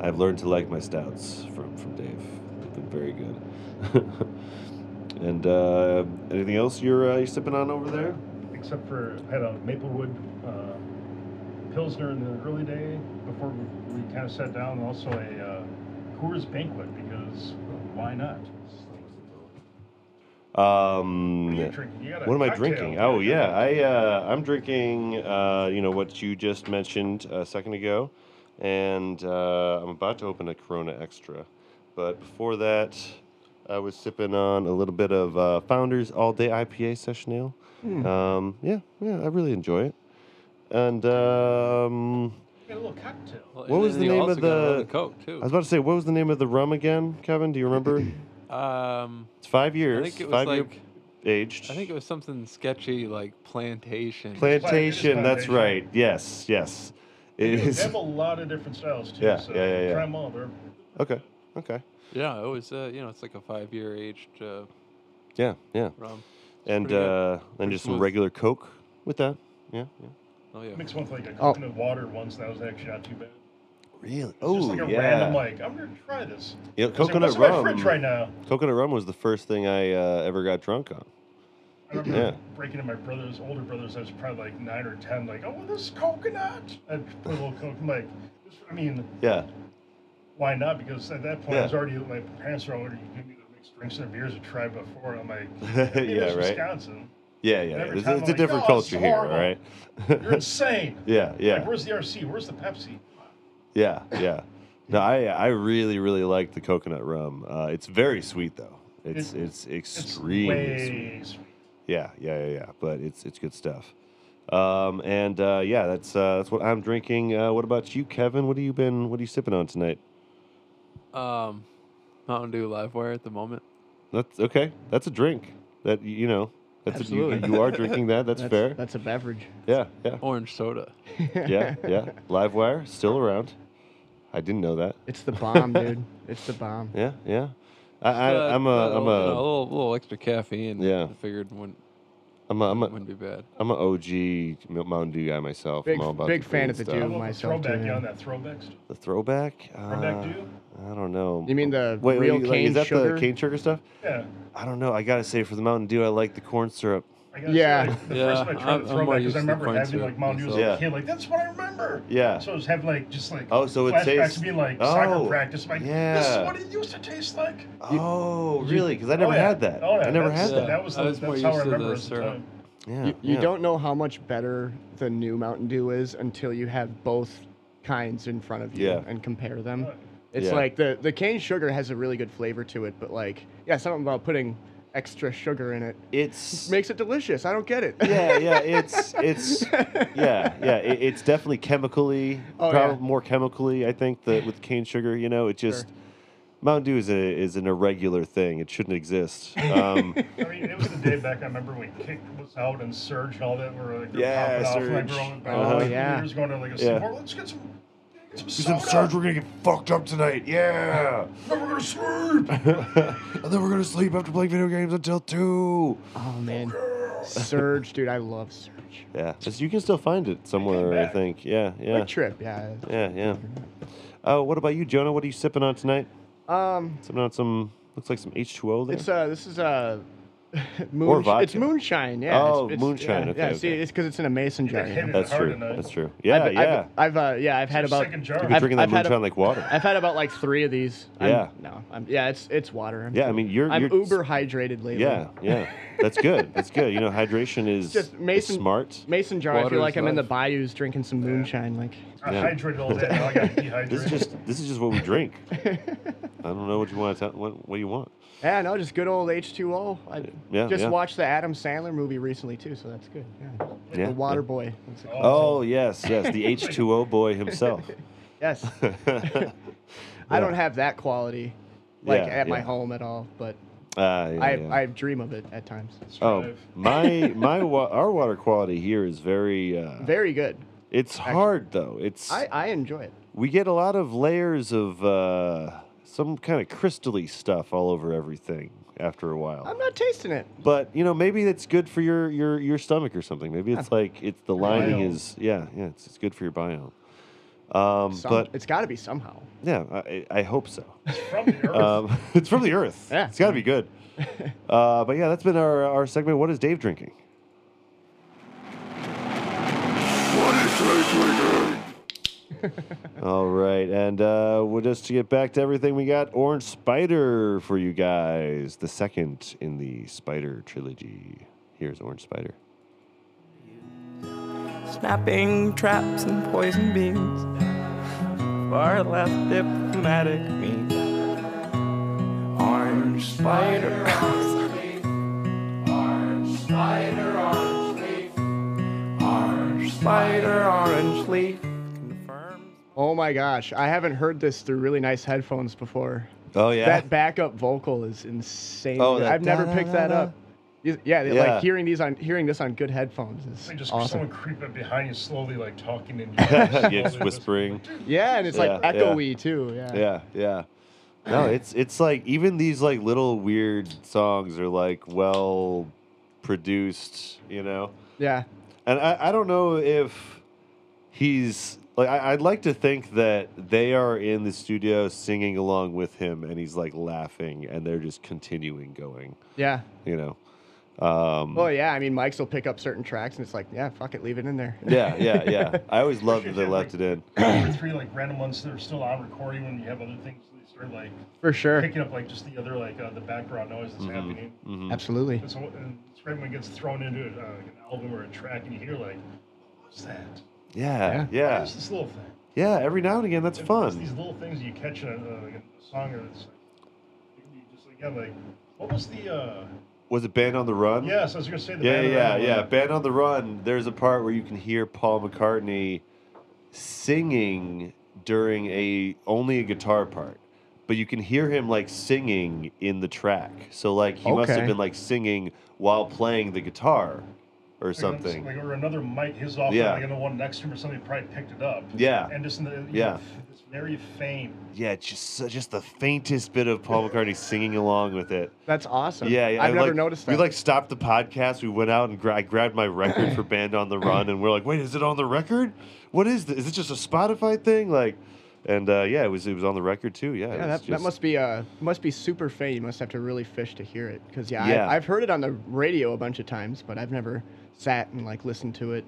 [SPEAKER 1] I've learned to like my stouts from from Dave. They've been very good. <laughs> and uh, anything else you're uh, you sipping on over there?
[SPEAKER 4] Except for I had a Maplewood uh, Pilsner in the early day before we kind of sat down. and Also a uh, Coors Banquet because why not?
[SPEAKER 1] Um,
[SPEAKER 4] What are you drinking? You got a
[SPEAKER 1] What am I
[SPEAKER 4] cocktail.
[SPEAKER 1] drinking? Oh yeah, I uh, I'm drinking. Uh, you know what you just mentioned a second ago, and uh, I'm about to open a Corona Extra, but before that, I was sipping on a little bit of uh, Founders All Day IPA Session Ale.
[SPEAKER 3] Hmm.
[SPEAKER 1] Um, yeah, yeah, I really enjoy it. And um,
[SPEAKER 4] Got a little cocktail.
[SPEAKER 3] Well,
[SPEAKER 1] What
[SPEAKER 3] and
[SPEAKER 1] was
[SPEAKER 3] then
[SPEAKER 1] the
[SPEAKER 3] you
[SPEAKER 1] name
[SPEAKER 3] also
[SPEAKER 1] of
[SPEAKER 3] got another
[SPEAKER 1] the-
[SPEAKER 3] Coke too?
[SPEAKER 1] I was about to say, what was the name of the rum again, Kevin? Do you
[SPEAKER 3] <clears throat>
[SPEAKER 1] remember?
[SPEAKER 3] um,
[SPEAKER 1] it's five years.
[SPEAKER 3] I think it was
[SPEAKER 1] five
[SPEAKER 3] like
[SPEAKER 1] year aged.
[SPEAKER 3] I think it was something sketchy like plantation.
[SPEAKER 1] plantation. That's
[SPEAKER 4] Plantation.
[SPEAKER 1] right. Yes, yes. It
[SPEAKER 4] They
[SPEAKER 1] is.
[SPEAKER 4] have a lot of different styles too.
[SPEAKER 1] Yeah,
[SPEAKER 4] so
[SPEAKER 1] yeah, yeah, yeah.
[SPEAKER 4] Try them all. They're
[SPEAKER 1] Okay. Okay.
[SPEAKER 3] yeah, it was. Uh, you know, it's like a five-year aged uh,
[SPEAKER 1] Yeah. Yeah.
[SPEAKER 3] rum.
[SPEAKER 1] And
[SPEAKER 3] pretty
[SPEAKER 1] uh,
[SPEAKER 3] good.
[SPEAKER 1] and
[SPEAKER 3] Pretty
[SPEAKER 1] just some
[SPEAKER 3] smooth.
[SPEAKER 1] regular Coke with that. Yeah. yeah.
[SPEAKER 3] Oh yeah.
[SPEAKER 4] mixed one with like a
[SPEAKER 5] Oh.
[SPEAKER 4] coconut water once. That was actually not too bad.
[SPEAKER 1] Really?
[SPEAKER 4] It's
[SPEAKER 1] Oh
[SPEAKER 4] just like a
[SPEAKER 1] yeah.
[SPEAKER 4] random like I'm gonna try this.
[SPEAKER 1] You know,
[SPEAKER 4] I was like,
[SPEAKER 1] coconut
[SPEAKER 4] What's in
[SPEAKER 1] rum.
[SPEAKER 4] my fridge right now?
[SPEAKER 1] Coconut rum was the first thing I uh, ever got drunk on.
[SPEAKER 4] I remember
[SPEAKER 1] Yeah.
[SPEAKER 4] breaking into my brother's older brother's. I was probably like nine or ten. Like, oh, this is coconut. I put a little coconut. Like, this- I mean,
[SPEAKER 1] Yeah.
[SPEAKER 4] why not? Because at that point,
[SPEAKER 1] Yeah.
[SPEAKER 4] I was already my parents were already giving me the mixed drinks and beers to try
[SPEAKER 1] <laughs>
[SPEAKER 4] before. I'm like, hey,
[SPEAKER 1] yeah.
[SPEAKER 4] that's
[SPEAKER 1] Right.
[SPEAKER 4] Wisconsin,
[SPEAKER 1] Yeah. Yeah.
[SPEAKER 4] Every
[SPEAKER 1] It's,
[SPEAKER 4] time
[SPEAKER 1] it's
[SPEAKER 4] I'm
[SPEAKER 1] a
[SPEAKER 4] like,
[SPEAKER 1] different
[SPEAKER 4] "Oh, it's
[SPEAKER 1] culture here, all
[SPEAKER 4] horrible."
[SPEAKER 1] right? <laughs>
[SPEAKER 4] you're insane.
[SPEAKER 1] yeah. Yeah.
[SPEAKER 4] Like, where's the RC? Where's the Pepsi?
[SPEAKER 1] Yeah, yeah. No, I I really really like the coconut rum. Uh, it's very sweet though. It's it's
[SPEAKER 4] It's
[SPEAKER 1] extremely sweet.
[SPEAKER 4] way sweet.
[SPEAKER 1] Yeah, yeah, yeah, yeah. But it's it's good stuff. Um, and uh, yeah, that's uh, that's what I'm drinking. Uh, what about you, Kevin? What have you been? What are you sipping on tonight?
[SPEAKER 3] Um, Mountain Dew Livewire at the moment.
[SPEAKER 1] That's okay. That's a drink. That y- you know. That's a, you,
[SPEAKER 5] Absolutely.
[SPEAKER 1] you are drinking that. That's,
[SPEAKER 5] <laughs> That's
[SPEAKER 1] fair.
[SPEAKER 5] That's a beverage.
[SPEAKER 1] yeah, yeah,
[SPEAKER 3] Orange soda.
[SPEAKER 1] yeah,
[SPEAKER 5] <laughs>
[SPEAKER 1] yeah. Livewire still around. I didn't know that.
[SPEAKER 5] It's the bomb, dude. It's the bomb.
[SPEAKER 1] Yeah, yeah. I,
[SPEAKER 5] uh,
[SPEAKER 1] I, I'm a
[SPEAKER 3] That- that
[SPEAKER 1] I'm
[SPEAKER 3] little- you know,
[SPEAKER 1] a
[SPEAKER 3] little, little extra caffeine.
[SPEAKER 1] Yeah.
[SPEAKER 3] I figured wouldn't
[SPEAKER 1] I'm a I'm a
[SPEAKER 3] wouldn't be bad.
[SPEAKER 1] I'm an OG M- Mountain Dew guy myself.
[SPEAKER 5] Big-
[SPEAKER 1] I'm all about
[SPEAKER 5] big
[SPEAKER 1] the
[SPEAKER 5] fan
[SPEAKER 1] green
[SPEAKER 5] of the
[SPEAKER 1] stuff.
[SPEAKER 4] I
[SPEAKER 5] Dew.
[SPEAKER 4] love the
[SPEAKER 5] myself,
[SPEAKER 4] throwback
[SPEAKER 5] too,
[SPEAKER 4] yeah,
[SPEAKER 5] yeah.
[SPEAKER 4] on that throwback. stuff.
[SPEAKER 1] The throwback.
[SPEAKER 4] Throwback
[SPEAKER 1] Uh,
[SPEAKER 4] Dew?
[SPEAKER 1] I don't know.
[SPEAKER 5] You mean the
[SPEAKER 1] wait,
[SPEAKER 5] real
[SPEAKER 1] wait,
[SPEAKER 5] cane
[SPEAKER 1] like, is that
[SPEAKER 5] sugar?
[SPEAKER 1] the cane sugar stuff?
[SPEAKER 4] Yeah.
[SPEAKER 1] I don't know. I gotta say, for the Mountain Dew, I like the corn syrup.
[SPEAKER 4] I guess
[SPEAKER 5] Yeah.
[SPEAKER 4] Like, the
[SPEAKER 3] Yeah,
[SPEAKER 4] first time I
[SPEAKER 3] I'm- I'm
[SPEAKER 4] tried the throwback
[SPEAKER 3] more
[SPEAKER 4] because
[SPEAKER 3] used
[SPEAKER 4] I
[SPEAKER 3] to
[SPEAKER 4] remember
[SPEAKER 3] corn
[SPEAKER 4] having
[SPEAKER 3] syrup
[SPEAKER 4] like Mountain Dew as
[SPEAKER 1] myself.
[SPEAKER 4] a kid. Like that's what I remember.
[SPEAKER 1] Yeah.
[SPEAKER 4] So I was having like just like
[SPEAKER 1] Oh, so it
[SPEAKER 4] flashbacks
[SPEAKER 1] tastes-
[SPEAKER 4] to being like soccer
[SPEAKER 1] oh,
[SPEAKER 4] practice. Like this is
[SPEAKER 1] yeah.
[SPEAKER 4] what it used to taste like.
[SPEAKER 1] Oh, really? Because I never
[SPEAKER 4] Oh, yeah.
[SPEAKER 1] had that.
[SPEAKER 4] Oh, yeah.
[SPEAKER 1] I never
[SPEAKER 4] that's,
[SPEAKER 1] had
[SPEAKER 3] yeah.
[SPEAKER 1] that.
[SPEAKER 4] was,
[SPEAKER 3] I
[SPEAKER 4] the,
[SPEAKER 3] was more
[SPEAKER 4] that's how I
[SPEAKER 3] used to the
[SPEAKER 4] remember it at the
[SPEAKER 3] syrup.
[SPEAKER 4] time.
[SPEAKER 1] Yeah,
[SPEAKER 5] You, you
[SPEAKER 1] yeah.
[SPEAKER 5] don't know how much better the new Mountain Dew is until you have both kinds in front of you
[SPEAKER 1] Yeah.
[SPEAKER 5] and compare them. It's
[SPEAKER 1] Yeah.
[SPEAKER 5] like the, the cane sugar has a really good flavor to it, but like, yeah, something about putting extra sugar in it
[SPEAKER 1] <laughs> It's
[SPEAKER 5] makes it delicious. I don't get it.
[SPEAKER 1] yeah, yeah. It's <laughs> it's yeah, yeah. It, it's definitely chemically,
[SPEAKER 5] Oh,
[SPEAKER 1] prob-
[SPEAKER 5] yeah.
[SPEAKER 1] more chemically. I think that with cane sugar, you know, it just Mountain Dew is a is an irregular thing. It shouldn't <laughs> exist. Um,
[SPEAKER 4] I mean, it was the day back. I remember when Kick was out and Surge and all that were like,
[SPEAKER 1] Yeah,
[SPEAKER 4] popping off. Like,
[SPEAKER 1] Surge.
[SPEAKER 4] we're all- like,
[SPEAKER 1] Uh-huh.
[SPEAKER 4] like,
[SPEAKER 5] Yeah.
[SPEAKER 4] Years going to like a
[SPEAKER 1] Yeah.
[SPEAKER 4] Seymour, Let's get some. Get some,
[SPEAKER 1] Some
[SPEAKER 4] soda.
[SPEAKER 1] Surge, we're gonna get fucked up tonight. Yeah.
[SPEAKER 4] Then we're gonna sleep.
[SPEAKER 1] and then we're gonna sleep after playing video games until two.
[SPEAKER 5] <laughs> Oh man, Surge, dude, I love Surge.
[SPEAKER 1] Yeah, just- you can still find it somewhere. I
[SPEAKER 4] back.
[SPEAKER 1] think. Yeah, yeah,
[SPEAKER 5] Quick trip, yeah.
[SPEAKER 1] yeah, yeah. Uh, what about you, Jonah? What are you sipping on tonight?
[SPEAKER 5] Um,
[SPEAKER 1] Sipping on some looks like some H two O there.
[SPEAKER 5] it's uh, this is uh, <laughs> moon. It's
[SPEAKER 1] vodka.
[SPEAKER 5] moonshine, yeah. it's-
[SPEAKER 1] Oh,
[SPEAKER 5] it's,
[SPEAKER 1] moonshine,
[SPEAKER 5] Yeah,
[SPEAKER 1] okay,
[SPEAKER 5] yeah see,
[SPEAKER 1] okay.
[SPEAKER 5] it's because it's in a mason jar. you know?
[SPEAKER 4] Hit it
[SPEAKER 1] That's
[SPEAKER 4] hard
[SPEAKER 1] true.
[SPEAKER 4] tonight.
[SPEAKER 1] That's true. Yeah,
[SPEAKER 5] I've,
[SPEAKER 1] yeah.
[SPEAKER 5] I've, I've uh, yeah, I've had
[SPEAKER 4] Your
[SPEAKER 5] about.
[SPEAKER 4] second jar.
[SPEAKER 1] You've
[SPEAKER 4] I've-
[SPEAKER 1] been drinking that
[SPEAKER 5] I've had a-
[SPEAKER 1] moonshine like water.
[SPEAKER 5] <laughs> I've had about like three of these. I'm-
[SPEAKER 1] Yeah.
[SPEAKER 5] No, I'm, yeah, it's it's water. I'm,
[SPEAKER 1] Yeah, I mean you're.
[SPEAKER 5] I'm
[SPEAKER 1] you're,
[SPEAKER 5] uber hydrated lately.
[SPEAKER 1] Yeah, yeah. That's good. That's good. You know, hydration is
[SPEAKER 5] Just
[SPEAKER 1] is
[SPEAKER 5] Mason-
[SPEAKER 1] smart.
[SPEAKER 5] Mason jar. I
[SPEAKER 3] Water
[SPEAKER 5] feel like
[SPEAKER 3] is
[SPEAKER 5] I'm in the
[SPEAKER 3] life.
[SPEAKER 5] bayous drinking some moonshine. Like,
[SPEAKER 4] I
[SPEAKER 1] Yeah.
[SPEAKER 4] hydrated all day. Now I
[SPEAKER 1] <laughs>
[SPEAKER 4] got dehydrated.
[SPEAKER 1] This is just this is just what
[SPEAKER 5] <laughs>
[SPEAKER 1] we drink. I don't know what you want to tell. What, what do you want?
[SPEAKER 5] yeah, no, just good old H2O. I
[SPEAKER 1] Yeah,
[SPEAKER 5] just
[SPEAKER 1] yeah.
[SPEAKER 5] watched the Adam Sandler movie recently too, so that's good. Yeah.
[SPEAKER 1] Yeah,
[SPEAKER 5] the Water
[SPEAKER 1] yeah.
[SPEAKER 5] Boy. That's it.
[SPEAKER 1] Oh yes, yes.
[SPEAKER 5] <laughs>
[SPEAKER 1] The H two O boy himself. <laughs> Ah,
[SPEAKER 5] Yes.
[SPEAKER 1] I
[SPEAKER 5] I don't have that quality, like
[SPEAKER 1] Yeah,
[SPEAKER 5] at my
[SPEAKER 1] yeah.
[SPEAKER 5] home at all. But I, I dream of it at times.
[SPEAKER 1] oh my my wa- our water quality here is very. Uh,
[SPEAKER 5] Very good.
[SPEAKER 1] it's hard though. It's
[SPEAKER 5] I, I enjoy it.
[SPEAKER 1] we get a lot of layers of uh, some kind of crystally stuff all over everything after a while.
[SPEAKER 5] I'm not tasting it.
[SPEAKER 1] But you know, maybe it's good for your your your stomach or something. Maybe
[SPEAKER 5] <laughs>
[SPEAKER 1] it's like it's the lining
[SPEAKER 4] biome.
[SPEAKER 1] is yeah yeah it's, it's good for your biome. Um,
[SPEAKER 5] Some,
[SPEAKER 1] but
[SPEAKER 5] it's got to be somehow.
[SPEAKER 1] yeah, I, I hope so.
[SPEAKER 4] from the earth.
[SPEAKER 1] Um, <laughs> it's from the earth.
[SPEAKER 5] Yeah.
[SPEAKER 1] It's got to be good. Uh, but yeah, that's been our our segment. What is Dave drinking? <laughs> All right, and uh, we'll just to get back to everything we got. Orange Spider for you guys, the second in the Spider trilogy. Here's Orange Spider.
[SPEAKER 6] snapping traps and poison beans. Far less diplomatic means. Orange spider on Orange spider, orange leaf. Orange spider, orange leaf. Confirms.
[SPEAKER 5] Oh my gosh, I haven't heard this through really nice headphones before.
[SPEAKER 1] Oh yeah,
[SPEAKER 5] That backup vocal is insane.
[SPEAKER 1] Oh, that
[SPEAKER 5] I've never picked that
[SPEAKER 1] da-da-da-da.
[SPEAKER 5] up. Y- Yeah, they-
[SPEAKER 1] Yeah.
[SPEAKER 5] like hearing these on hearing this on good headphones is
[SPEAKER 4] Like, just
[SPEAKER 5] awesome.
[SPEAKER 4] someone creeping up behind you slowly, like
[SPEAKER 1] <laughs>
[SPEAKER 4] talking in your ear, slowly,
[SPEAKER 1] it's
[SPEAKER 4] just-
[SPEAKER 1] whispering.
[SPEAKER 5] Yeah, and it's like
[SPEAKER 1] Yeah, yeah.
[SPEAKER 5] echoey too. Yeah.
[SPEAKER 1] Yeah, yeah. No, it's it's like even these like little weird songs are like well produced, you know.
[SPEAKER 5] Yeah.
[SPEAKER 1] And I, I don't know if he's like I, I'd like to think that they are in the studio singing along with him and he's like laughing and they're just continuing going,
[SPEAKER 5] Yeah.
[SPEAKER 1] you know. Um
[SPEAKER 5] Well, yeah. I mean, Mike's will pick up certain tracks, and it's like, yeah, fuck it, leave it in there.
[SPEAKER 1] Yeah, yeah, yeah. I always <laughs> loved that they left it in. <clears throat>
[SPEAKER 4] Two or three like random ones that are still on recording when you have other things they start like
[SPEAKER 5] For sure.
[SPEAKER 4] picking up like just the other like uh, the background noise that's
[SPEAKER 1] Mm-hmm.
[SPEAKER 4] happening.
[SPEAKER 1] Mm.
[SPEAKER 5] Absolutely.
[SPEAKER 4] And so and it's right when it gets thrown into uh, like an album or a track, and you hear like, "What's that?
[SPEAKER 1] Yeah,
[SPEAKER 5] Yeah.
[SPEAKER 1] yeah.
[SPEAKER 4] What's this little thing?"
[SPEAKER 1] Yeah, every now and again that's
[SPEAKER 4] It's
[SPEAKER 1] fun.
[SPEAKER 4] these little things you catch in a, uh, like a song, or it's like, you just like, yeah, like, what was the? uh
[SPEAKER 1] Was it Band on the Run?
[SPEAKER 4] Yes, I was gonna say the.
[SPEAKER 1] Yeah,
[SPEAKER 4] band
[SPEAKER 1] yeah,
[SPEAKER 4] that-
[SPEAKER 1] yeah. Band on the Run. There's a part where you can hear Paul McCartney singing during a only a guitar part, but you can hear him like singing in the track. So like he must have
[SPEAKER 5] Okay.
[SPEAKER 1] been like singing while playing the guitar or
[SPEAKER 4] Like, it's
[SPEAKER 1] something.
[SPEAKER 4] Like, or another mic, his off,
[SPEAKER 1] Yeah.
[SPEAKER 4] yeah. like, and the one next to him or somebody probably picked it up.
[SPEAKER 1] Yeah.
[SPEAKER 4] And just in the, you
[SPEAKER 1] Yeah.
[SPEAKER 4] know, it's very faint.
[SPEAKER 1] Yeah, just so- just the faintest bit of Paul McCartney singing along with it.
[SPEAKER 5] That's awesome.
[SPEAKER 1] Yeah, yeah.
[SPEAKER 5] I've
[SPEAKER 1] I,
[SPEAKER 5] never
[SPEAKER 1] like-
[SPEAKER 5] noticed
[SPEAKER 1] We
[SPEAKER 5] that.
[SPEAKER 1] like stopped the podcast. We went out and gra- I grabbed my record
[SPEAKER 5] <clears throat>
[SPEAKER 1] for Band on the Run, and we're like, "Wait, is it on the record? What is this? Is it just a Spotify thing?" Like, and uh, yeah, it was it was on the record too. Yeah, it
[SPEAKER 5] Yeah,
[SPEAKER 1] was
[SPEAKER 5] that, that
[SPEAKER 1] just-
[SPEAKER 5] must be uh must be super faint. You must have to really fish to hear it, because yeah,
[SPEAKER 1] Yeah.
[SPEAKER 5] I, I've heard it on the radio a bunch of times, but I've never sat and like listened to it.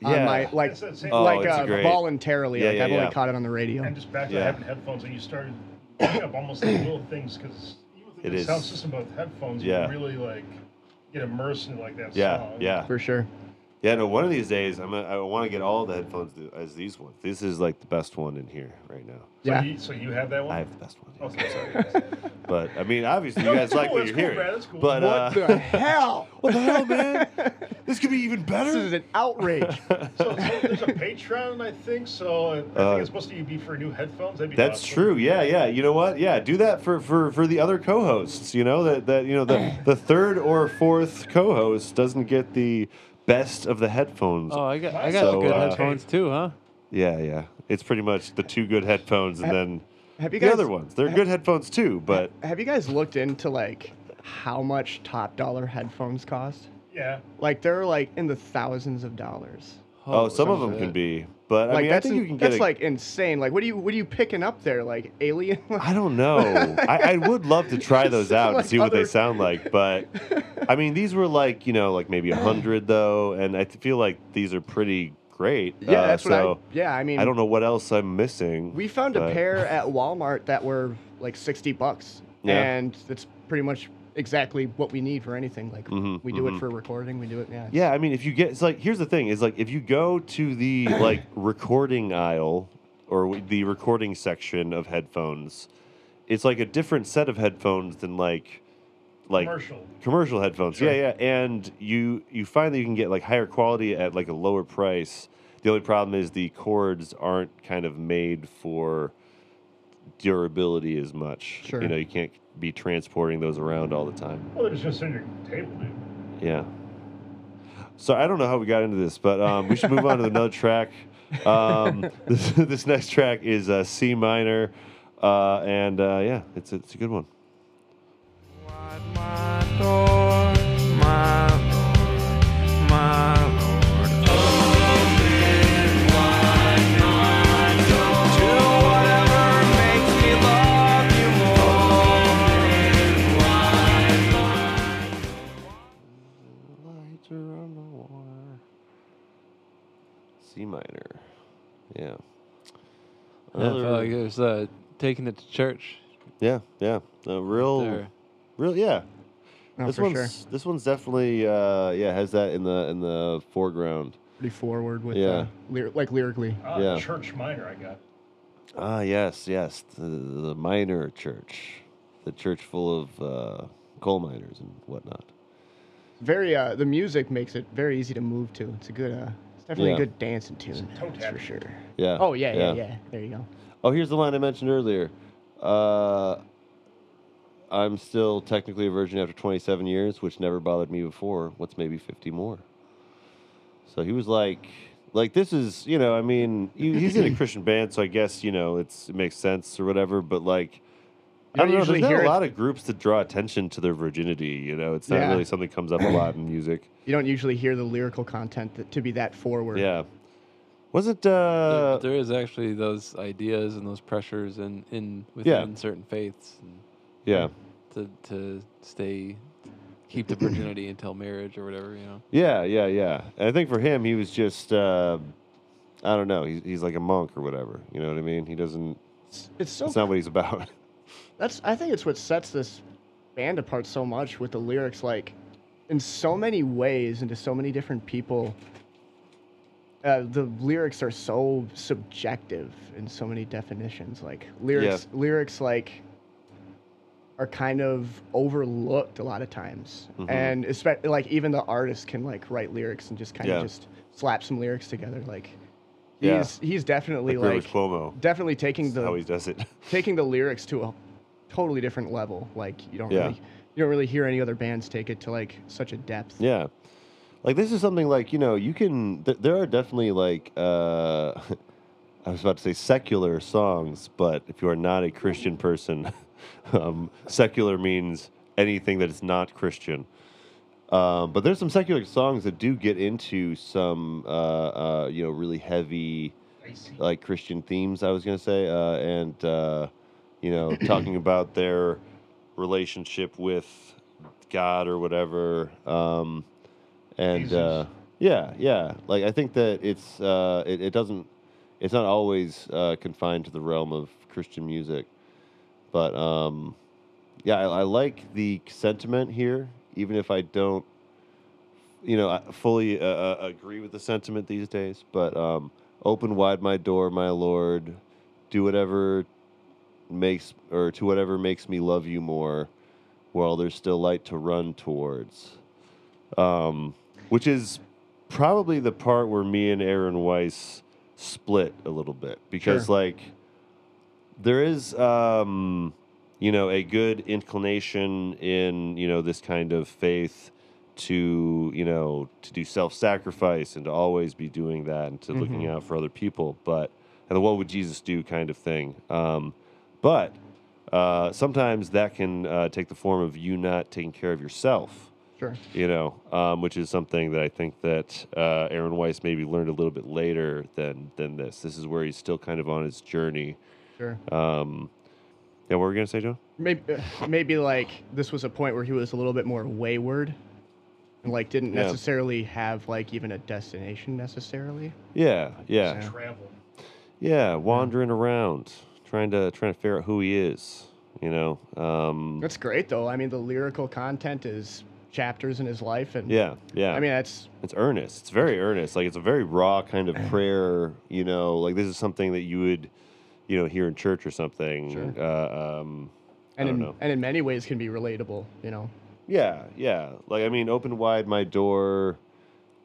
[SPEAKER 1] Yeah.
[SPEAKER 5] On my, like
[SPEAKER 4] It's that same-
[SPEAKER 1] Oh,
[SPEAKER 5] like
[SPEAKER 1] it's
[SPEAKER 5] uh,
[SPEAKER 1] great.
[SPEAKER 5] voluntarily.
[SPEAKER 1] Yeah,
[SPEAKER 5] like
[SPEAKER 1] yeah,
[SPEAKER 5] I've
[SPEAKER 1] yeah.
[SPEAKER 5] only caught it on the radio.
[SPEAKER 4] And just back to
[SPEAKER 1] Yeah.
[SPEAKER 4] having headphones, and you started picking up almost like little things because even
[SPEAKER 1] <clears throat> It
[SPEAKER 4] with the
[SPEAKER 1] is.
[SPEAKER 4] sound system with headphones,
[SPEAKER 1] Yeah.
[SPEAKER 4] you really like get immersed in like that
[SPEAKER 1] Yeah,
[SPEAKER 4] song.
[SPEAKER 1] yeah. <laughs>
[SPEAKER 5] for sure.
[SPEAKER 1] Yeah, no, one of these days, I'm gonna, I want to get all the headphones th- as these ones. This is like the best one in here right now.
[SPEAKER 4] So
[SPEAKER 5] Yeah.
[SPEAKER 4] You, so you have that one.
[SPEAKER 1] I have the best one. yes,
[SPEAKER 4] Okay.
[SPEAKER 1] I'm sorry. guys. but, I mean, obviously, you
[SPEAKER 4] No,
[SPEAKER 5] <laughs>
[SPEAKER 1] guys
[SPEAKER 4] it's
[SPEAKER 1] like
[SPEAKER 4] cool,
[SPEAKER 1] what you're
[SPEAKER 4] it's cool,
[SPEAKER 1] hearing.
[SPEAKER 4] Brad, it's cool.
[SPEAKER 1] But, uh,
[SPEAKER 4] <laughs>
[SPEAKER 5] What the hell?
[SPEAKER 1] what the hell, <laughs> man? <laughs> This could be even better.
[SPEAKER 5] This is an
[SPEAKER 1] <laughs>
[SPEAKER 5] outrage.
[SPEAKER 4] so, so there's a Patreon, I think. So I think
[SPEAKER 1] Uh,
[SPEAKER 4] it's supposed to be for new headphones. That'd be
[SPEAKER 1] That's
[SPEAKER 4] awesome.
[SPEAKER 1] true. Yeah, yeah. You know what? Yeah, do that for for for the other co-hosts. You know that that you know
[SPEAKER 5] <clears throat>
[SPEAKER 1] the the third or fourth co-host doesn't get the best of the headphones.
[SPEAKER 3] Oh, I got I
[SPEAKER 4] Mine's
[SPEAKER 3] got
[SPEAKER 1] so,
[SPEAKER 3] some good
[SPEAKER 1] uh,
[SPEAKER 3] headphones too, huh?
[SPEAKER 1] Yeah, yeah. It's pretty much the two good headphones and then
[SPEAKER 5] Have you
[SPEAKER 1] the
[SPEAKER 5] guys
[SPEAKER 1] other ones. They're good headphones too,
[SPEAKER 5] <laughs>
[SPEAKER 1] but
[SPEAKER 5] Have you guys looked into like how much top dollar headphones cost?
[SPEAKER 4] Yeah.
[SPEAKER 5] Like they're like in the thousands of dollars.
[SPEAKER 1] oh,
[SPEAKER 3] Holy
[SPEAKER 1] some of them
[SPEAKER 3] shit.
[SPEAKER 1] can be. But
[SPEAKER 5] Like
[SPEAKER 1] I mean, I
[SPEAKER 5] that's
[SPEAKER 1] think
[SPEAKER 5] in-
[SPEAKER 1] you can get.
[SPEAKER 5] that's
[SPEAKER 1] a-
[SPEAKER 5] like insane. Like what are you what are you picking up there? Like alien? <laughs>
[SPEAKER 1] <laughs> I don't know. I, I would love to try those
[SPEAKER 5] Sound
[SPEAKER 1] out
[SPEAKER 5] like
[SPEAKER 1] and see what they
[SPEAKER 5] other-
[SPEAKER 1] sound
[SPEAKER 5] <laughs>
[SPEAKER 1] like, but I mean, these were like you know like maybe a hundred though, and I feel like these are pretty great.
[SPEAKER 5] yeah,
[SPEAKER 1] Uh,
[SPEAKER 5] that's what
[SPEAKER 1] so-
[SPEAKER 5] I. Yeah, I mean,
[SPEAKER 1] I don't know what else I'm missing.
[SPEAKER 5] We found a
[SPEAKER 1] but-
[SPEAKER 5] pair at Walmart that were like sixty bucks,
[SPEAKER 1] Yeah.
[SPEAKER 5] and that's pretty much exactly what we need for anything. Like
[SPEAKER 1] Mhm,
[SPEAKER 5] we do
[SPEAKER 1] mhm.
[SPEAKER 5] it for recording, we do it. Yeah.
[SPEAKER 1] Yeah, I mean, if you get, it's like here's the thing: is like if you go to the like recording aisle or w- the recording section of headphones, it's like a different set of headphones than like like
[SPEAKER 4] Commercial.
[SPEAKER 1] commercial headphones.
[SPEAKER 4] Sure.
[SPEAKER 1] Yeah, yeah, and you you find that you can get like higher quality at like a lower price. The only problem is the cords aren't kind of made for durability as much.
[SPEAKER 5] Sure.
[SPEAKER 1] You know, you can't be transporting those around all the time.
[SPEAKER 4] Well, they're just in your table, dude.
[SPEAKER 1] Yeah. So I don't know how we got into this, but um, we should move on to <laughs> another track. Um, <laughs> this, this next track is uh, C minor, uh, and uh, yeah, it's it's a good one.
[SPEAKER 6] Wide my door, my Lord, my Lord. Open wide my door. Do whatever makes me love you more. Open wide my
[SPEAKER 1] Lights are on the wire. C minor. Yeah.
[SPEAKER 3] Yeah, I felt
[SPEAKER 1] Another-
[SPEAKER 3] like it was uh, taking it to church.
[SPEAKER 1] yeah, yeah. A real,
[SPEAKER 3] there.
[SPEAKER 1] real, yeah.
[SPEAKER 5] No,
[SPEAKER 1] this
[SPEAKER 5] for
[SPEAKER 1] one's
[SPEAKER 5] sure.
[SPEAKER 1] this one's definitely uh, yeah has that in the in the foreground.
[SPEAKER 5] Pretty forward with
[SPEAKER 1] Yeah.
[SPEAKER 5] uh, lyri- like lyrically.
[SPEAKER 4] Ah,
[SPEAKER 1] Yeah.
[SPEAKER 4] Church minor, I got.
[SPEAKER 1] Ah, yes, yes. The, the minor church. The church full of uh, coal miners and whatnot.
[SPEAKER 5] Very. Uh, the music makes it very easy to move to. It's a good. Uh, it's definitely
[SPEAKER 1] Yeah.
[SPEAKER 5] a good dancing tune.
[SPEAKER 4] toe
[SPEAKER 5] That's for
[SPEAKER 4] tapping.
[SPEAKER 5] sure.
[SPEAKER 1] Yeah.
[SPEAKER 5] Oh yeah, yeah, yeah, There you go.
[SPEAKER 1] Oh, here's the line I mentioned earlier. Uh, I'm still technically a virgin after 27 years, which never bothered me before. What's maybe 50 more? So he was like, like this is, you know, I mean, he, <laughs> he's in a Christian band, so I guess you know it's it makes sense or whatever. But like, I
[SPEAKER 5] You
[SPEAKER 1] don't
[SPEAKER 5] don't
[SPEAKER 1] know.
[SPEAKER 5] usually
[SPEAKER 1] There's not
[SPEAKER 5] hear
[SPEAKER 1] a
[SPEAKER 5] it.
[SPEAKER 1] lot of groups that draw attention to their virginity. You know, it's not
[SPEAKER 5] Yeah.
[SPEAKER 1] really something that comes up a lot in music.
[SPEAKER 5] You don't usually hear the lyrical content that, to be that forward.
[SPEAKER 1] Yeah. Was it?
[SPEAKER 3] There-
[SPEAKER 1] Uh,
[SPEAKER 3] there is actually those ideas and those pressures in, in
[SPEAKER 1] Yeah.
[SPEAKER 3] within certain faiths and
[SPEAKER 1] yeah.
[SPEAKER 3] to to stay keep
[SPEAKER 1] <clears throat>
[SPEAKER 3] the virginity until marriage or whatever, you know.
[SPEAKER 1] Yeah, yeah, yeah. And I think for him, he was just, uh, I don't know, he's, he's like a monk or whatever. You know what I mean? He doesn't,
[SPEAKER 5] It's, it's so
[SPEAKER 1] that's not what he's about. <laughs>
[SPEAKER 5] That's I think it's what sets this band apart so much with the lyrics like in so many ways and to so many different people. Uh, the lyrics are so subjective in so many definitions. Like lyrics lyrics like are kind of overlooked a lot of times.
[SPEAKER 1] Mm-hmm.
[SPEAKER 5] And especially like even the artists can like write lyrics and just kind
[SPEAKER 1] Yeah.
[SPEAKER 5] of just slap some lyrics together like
[SPEAKER 1] Yeah.
[SPEAKER 5] he's he's definitely
[SPEAKER 1] Like Rivers
[SPEAKER 5] like,
[SPEAKER 1] Cuomo.
[SPEAKER 5] definitely taking <laughs> the
[SPEAKER 1] How he does it.
[SPEAKER 5] taking the lyrics to a totally different level. Like you don't
[SPEAKER 1] Yeah.
[SPEAKER 5] really you don't really hear any other bands take it to like such a
[SPEAKER 1] <laughs>
[SPEAKER 5] depth.
[SPEAKER 1] Yeah. Like this is something like, you know, you can th- there are definitely like uh <laughs> I was about to say secular songs, but if you are not a Christian person, <laughs> um secular means anything that is not Christian. Um, but there's some secular songs that do get into some uh, uh, you know really heavy like Christian themes. I was gonna say, uh, and uh, you know, talking about their relationship with God or whatever. Um, and
[SPEAKER 4] Jesus.
[SPEAKER 1] uh, yeah, yeah, like I think that it's uh, it, it doesn't it's not always uh, confined to the realm of Christian music, but um, yeah, I, I like the sentiment here, even if I don't you know, I fully uh, uh, agree with the sentiment these days, but um, open wide my door, my Lord. Do whatever makes, or to whatever makes me love you more, while there's still light to run towards. Um, which is probably the part where me and Aaron Weiss split a little bit because, like, there is um you know a good inclination in you know this kind of faith to you know to do self-sacrifice and to always be doing that and to looking out for other people but and the what would jesus do kind of thing um but uh sometimes that can uh, take the form of you not taking care of yourself
[SPEAKER 5] Sure.
[SPEAKER 1] you know, um, which is something that I think that uh, Aaron Weiss maybe learned a little bit later than than this. This is where he's still kind of on his journey.
[SPEAKER 5] Sure.
[SPEAKER 1] Um, yeah, what were we gonna say, John?
[SPEAKER 5] Maybe, uh, maybe like this was a point where he was a little bit more wayward, and like didn't
[SPEAKER 1] Yeah.
[SPEAKER 5] necessarily have like even a destination necessarily.
[SPEAKER 1] Yeah, yeah,
[SPEAKER 5] Yeah.
[SPEAKER 4] Travel.
[SPEAKER 1] yeah. Wandering around, trying to trying to figure out who he is. You know. Um,
[SPEAKER 5] That's great though. I mean, the lyrical content is chapters in his life, and
[SPEAKER 1] yeah, yeah.
[SPEAKER 5] I mean that's
[SPEAKER 1] it's earnest. It's very earnest. Like it's a very raw kind
[SPEAKER 5] <clears throat>
[SPEAKER 1] of prayer. You know, like this is something that you would, you know, hear in church or something.
[SPEAKER 5] Sure.
[SPEAKER 1] Uh, um,
[SPEAKER 5] and
[SPEAKER 1] I don't
[SPEAKER 5] in,
[SPEAKER 1] know.
[SPEAKER 5] and in many ways can be relatable. You know.
[SPEAKER 1] Yeah, yeah. Like I mean, open wide my door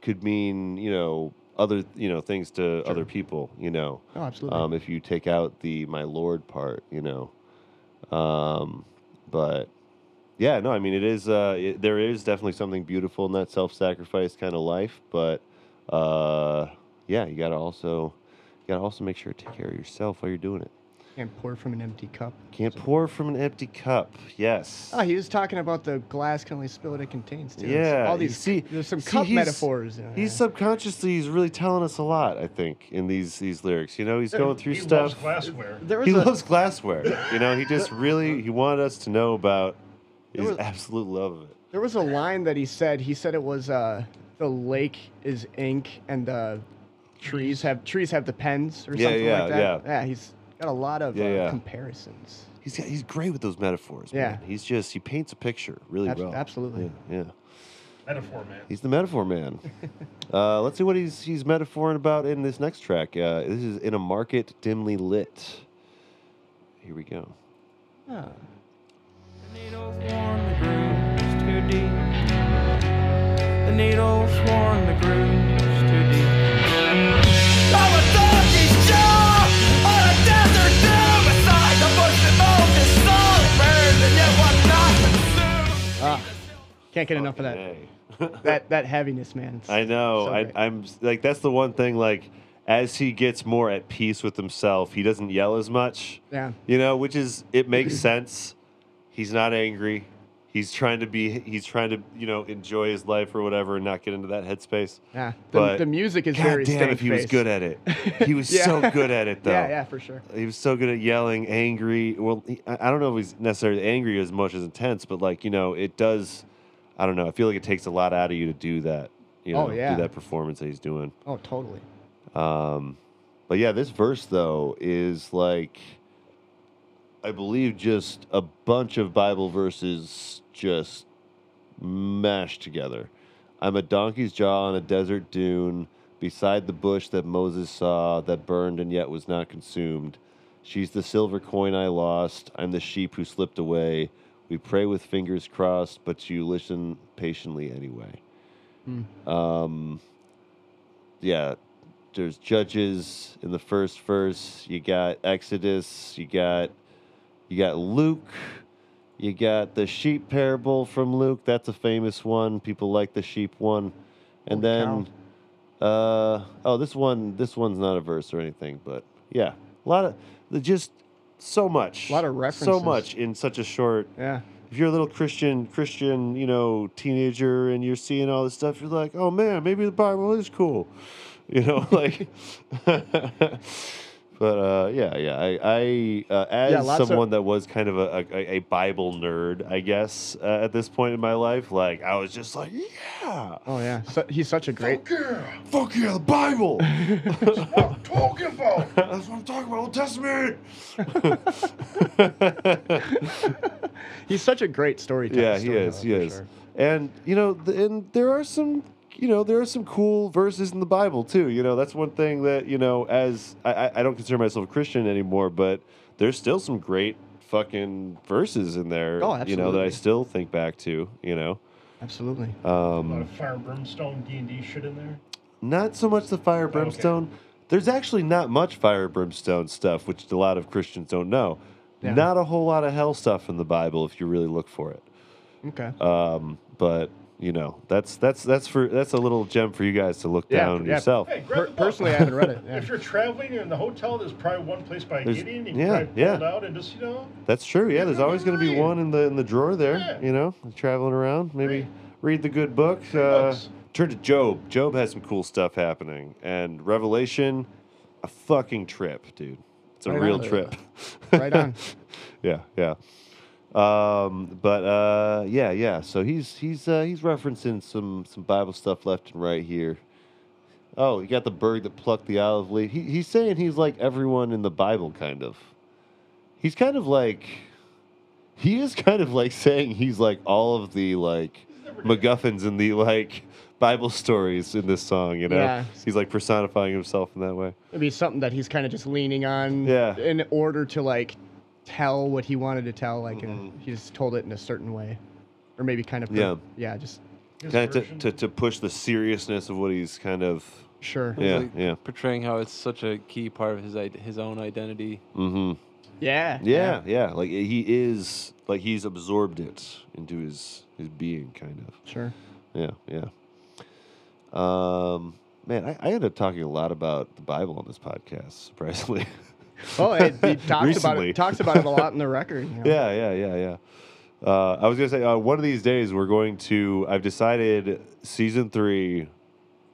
[SPEAKER 1] could mean you know other you know things to other people. You know,
[SPEAKER 5] Oh, absolutely.
[SPEAKER 1] um, if you take out the my lord part, you know. Um, but yeah, no, I mean it is. Uh, it, there is definitely something beautiful in that self-sacrifice kind of life, but uh, yeah, you gotta also you gotta also make sure to take care of yourself while you're doing it.
[SPEAKER 5] Can't pour from an empty cup.
[SPEAKER 1] Can't pour from an empty cup. Yes.
[SPEAKER 5] Oh, he was talking about the glass can only spill what it contains. Too. It's
[SPEAKER 1] Yeah,
[SPEAKER 5] all
[SPEAKER 1] you
[SPEAKER 5] these.
[SPEAKER 1] see-
[SPEAKER 5] there's some
[SPEAKER 1] see,
[SPEAKER 5] cup
[SPEAKER 1] he's-
[SPEAKER 5] metaphors. in
[SPEAKER 1] He's
[SPEAKER 5] there.
[SPEAKER 1] subconsciously he's really telling us a lot, I think, in these these lyrics. You know, he's going through
[SPEAKER 4] he
[SPEAKER 1] stuff.
[SPEAKER 4] Loves glassware.
[SPEAKER 5] there was
[SPEAKER 1] he
[SPEAKER 5] a,
[SPEAKER 1] loves glassware. You know, he just really he wanted us to know about
[SPEAKER 5] There
[SPEAKER 1] his
[SPEAKER 5] was-
[SPEAKER 1] absolute love of it.
[SPEAKER 5] There was a line that he said. He said it was uh, the lake is ink and the trees have trees have the pens or
[SPEAKER 1] Yeah,
[SPEAKER 5] something
[SPEAKER 1] yeah,
[SPEAKER 5] like that.
[SPEAKER 1] yeah.
[SPEAKER 5] he's got a lot of
[SPEAKER 1] Yeah,
[SPEAKER 5] uh,
[SPEAKER 1] yeah.
[SPEAKER 5] comparisons.
[SPEAKER 1] He's got, he's great with those metaphors.
[SPEAKER 5] Yeah.
[SPEAKER 1] man. he's just he paints a picture really
[SPEAKER 5] Abs-
[SPEAKER 1] well.
[SPEAKER 5] absolutely.
[SPEAKER 1] Yeah, yeah.
[SPEAKER 4] Metaphor, man.
[SPEAKER 1] he's the metaphor
[SPEAKER 5] <laughs>
[SPEAKER 1] man. uh, let's see what he's he's metaphoring about in this next track. Uh, this is in a market dimly lit. Here we go.
[SPEAKER 5] Ah.
[SPEAKER 6] The needles warn the grooves too deep. The needles warn the grooves too deep. I'm a donkey's jaw on a desert dune beside the bush that mows his soul. It burns and yet was not consumed.
[SPEAKER 5] Ah. Can't get enough of that.
[SPEAKER 1] Fucking A.
[SPEAKER 5] That that heaviness, man. It's-
[SPEAKER 1] I know.
[SPEAKER 5] so
[SPEAKER 1] I,
[SPEAKER 5] great.
[SPEAKER 1] I'm s- like that's the one thing. Like as he gets more at peace with himself, he doesn't yell as much.
[SPEAKER 5] Yeah.
[SPEAKER 1] You know, which is it makes <clears throat> sense. He's not angry. He's trying to be. He's trying to you know enjoy his life or whatever, and not get into that headspace.
[SPEAKER 5] Yeah. The,
[SPEAKER 1] But
[SPEAKER 5] the music is
[SPEAKER 1] God
[SPEAKER 5] very.
[SPEAKER 1] damn, if he was good at it,
[SPEAKER 5] <laughs>
[SPEAKER 1] he was
[SPEAKER 5] Yeah.
[SPEAKER 1] so good at it though.
[SPEAKER 5] Yeah, yeah, for sure.
[SPEAKER 1] He was so good at yelling, angry. Well, he, I I don't know if he's necessarily angry as much as intense, but like you know, it does. I don't know. I feel like it takes a lot out of you to do that. You know,
[SPEAKER 5] Oh, yeah.
[SPEAKER 1] do that performance that he's doing.
[SPEAKER 5] Oh, totally.
[SPEAKER 1] Um, but yeah, this verse though is like, I believe, just a bunch of Bible verses just mashed together. I'm a donkey's jaw on a desert dune beside the bush that Moses saw that burned and yet was not consumed. She's the silver coin I lost. I'm the sheep who slipped away. We pray with fingers crossed, but you listen patiently anyway. Um, yeah, there's Judges in the first verse. You got Exodus. You got you got Luke. You got the sheep parable from Luke. That's a famous one. People like the sheep one. And then, uh, oh, this one this one's not a verse or anything, but yeah, a lot of the- just so much,
[SPEAKER 5] Lot of
[SPEAKER 1] so
[SPEAKER 5] references.
[SPEAKER 1] much in such a short
[SPEAKER 5] Yeah.
[SPEAKER 1] if you're a little Christian, Christian, you know, teenager, and you're seeing all this stuff, you're like, oh man, maybe the Bible is cool, <laughs> you know, like. <laughs> but uh, yeah, yeah, I, I uh, as
[SPEAKER 5] Yeah, lots of-
[SPEAKER 1] someone that was kind of a, a, a Bible nerd, I guess, uh, at this point in my life, like I was just like, yeah,
[SPEAKER 5] Oh yeah. So, he's such a great.
[SPEAKER 4] Girl,
[SPEAKER 1] fuck yeah, the Bible. <laughs>
[SPEAKER 4] what I'm talking about.
[SPEAKER 1] That's what I'm talking about, Old Testament.
[SPEAKER 5] He's such a great storyteller.
[SPEAKER 1] Yeah, he is. He is. And you know, th- and there are some you know, there are some cool verses in the Bible too. You know, that's one thing that you know, as I, I- I don't consider myself a Christian anymore, but there's still some great fucking verses in there.
[SPEAKER 5] Oh,
[SPEAKER 1] You know that I
[SPEAKER 5] absolutely.
[SPEAKER 1] still think back to. You know,
[SPEAKER 5] Absolutely.
[SPEAKER 4] A lot
[SPEAKER 1] um,
[SPEAKER 4] of fire brimstone D and D shit in there.
[SPEAKER 1] not so much the fire brimstone. There's actually not much fire brimstone stuff, which a lot of Christians don't know.
[SPEAKER 5] Yeah.
[SPEAKER 1] Not a whole lot of hell stuff in the Bible if you really look for it.
[SPEAKER 5] Okay.
[SPEAKER 1] Um, but you know, that's that's that's for that's a little gem for you guys to look
[SPEAKER 5] Yeah,
[SPEAKER 1] down
[SPEAKER 5] yeah.
[SPEAKER 1] yourself.
[SPEAKER 4] Hey, grab
[SPEAKER 5] Per-
[SPEAKER 4] the book.
[SPEAKER 5] personally, I haven't
[SPEAKER 4] <laughs>
[SPEAKER 5] read it. Yeah.
[SPEAKER 4] If you're traveling, you're in the hotel. There's probably one place by
[SPEAKER 1] There's-
[SPEAKER 4] Gideon. You
[SPEAKER 1] yeah,
[SPEAKER 4] yeah, probably
[SPEAKER 1] yeah.
[SPEAKER 4] pull it out and just you know.
[SPEAKER 1] That's true. Yeah, there's always going to be
[SPEAKER 4] Read.
[SPEAKER 1] one in the in the drawer there.
[SPEAKER 4] Yeah.
[SPEAKER 1] You know, traveling around, maybe read,
[SPEAKER 4] Read.
[SPEAKER 1] the good book.
[SPEAKER 4] Good
[SPEAKER 1] Uh,
[SPEAKER 4] books.
[SPEAKER 1] turn to Job. Job has some cool stuff happening, and Revelation, a fucking trip, dude. It's a
[SPEAKER 5] Right
[SPEAKER 1] real
[SPEAKER 3] on.
[SPEAKER 1] trip.
[SPEAKER 5] Right on.
[SPEAKER 1] yeah, yeah. Um, but uh, yeah, yeah. So he's he's uh, he's referencing some some Bible stuff left and right here. Oh, you got the bird that plucked the olive leaf. He, he's saying he's like everyone in the Bible, kind of. He's kind of like, he is kind of like saying he's like all of the like MacGuffins in the like Bible stories in this song. You know,
[SPEAKER 5] Yeah.
[SPEAKER 1] he's like personifying himself in that way.
[SPEAKER 5] It'd be something that he's kind of just leaning on
[SPEAKER 1] Yeah.
[SPEAKER 5] in order to like tell what he wanted to tell. Like in he just told it in a certain way, or maybe kind of per-
[SPEAKER 1] Mm-hmm. Yeah.
[SPEAKER 5] yeah, just
[SPEAKER 4] his
[SPEAKER 1] Kind of to,
[SPEAKER 4] version.
[SPEAKER 1] to, to push the seriousness of what he's kind of.
[SPEAKER 5] sure.
[SPEAKER 1] Yeah,
[SPEAKER 3] like
[SPEAKER 1] yeah.
[SPEAKER 3] Portraying how it's such a key part of his id- his own identity.
[SPEAKER 1] Mm-hmm.
[SPEAKER 5] yeah,
[SPEAKER 1] Yeah, yeah, Like he is, like he's absorbed it into his his being, kind of.
[SPEAKER 5] sure.
[SPEAKER 1] Yeah, yeah. Um, man, I, I end up talking a lot about the Bible on this podcast, surprisingly. <laughs>
[SPEAKER 5] Oh, it, he talks about
[SPEAKER 1] Recently.
[SPEAKER 5] it. Talks about it a lot in the
[SPEAKER 1] <laughs>
[SPEAKER 5] record. you know.
[SPEAKER 1] yeah, yeah, yeah, yeah. Uh, I was gonna say uh, one of these days we're going to. I've decided season three,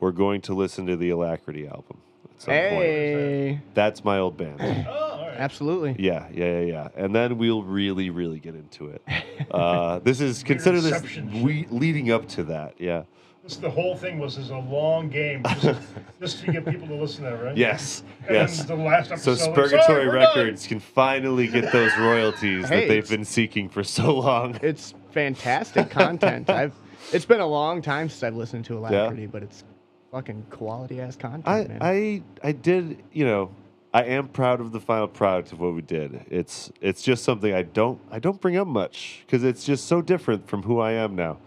[SPEAKER 1] we're going to listen to the Alacrity album. At some point.
[SPEAKER 5] Hey,
[SPEAKER 1] that's my old band.
[SPEAKER 4] Oh, all right.
[SPEAKER 5] absolutely.
[SPEAKER 1] Yeah, yeah, yeah, yeah. And then we'll really, really get into it.
[SPEAKER 4] <laughs>
[SPEAKER 1] Uh, this is consider this
[SPEAKER 4] Inception.
[SPEAKER 1] we, leading up to that. Yeah.
[SPEAKER 4] This, the whole thing was is a long game just,
[SPEAKER 1] <laughs>
[SPEAKER 4] just to get people to listen to that, right?
[SPEAKER 1] Yes.
[SPEAKER 4] And
[SPEAKER 1] Yes.
[SPEAKER 4] then the last
[SPEAKER 1] So
[SPEAKER 4] episode. like,
[SPEAKER 1] Spurgatory
[SPEAKER 4] "Sorry, we're done."
[SPEAKER 1] Records can finally get those royalties that
[SPEAKER 5] Hey,
[SPEAKER 1] they've
[SPEAKER 5] it's-
[SPEAKER 1] been seeking for so long.
[SPEAKER 5] It's fantastic content. I've it's been a long time since I've listened to Alacrity, but it's fucking quality ass content,
[SPEAKER 1] I,
[SPEAKER 5] man.
[SPEAKER 1] I, I did. You know, I am proud of the final product of what we did. It's, it's just something I don't, I don't bring up much because it's just so different from who I am now.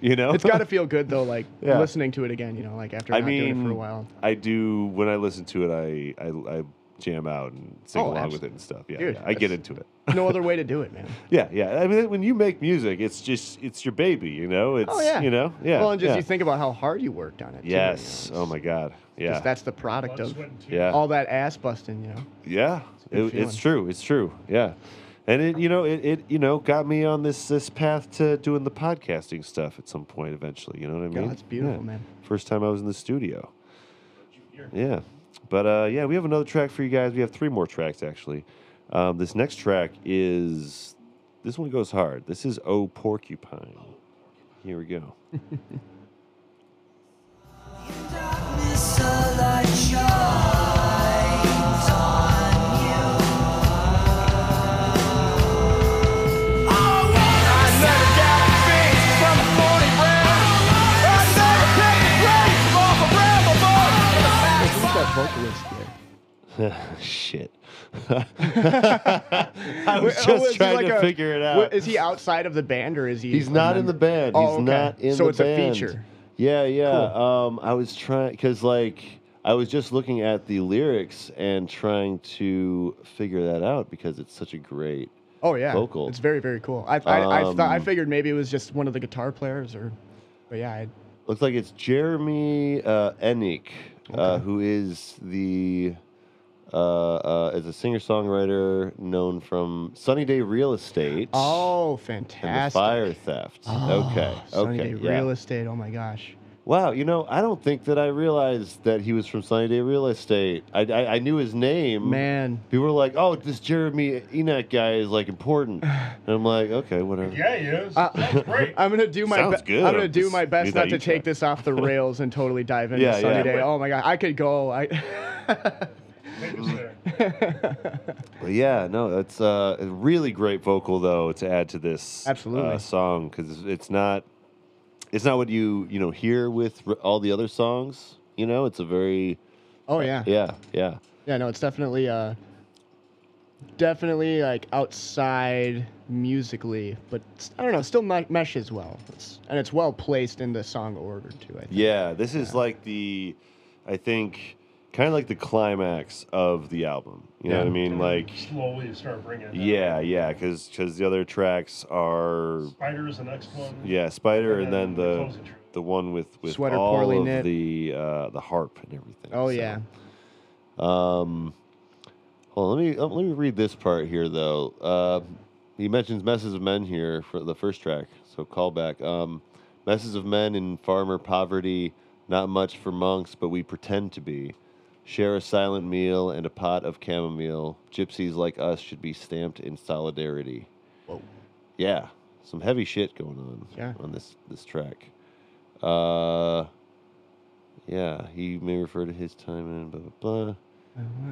[SPEAKER 1] You know,
[SPEAKER 5] it's got to feel good though, like
[SPEAKER 1] <laughs> Yeah.
[SPEAKER 5] listening to it again. You know, like after
[SPEAKER 1] I
[SPEAKER 5] not doing it for a
[SPEAKER 1] mean,
[SPEAKER 5] while.
[SPEAKER 1] I do when I listen to it. I I, I jam out and sing
[SPEAKER 5] Oh,
[SPEAKER 1] along
[SPEAKER 5] abso-
[SPEAKER 1] with it and stuff. Yeah,
[SPEAKER 5] Dude,
[SPEAKER 1] yeah, I get
[SPEAKER 5] that's-
[SPEAKER 1] into it.
[SPEAKER 5] No other way to
[SPEAKER 1] <laughs>
[SPEAKER 5] do it, man.
[SPEAKER 1] Yeah, yeah. I mean, when you make music, it's just it's your baby. You know, it's
[SPEAKER 5] Oh yeah,
[SPEAKER 1] you know, yeah.
[SPEAKER 5] Well, and just
[SPEAKER 1] yeah.
[SPEAKER 5] you think about how hard you worked on it. too, you know,
[SPEAKER 1] yes.
[SPEAKER 5] it's-
[SPEAKER 1] oh my God. Yeah.
[SPEAKER 5] 'cause that's the
[SPEAKER 4] Blood,
[SPEAKER 5] product of
[SPEAKER 4] sweat, and tears.
[SPEAKER 1] yeah.
[SPEAKER 5] all that ass busting. You know,
[SPEAKER 1] Yeah,
[SPEAKER 5] a good
[SPEAKER 1] it, it's
[SPEAKER 5] feeling.
[SPEAKER 1] true. It's true. Yeah, and it you know it, it you know got me on this this path to doing the podcasting stuff at some point eventually. You know what I mean?
[SPEAKER 5] God, it's beautiful,
[SPEAKER 1] Yeah.
[SPEAKER 5] man.
[SPEAKER 1] First time I was in the studio. Yeah, but uh, yeah, we have another track for you guys. We have three more tracks actually. Um, this next track is this one goes hard. This is "Oh Porcupine." Here we go. <laughs>
[SPEAKER 5] who's that vocalist there?
[SPEAKER 1] Shit. <laughs> I was
[SPEAKER 5] Wait, oh, is
[SPEAKER 1] just
[SPEAKER 5] he
[SPEAKER 1] trying
[SPEAKER 5] like
[SPEAKER 1] to
[SPEAKER 5] a-
[SPEAKER 1] figure it out.
[SPEAKER 5] Wha- Is he outside of the band or is he?
[SPEAKER 1] He's
[SPEAKER 5] a
[SPEAKER 1] not in the
[SPEAKER 5] member?
[SPEAKER 1] band. He's
[SPEAKER 5] Oh, okay.
[SPEAKER 1] not in
[SPEAKER 5] So
[SPEAKER 1] the
[SPEAKER 5] it's a
[SPEAKER 1] band.
[SPEAKER 5] feature.
[SPEAKER 1] Yeah, yeah. Um, I was trying because like I was just looking at the lyrics and trying to figure that out because it's such a great.
[SPEAKER 5] Oh yeah,
[SPEAKER 1] vocal.
[SPEAKER 5] It's very very cool. I I, I, thought, I
[SPEAKER 1] Um,
[SPEAKER 5] figured maybe it was just one of the guitar players or, but yeah, I,
[SPEAKER 1] Looks like it's Jeremy uh, Enick, uh, who is the uh, uh, is a singer songwriter known from Sunny Day Real Estate.
[SPEAKER 5] oh
[SPEAKER 1] And the
[SPEAKER 5] fantastic. Oh,
[SPEAKER 1] fire theft. okay. Okay.
[SPEAKER 5] Sunny Day
[SPEAKER 1] yeah.
[SPEAKER 5] Real Estate. Oh my gosh.
[SPEAKER 1] Wow, you know, I don't think that I realized that he was from Sunny Day Real Estate. I, I, I knew his name.
[SPEAKER 5] Man,
[SPEAKER 1] People were like, oh, this Jeremy Enoch guy is like
[SPEAKER 5] <sighs>
[SPEAKER 1] important. And I'm like, okay, whatever.
[SPEAKER 4] Yeah, he is.
[SPEAKER 5] Uh,
[SPEAKER 4] That's great.
[SPEAKER 5] <laughs> I'm gonna do my
[SPEAKER 1] Sounds
[SPEAKER 5] be-
[SPEAKER 1] good.
[SPEAKER 5] I'm gonna
[SPEAKER 1] I'm
[SPEAKER 5] do
[SPEAKER 1] just-
[SPEAKER 5] my best
[SPEAKER 1] here's how
[SPEAKER 5] not
[SPEAKER 1] you
[SPEAKER 5] to take
[SPEAKER 1] try.
[SPEAKER 5] this
[SPEAKER 1] <laughs>
[SPEAKER 5] off the rails and totally dive into
[SPEAKER 1] Yeah,
[SPEAKER 5] Sunny
[SPEAKER 1] yeah.
[SPEAKER 5] Day. Oh my god, I could go. I <laughs>
[SPEAKER 4] Take us there.
[SPEAKER 1] But yeah, no, that's uh, a really great vocal, though, to add to this
[SPEAKER 5] Absolutely.
[SPEAKER 1] Uh, song because it's not. it's not what you you know hear with r- all the other songs. You know, it's a very
[SPEAKER 5] Oh yeah.
[SPEAKER 1] yeah yeah
[SPEAKER 5] Yeah, no, it's definitely uh definitely like outside musically, but it's, I don't know, it still me- meshes well. It's, and it's well placed in the song order too, I think.
[SPEAKER 1] yeah. This is like the I think kind of like the climax of the album. You know what I
[SPEAKER 5] Yeah.
[SPEAKER 1] mean? <laughs> Like
[SPEAKER 4] slowly start bringing. it down.
[SPEAKER 1] yeah yeah because because the other tracks are
[SPEAKER 4] Spider's the next one.
[SPEAKER 1] yeah Spider and then
[SPEAKER 4] And then
[SPEAKER 1] the
[SPEAKER 4] Close the Tree.
[SPEAKER 1] the one with with
[SPEAKER 5] Sweater
[SPEAKER 1] all
[SPEAKER 5] Poorly
[SPEAKER 1] of
[SPEAKER 5] Knit.
[SPEAKER 1] the uh, the harp and everything.
[SPEAKER 5] Oh
[SPEAKER 1] so.
[SPEAKER 5] yeah.
[SPEAKER 1] Um, hold on, let me uh, let me read this part here though. Uh, he mentions "Messes of Men" here for the first track, so callback. Um, "Messes of Men" in farmer poverty, not much for monks, but we pretend to be. Share a silent meal and a pot of chamomile. Gypsies like us should be stamped in solidarity.
[SPEAKER 5] Whoa.
[SPEAKER 1] Yeah, some heavy shit going on
[SPEAKER 5] Yeah.
[SPEAKER 1] on this this track. Uh, yeah, he may refer to his time and blah blah blah.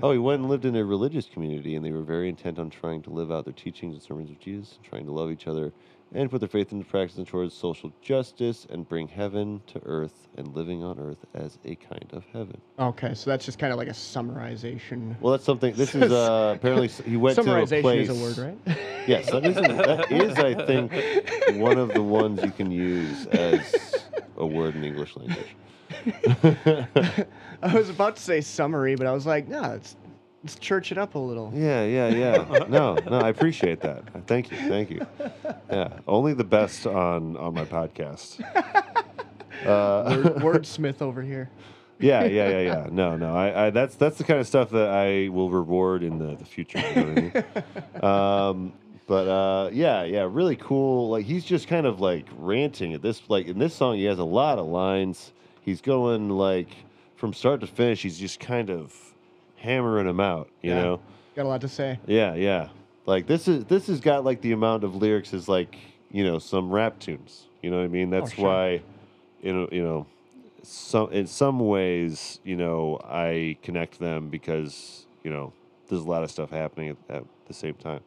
[SPEAKER 1] Oh, he went and lived in a religious community, and they were very intent on trying to live out their teachings and sermons of Jesus, and trying to love each other, and put their faith into practice and towards social justice, and bring heaven to earth, and living on earth as a kind of heaven.
[SPEAKER 5] Okay, so that's just kind of like a summarization.
[SPEAKER 1] Well, that's something. This is
[SPEAKER 5] <laughs>
[SPEAKER 1] uh, apparently s- he went to a
[SPEAKER 5] summarization
[SPEAKER 1] place.
[SPEAKER 5] is a word, right? <laughs>
[SPEAKER 1] Yes, that is, that is, I think, one of the ones you can use as a word in the English language.
[SPEAKER 5] I was about to say summary, but I was like, no, it's let's church it up a little.
[SPEAKER 1] Yeah, yeah, yeah. No, no, I appreciate that. Thank you, thank you. Yeah, only the best on on my podcast. Uh,
[SPEAKER 5] Word, wordsmith over here.
[SPEAKER 1] yeah, yeah, yeah, yeah. No, no. I, I that's that's the kind of stuff that I will reward in the the future. You know what I mean? um, but uh, yeah, yeah, really cool. Like he's just kind of like ranting at this. Like in this song, he has a lot of lines. He's going like from start to finish. He's just kind of hammering them out. You
[SPEAKER 5] Yeah.
[SPEAKER 1] know.
[SPEAKER 5] Got a lot to say.
[SPEAKER 1] Yeah, yeah. Like this is this has got like the amount of lyrics is like you know some rap tunes. You know what I mean? That's
[SPEAKER 5] Oh, sure.
[SPEAKER 1] why, you know, you know, some in some ways, you know, I connect them because you know there's a lot of stuff happening at, at the same time.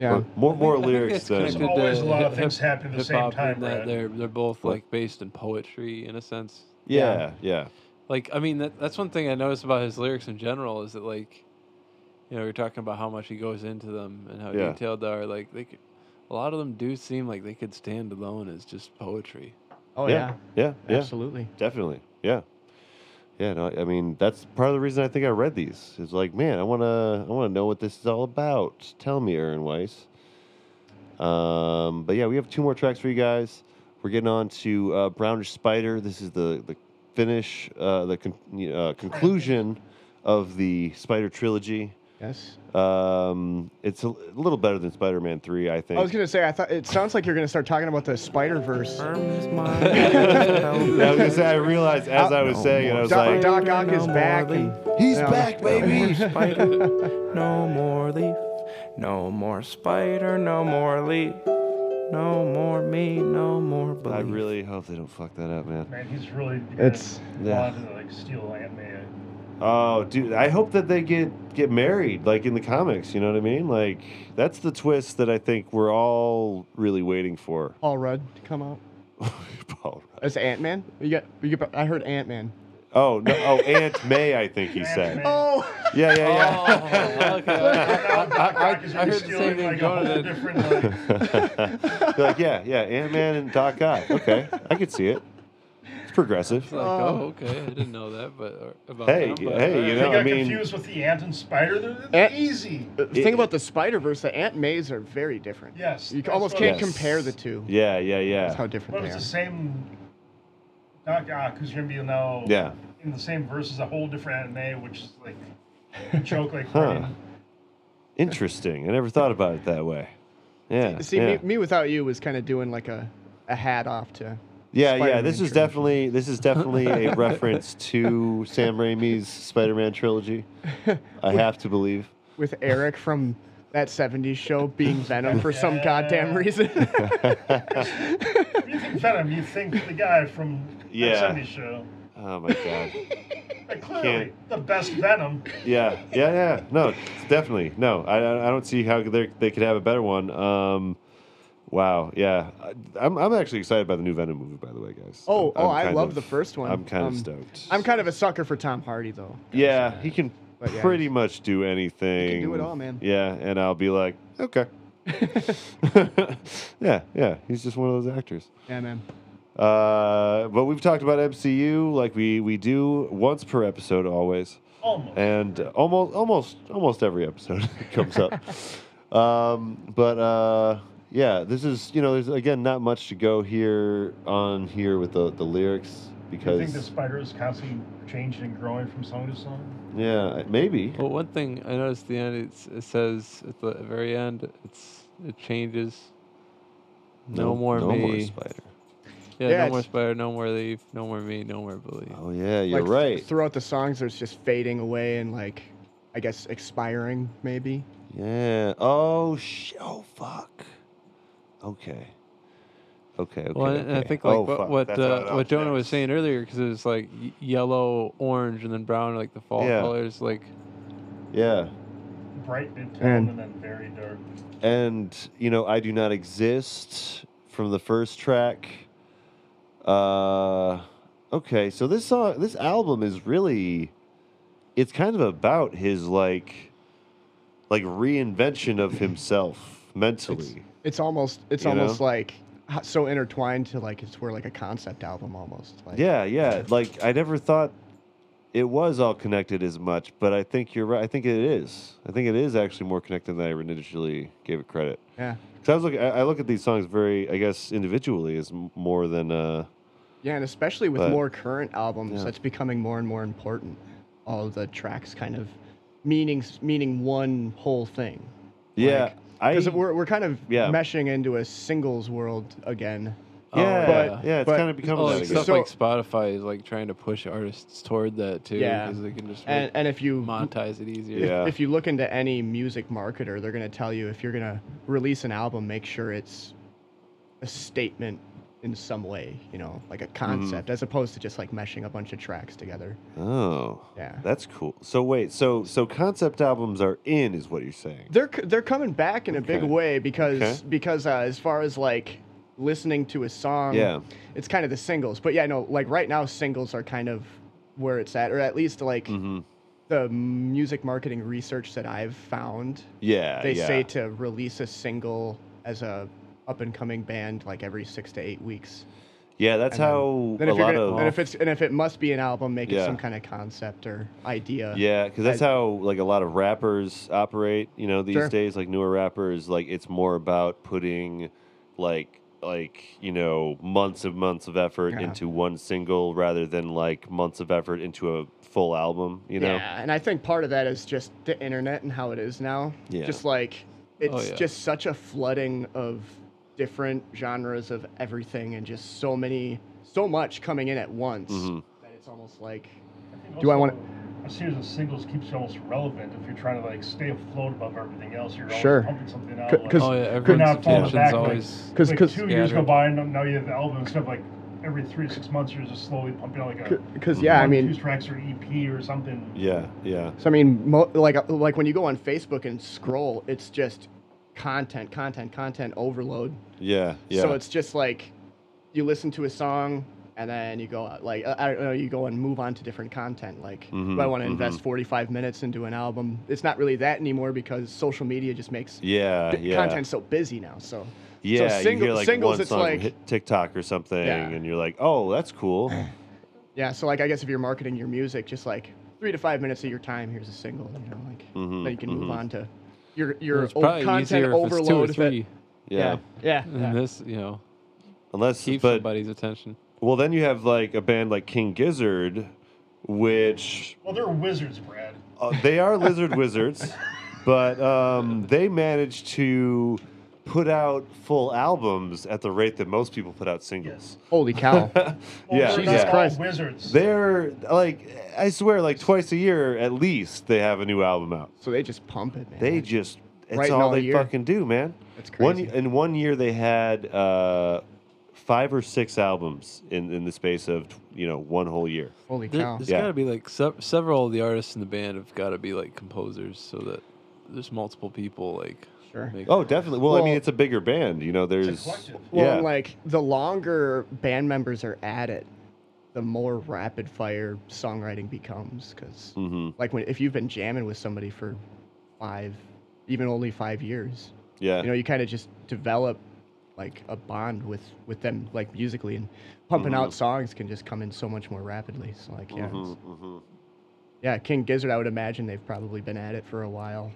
[SPEAKER 5] Yeah.
[SPEAKER 1] Or more more
[SPEAKER 3] I think
[SPEAKER 1] lyrics
[SPEAKER 3] that's
[SPEAKER 1] than
[SPEAKER 3] connected
[SPEAKER 4] Always
[SPEAKER 3] to
[SPEAKER 4] a lot of
[SPEAKER 3] hip-
[SPEAKER 4] things
[SPEAKER 3] hip-
[SPEAKER 4] happen at the same
[SPEAKER 3] hip-hop in
[SPEAKER 4] time,
[SPEAKER 3] that
[SPEAKER 4] Brad.
[SPEAKER 3] They're they're both like based in poetry in a sense.
[SPEAKER 1] yeah, yeah,
[SPEAKER 3] Like I mean that, that's one thing I noticed about his lyrics in general is that like, you know, we are talking about how much he goes into them and how
[SPEAKER 1] Yeah.
[SPEAKER 3] detailed they are. Like they, could, a lot of them do seem like they could stand alone as just poetry.
[SPEAKER 5] Oh
[SPEAKER 1] yeah,
[SPEAKER 5] yeah.
[SPEAKER 1] yeah, yeah,
[SPEAKER 5] Absolutely.
[SPEAKER 1] definitely, yeah. Yeah, no, I mean that's part of the reason I think I read these. Is like, man, I wanna, I wanna know what this is all about. Tell me, Aaron Weiss. Um, but yeah, we have two more tracks for you guys. We're getting on to uh, Brownish Spider. This is the the finish, uh, the con- uh, conclusion of the Spider trilogy.
[SPEAKER 5] Yes.
[SPEAKER 1] Um, it's a little better than Spider Man Three, I think.
[SPEAKER 5] I was gonna say, I thought it sounds like you're gonna start talking about the Spider Verse.
[SPEAKER 1] <laughs> Yeah, <laughs> I was gonna say, I realized
[SPEAKER 5] <laughs>
[SPEAKER 1] as I was saying it, I was
[SPEAKER 5] Doc,
[SPEAKER 1] like,
[SPEAKER 5] Doc Ock is back. and-
[SPEAKER 1] he's
[SPEAKER 5] Yeah.
[SPEAKER 1] back, baby.
[SPEAKER 7] spider, no more leaf, no more spider, no more leaf, no more me, no more belief.
[SPEAKER 1] I really hope they don't fuck that up, man.
[SPEAKER 4] Man, he's really. gonna
[SPEAKER 5] It's-
[SPEAKER 1] Yeah.
[SPEAKER 4] wanted to like steal Aunt May.
[SPEAKER 1] Oh, dude, I hope that they get get married like in the comics. You know what I mean? Like that's the twist that I think we're all really waiting for. <laughs>
[SPEAKER 5] Paul Rudd to come out.
[SPEAKER 1] Paul Rudd.
[SPEAKER 5] That's Ant Man. You got, you got. I heard Ant Man.
[SPEAKER 1] Oh no!
[SPEAKER 4] <laughs>
[SPEAKER 1] Oh, Aunt May, I think he
[SPEAKER 4] Aunt
[SPEAKER 1] said.
[SPEAKER 4] May.
[SPEAKER 5] Oh,
[SPEAKER 1] Yeah, yeah,
[SPEAKER 4] <laughs>
[SPEAKER 1] yeah.
[SPEAKER 3] Oh, okay.
[SPEAKER 4] I,
[SPEAKER 3] <laughs> I heard the same thing
[SPEAKER 4] like, a
[SPEAKER 3] going
[SPEAKER 4] whole
[SPEAKER 3] in.
[SPEAKER 1] <laughs>
[SPEAKER 4] different, like,
[SPEAKER 1] They're like, yeah, yeah, Ant Man and Doc Ock. Okay, I could see it. It's progressive.
[SPEAKER 3] It's like, oh, okay. I didn't know that, but or- about
[SPEAKER 1] Hey,
[SPEAKER 3] them, but,
[SPEAKER 1] hey,
[SPEAKER 3] all
[SPEAKER 1] you
[SPEAKER 4] they
[SPEAKER 1] know-
[SPEAKER 4] got
[SPEAKER 1] I mean-
[SPEAKER 4] confused with the ant and spider. They're, they're
[SPEAKER 5] Ant-
[SPEAKER 4] easy.
[SPEAKER 5] <laughs> the thing about the Spider Verse, the Aunt Mays are very different.
[SPEAKER 4] Yes,
[SPEAKER 5] You
[SPEAKER 4] that's
[SPEAKER 5] almost
[SPEAKER 4] what-
[SPEAKER 5] can't
[SPEAKER 1] Yes.
[SPEAKER 5] compare the two.
[SPEAKER 1] Yeah, yeah,
[SPEAKER 5] That's how
[SPEAKER 1] yeah.
[SPEAKER 5] different
[SPEAKER 4] But
[SPEAKER 5] they
[SPEAKER 4] it's
[SPEAKER 5] are.
[SPEAKER 4] the same. Doc Ock, who's gonna be now
[SPEAKER 1] Yeah.
[SPEAKER 4] in the same verse as a whole different Aunt May, which is
[SPEAKER 1] <laughs>
[SPEAKER 4] like a joke. Like,
[SPEAKER 1] Huh.
[SPEAKER 4] right?
[SPEAKER 1] Interesting. I never thought about it that way. Yeah.
[SPEAKER 5] See,
[SPEAKER 1] yeah.
[SPEAKER 5] me, me without you was kind of doing like a, a hat off to.
[SPEAKER 1] Yeah, yeah.
[SPEAKER 5] Spider-Man
[SPEAKER 1] This is
[SPEAKER 5] trilogy.
[SPEAKER 1] definitely this is definitely
[SPEAKER 5] <laughs>
[SPEAKER 1] a reference to Sam Raimi's Spider-Man trilogy. I have to believe.
[SPEAKER 5] with Eric from that 70s show being Venom for some goddamn reason.
[SPEAKER 1] <laughs>
[SPEAKER 4] When you think Venom, you think the guy from
[SPEAKER 1] Yeah.
[SPEAKER 4] that 70s show.
[SPEAKER 1] Oh my
[SPEAKER 5] <laughs>
[SPEAKER 1] god.
[SPEAKER 4] But clearly,
[SPEAKER 1] Can't-
[SPEAKER 4] the best Venom.
[SPEAKER 1] Yeah, yeah, yeah. No, definitely. No, I I I don't see how they they could have a better one. Um, Wow. Yeah. I- I'm, I'm actually excited by the new Venom movie, by the way, guys. I'm-
[SPEAKER 5] Oh, oh,
[SPEAKER 1] I'm
[SPEAKER 5] I
[SPEAKER 1] kind
[SPEAKER 5] love
[SPEAKER 1] of-
[SPEAKER 5] the first one.
[SPEAKER 1] I'm kind
[SPEAKER 5] Um,
[SPEAKER 1] of stoked.
[SPEAKER 5] I'm kind of a sucker for Tom Hardy though.
[SPEAKER 1] Yeah, he can
[SPEAKER 5] But yeah,
[SPEAKER 1] pretty much do anything.
[SPEAKER 5] do it all, man.
[SPEAKER 1] Yeah, and I'll be like,
[SPEAKER 5] <laughs>
[SPEAKER 1] okay. yeah, yeah. He's just one of those actors.
[SPEAKER 5] Yeah, man.
[SPEAKER 1] Uh, but we've talked about MCU like we we do once per episode always,
[SPEAKER 4] Almost.
[SPEAKER 1] and almost almost almost every episode <laughs> comes
[SPEAKER 5] <laughs>
[SPEAKER 1] up. um, but uh, yeah, this is you know there's again not much to go here on here with the the lyrics
[SPEAKER 4] Do you think the
[SPEAKER 1] because
[SPEAKER 4] spider is constantly changing and growing from song to song?
[SPEAKER 1] yeah maybe
[SPEAKER 3] Well, one thing I noticed at the end it's, it says at the very end it's it changes. No, more
[SPEAKER 1] no
[SPEAKER 3] me.
[SPEAKER 1] more spider.
[SPEAKER 3] Yeah,
[SPEAKER 5] Yeah,
[SPEAKER 3] no more
[SPEAKER 5] it's-
[SPEAKER 3] spider, no more leaf, no more me, no more believe.
[SPEAKER 1] Oh yeah, you're
[SPEAKER 5] like,
[SPEAKER 1] right.
[SPEAKER 5] Throughout the songs, there's just fading away and like, I guess expiring maybe.
[SPEAKER 1] Yeah. Oh sh- Oh fuck. Okay. Okay. Okay.
[SPEAKER 3] Well, and- and I
[SPEAKER 1] okay.
[SPEAKER 3] think like
[SPEAKER 1] Oh,
[SPEAKER 3] what
[SPEAKER 1] fuck,
[SPEAKER 3] what,
[SPEAKER 1] that's how it
[SPEAKER 3] uh, what Jonah was
[SPEAKER 1] updates.
[SPEAKER 3] saying earlier, because it was like y- yellow, orange, and then brown, like the fall
[SPEAKER 1] Yeah.
[SPEAKER 3] colors. Like
[SPEAKER 1] Yeah.
[SPEAKER 4] Bright midtone
[SPEAKER 5] And-
[SPEAKER 4] and, then very dark.
[SPEAKER 1] And you know, I do not exist from the first track. Uh, okay. So this song, this album is really, it's kind of about his like, like reinvention of himself mentally.
[SPEAKER 5] It's almost it's
[SPEAKER 1] You
[SPEAKER 5] almost
[SPEAKER 1] know?
[SPEAKER 5] like h- so intertwined to like it's where like a concept album almost. Like,
[SPEAKER 1] Yeah, yeah. Like I never thought it was all connected as much, but I think you're right. I think it is. I think it is actually more connected than I initially gave it credit.
[SPEAKER 5] Yeah.
[SPEAKER 1] Because I was looking, I, I look at these songs very, I guess, individually as m- more than. Uh,
[SPEAKER 5] Yeah, and especially with
[SPEAKER 1] But-
[SPEAKER 5] more current albums,
[SPEAKER 1] Yeah.
[SPEAKER 5] that's becoming more and more important. All of the tracks kind of meaning meaning one whole thing.
[SPEAKER 1] yeah, I.
[SPEAKER 5] Because we're, we're kind of
[SPEAKER 1] yeah.
[SPEAKER 5] meshing into a singles world again.
[SPEAKER 1] yeah,
[SPEAKER 5] but-
[SPEAKER 1] yeah, it's
[SPEAKER 5] oh, but-
[SPEAKER 1] kind of become
[SPEAKER 3] Oh,
[SPEAKER 1] that
[SPEAKER 3] like
[SPEAKER 1] again.
[SPEAKER 3] stuff
[SPEAKER 5] So-
[SPEAKER 3] like Spotify is like trying to push artists toward that too,
[SPEAKER 5] Yeah.
[SPEAKER 3] because they can just
[SPEAKER 5] And,
[SPEAKER 3] make-
[SPEAKER 5] and if you
[SPEAKER 3] monetize it easier.
[SPEAKER 1] Yeah.
[SPEAKER 5] if you look into any music marketer, they're going to tell you if you're going to release an album, make sure it's a statement in some way, you know, like a
[SPEAKER 1] Mm-hmm.
[SPEAKER 5] concept, as opposed to just like meshing a bunch of tracks together.
[SPEAKER 1] Oh,
[SPEAKER 5] Yeah.
[SPEAKER 1] that's cool. So wait, so so concept albums are in, is what you're saying?
[SPEAKER 5] They're c- they're coming back in a big
[SPEAKER 1] Okay.
[SPEAKER 5] way because
[SPEAKER 1] Okay.
[SPEAKER 5] because uh, as far as like listening to a song,
[SPEAKER 1] Yeah.
[SPEAKER 5] it's kind of the singles. But yeah, no, like right now, singles are kind of where it's at, or at least like
[SPEAKER 1] Mm-hmm.
[SPEAKER 5] the music marketing research that I've found
[SPEAKER 1] Yeah,
[SPEAKER 5] they
[SPEAKER 1] Uh, yeah.
[SPEAKER 5] say to release a single as a up and coming band like every six to eight weeks.
[SPEAKER 1] yeah, that's
[SPEAKER 5] and then-
[SPEAKER 1] how
[SPEAKER 5] Then
[SPEAKER 1] a
[SPEAKER 5] if, you're
[SPEAKER 1] lot
[SPEAKER 5] gonna,
[SPEAKER 1] of
[SPEAKER 5] then if it's and if it must be an album, make
[SPEAKER 1] Yeah.
[SPEAKER 5] it some kind of concept or idea.
[SPEAKER 1] Yeah, because that's
[SPEAKER 5] I-
[SPEAKER 1] how like a lot of rappers operate. You know, these
[SPEAKER 5] Sure.
[SPEAKER 1] days, like newer rappers, like it's more about putting, like like you know months and months of effort
[SPEAKER 5] Yeah.
[SPEAKER 1] into one single rather than like months of effort into a full album. You know.
[SPEAKER 5] Yeah, and I think part of that is just the internet and how it is now.
[SPEAKER 1] Yeah. Oh,
[SPEAKER 5] Just like it's
[SPEAKER 3] yeah.
[SPEAKER 5] just such a flooding of different genres of everything and just so many so much coming in at once
[SPEAKER 1] Mhm.
[SPEAKER 5] that it's almost like
[SPEAKER 4] think
[SPEAKER 5] Do I wanna-
[SPEAKER 4] also A series of singles keeps you almost relevant if you're trying to like stay afloat above everything else. You're always
[SPEAKER 5] Sure.
[SPEAKER 4] pumping something out.
[SPEAKER 5] C-
[SPEAKER 4] like,
[SPEAKER 5] 'cause-
[SPEAKER 3] Oh <laughs> yeah,
[SPEAKER 4] could
[SPEAKER 3] everyone's
[SPEAKER 4] not fall
[SPEAKER 3] attention's
[SPEAKER 4] back. like-
[SPEAKER 3] always.
[SPEAKER 5] Cause-
[SPEAKER 4] like,
[SPEAKER 5] 'cause-
[SPEAKER 4] two years go
[SPEAKER 3] scattered.
[SPEAKER 4] by and now you have the album instead of like every three to six months you're just slowly pumping out
[SPEAKER 5] uh,
[SPEAKER 4] like a
[SPEAKER 1] Mm-hmm.
[SPEAKER 5] because yeah, I
[SPEAKER 4] one,
[SPEAKER 5] mean
[SPEAKER 4] two tracks or EP or something.
[SPEAKER 1] Yeah. Yeah.
[SPEAKER 5] So I mean, mo- like uh, like when you go on Facebook and scroll, it's just content, content, content overload.
[SPEAKER 1] Yeah. Yeah.
[SPEAKER 5] So it's just like you listen to a song and then you go out, like uh, I I don't know, you go and move on to different content. Like
[SPEAKER 1] Mhm,
[SPEAKER 5] if I want to
[SPEAKER 1] mhm.
[SPEAKER 5] invest 45 minutes into an album, it's not really that anymore because social media just makes
[SPEAKER 1] yeah.
[SPEAKER 5] d-
[SPEAKER 1] Yeah.
[SPEAKER 5] content so busy now. So
[SPEAKER 1] Yeah. you
[SPEAKER 5] single-
[SPEAKER 1] hear like
[SPEAKER 5] singles,
[SPEAKER 1] one
[SPEAKER 5] it's
[SPEAKER 1] song from
[SPEAKER 5] like-
[SPEAKER 1] hit TikTok or something,
[SPEAKER 5] Yeah.
[SPEAKER 1] and you're like, oh, that's
[SPEAKER 5] <clears throat>
[SPEAKER 1] cool.
[SPEAKER 5] yeah, so like I guess if you're marketing your music, just like three to five minutes of your time, here's a single. You know, like
[SPEAKER 1] Mhm,
[SPEAKER 5] then you can
[SPEAKER 1] mhm.
[SPEAKER 5] move on to your your
[SPEAKER 3] It's
[SPEAKER 5] o-
[SPEAKER 3] probably
[SPEAKER 5] content
[SPEAKER 3] easier if it's two or
[SPEAKER 5] overload. that-
[SPEAKER 3] three.
[SPEAKER 1] yeah.
[SPEAKER 5] yeah,
[SPEAKER 3] And
[SPEAKER 5] yeah.
[SPEAKER 3] this, you know,
[SPEAKER 1] Unless,
[SPEAKER 3] keeps
[SPEAKER 1] but
[SPEAKER 3] somebody's attention.
[SPEAKER 1] well, then you have like a band like King Gizzard, which
[SPEAKER 4] Well, they're wizards, Brad.
[SPEAKER 1] Uh, they are lizard wizards, but um, they manage to put out full albums at the rate that most people put out singles.
[SPEAKER 5] <laughs>
[SPEAKER 1] <laughs>
[SPEAKER 5] Holy cow.
[SPEAKER 4] Well,
[SPEAKER 1] yeah,
[SPEAKER 4] they're
[SPEAKER 5] Oh, Jesus
[SPEAKER 4] not
[SPEAKER 1] yeah.
[SPEAKER 4] all
[SPEAKER 5] Christ.
[SPEAKER 4] Wizards.
[SPEAKER 1] They're like, I swear, like twice a year at least, they have a new album out.
[SPEAKER 5] so they just pump it, man.
[SPEAKER 1] They just, it's
[SPEAKER 5] Writing
[SPEAKER 1] all
[SPEAKER 5] all
[SPEAKER 1] they
[SPEAKER 5] year.
[SPEAKER 1] fucking do, man.
[SPEAKER 5] That's
[SPEAKER 1] One
[SPEAKER 5] crazy.
[SPEAKER 1] in one year they had uh, five or six albums in in the space of you know one whole year.
[SPEAKER 5] Holy
[SPEAKER 3] There,
[SPEAKER 5] cow.
[SPEAKER 3] has
[SPEAKER 1] Yeah.
[SPEAKER 3] got to be like sev- several of the artists in the band have got to be like composers, so that there's multiple people like
[SPEAKER 5] Sure.
[SPEAKER 3] Make
[SPEAKER 1] Oh, definitely. Well, I mean,
[SPEAKER 5] Well-
[SPEAKER 1] it's a bigger band. You know, there's
[SPEAKER 4] collective.
[SPEAKER 5] Well,
[SPEAKER 1] yeah,
[SPEAKER 5] and, like the longer band members are at it, the more rapid fire songwriting becomes. Because
[SPEAKER 1] Mhm.
[SPEAKER 5] like when if you've been jamming with somebody for five, even only five years,
[SPEAKER 1] yeah,
[SPEAKER 5] you know, you kind of just develop like a bond with with them like musically and pumping
[SPEAKER 1] Mm-hmm.
[SPEAKER 5] out songs can just come in so much more rapidly so like yeah it's-
[SPEAKER 1] Mm-hmm.
[SPEAKER 5] yeah king gizzard i would imagine they've probably been at it for a while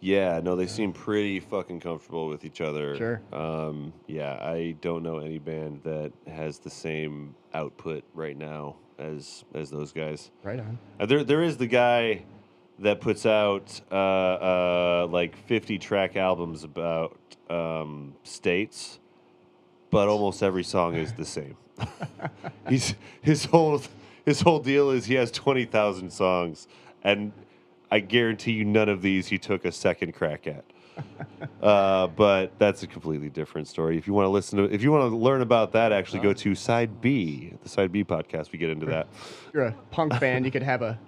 [SPEAKER 1] yeah. No, they seem pretty fucking comfortable with each other.
[SPEAKER 5] Sure.
[SPEAKER 1] Um, yeah, I don't know any band that has the same output right now as as those guys.
[SPEAKER 5] right on
[SPEAKER 1] Uh, There, there is the guy that puts out uh, uh, like fifty track albums about um, states, but almost every song is the same. <laughs> He's his whole his whole deal is he has twenty thousand songs, and I guarantee you none of these he took a second crack at. <laughs> Uh, but that's a completely different story. If you want to listen to, if you want to learn about that, actually go to Side B, the Side B podcast. We get into that.
[SPEAKER 5] If you're a punk band you could have a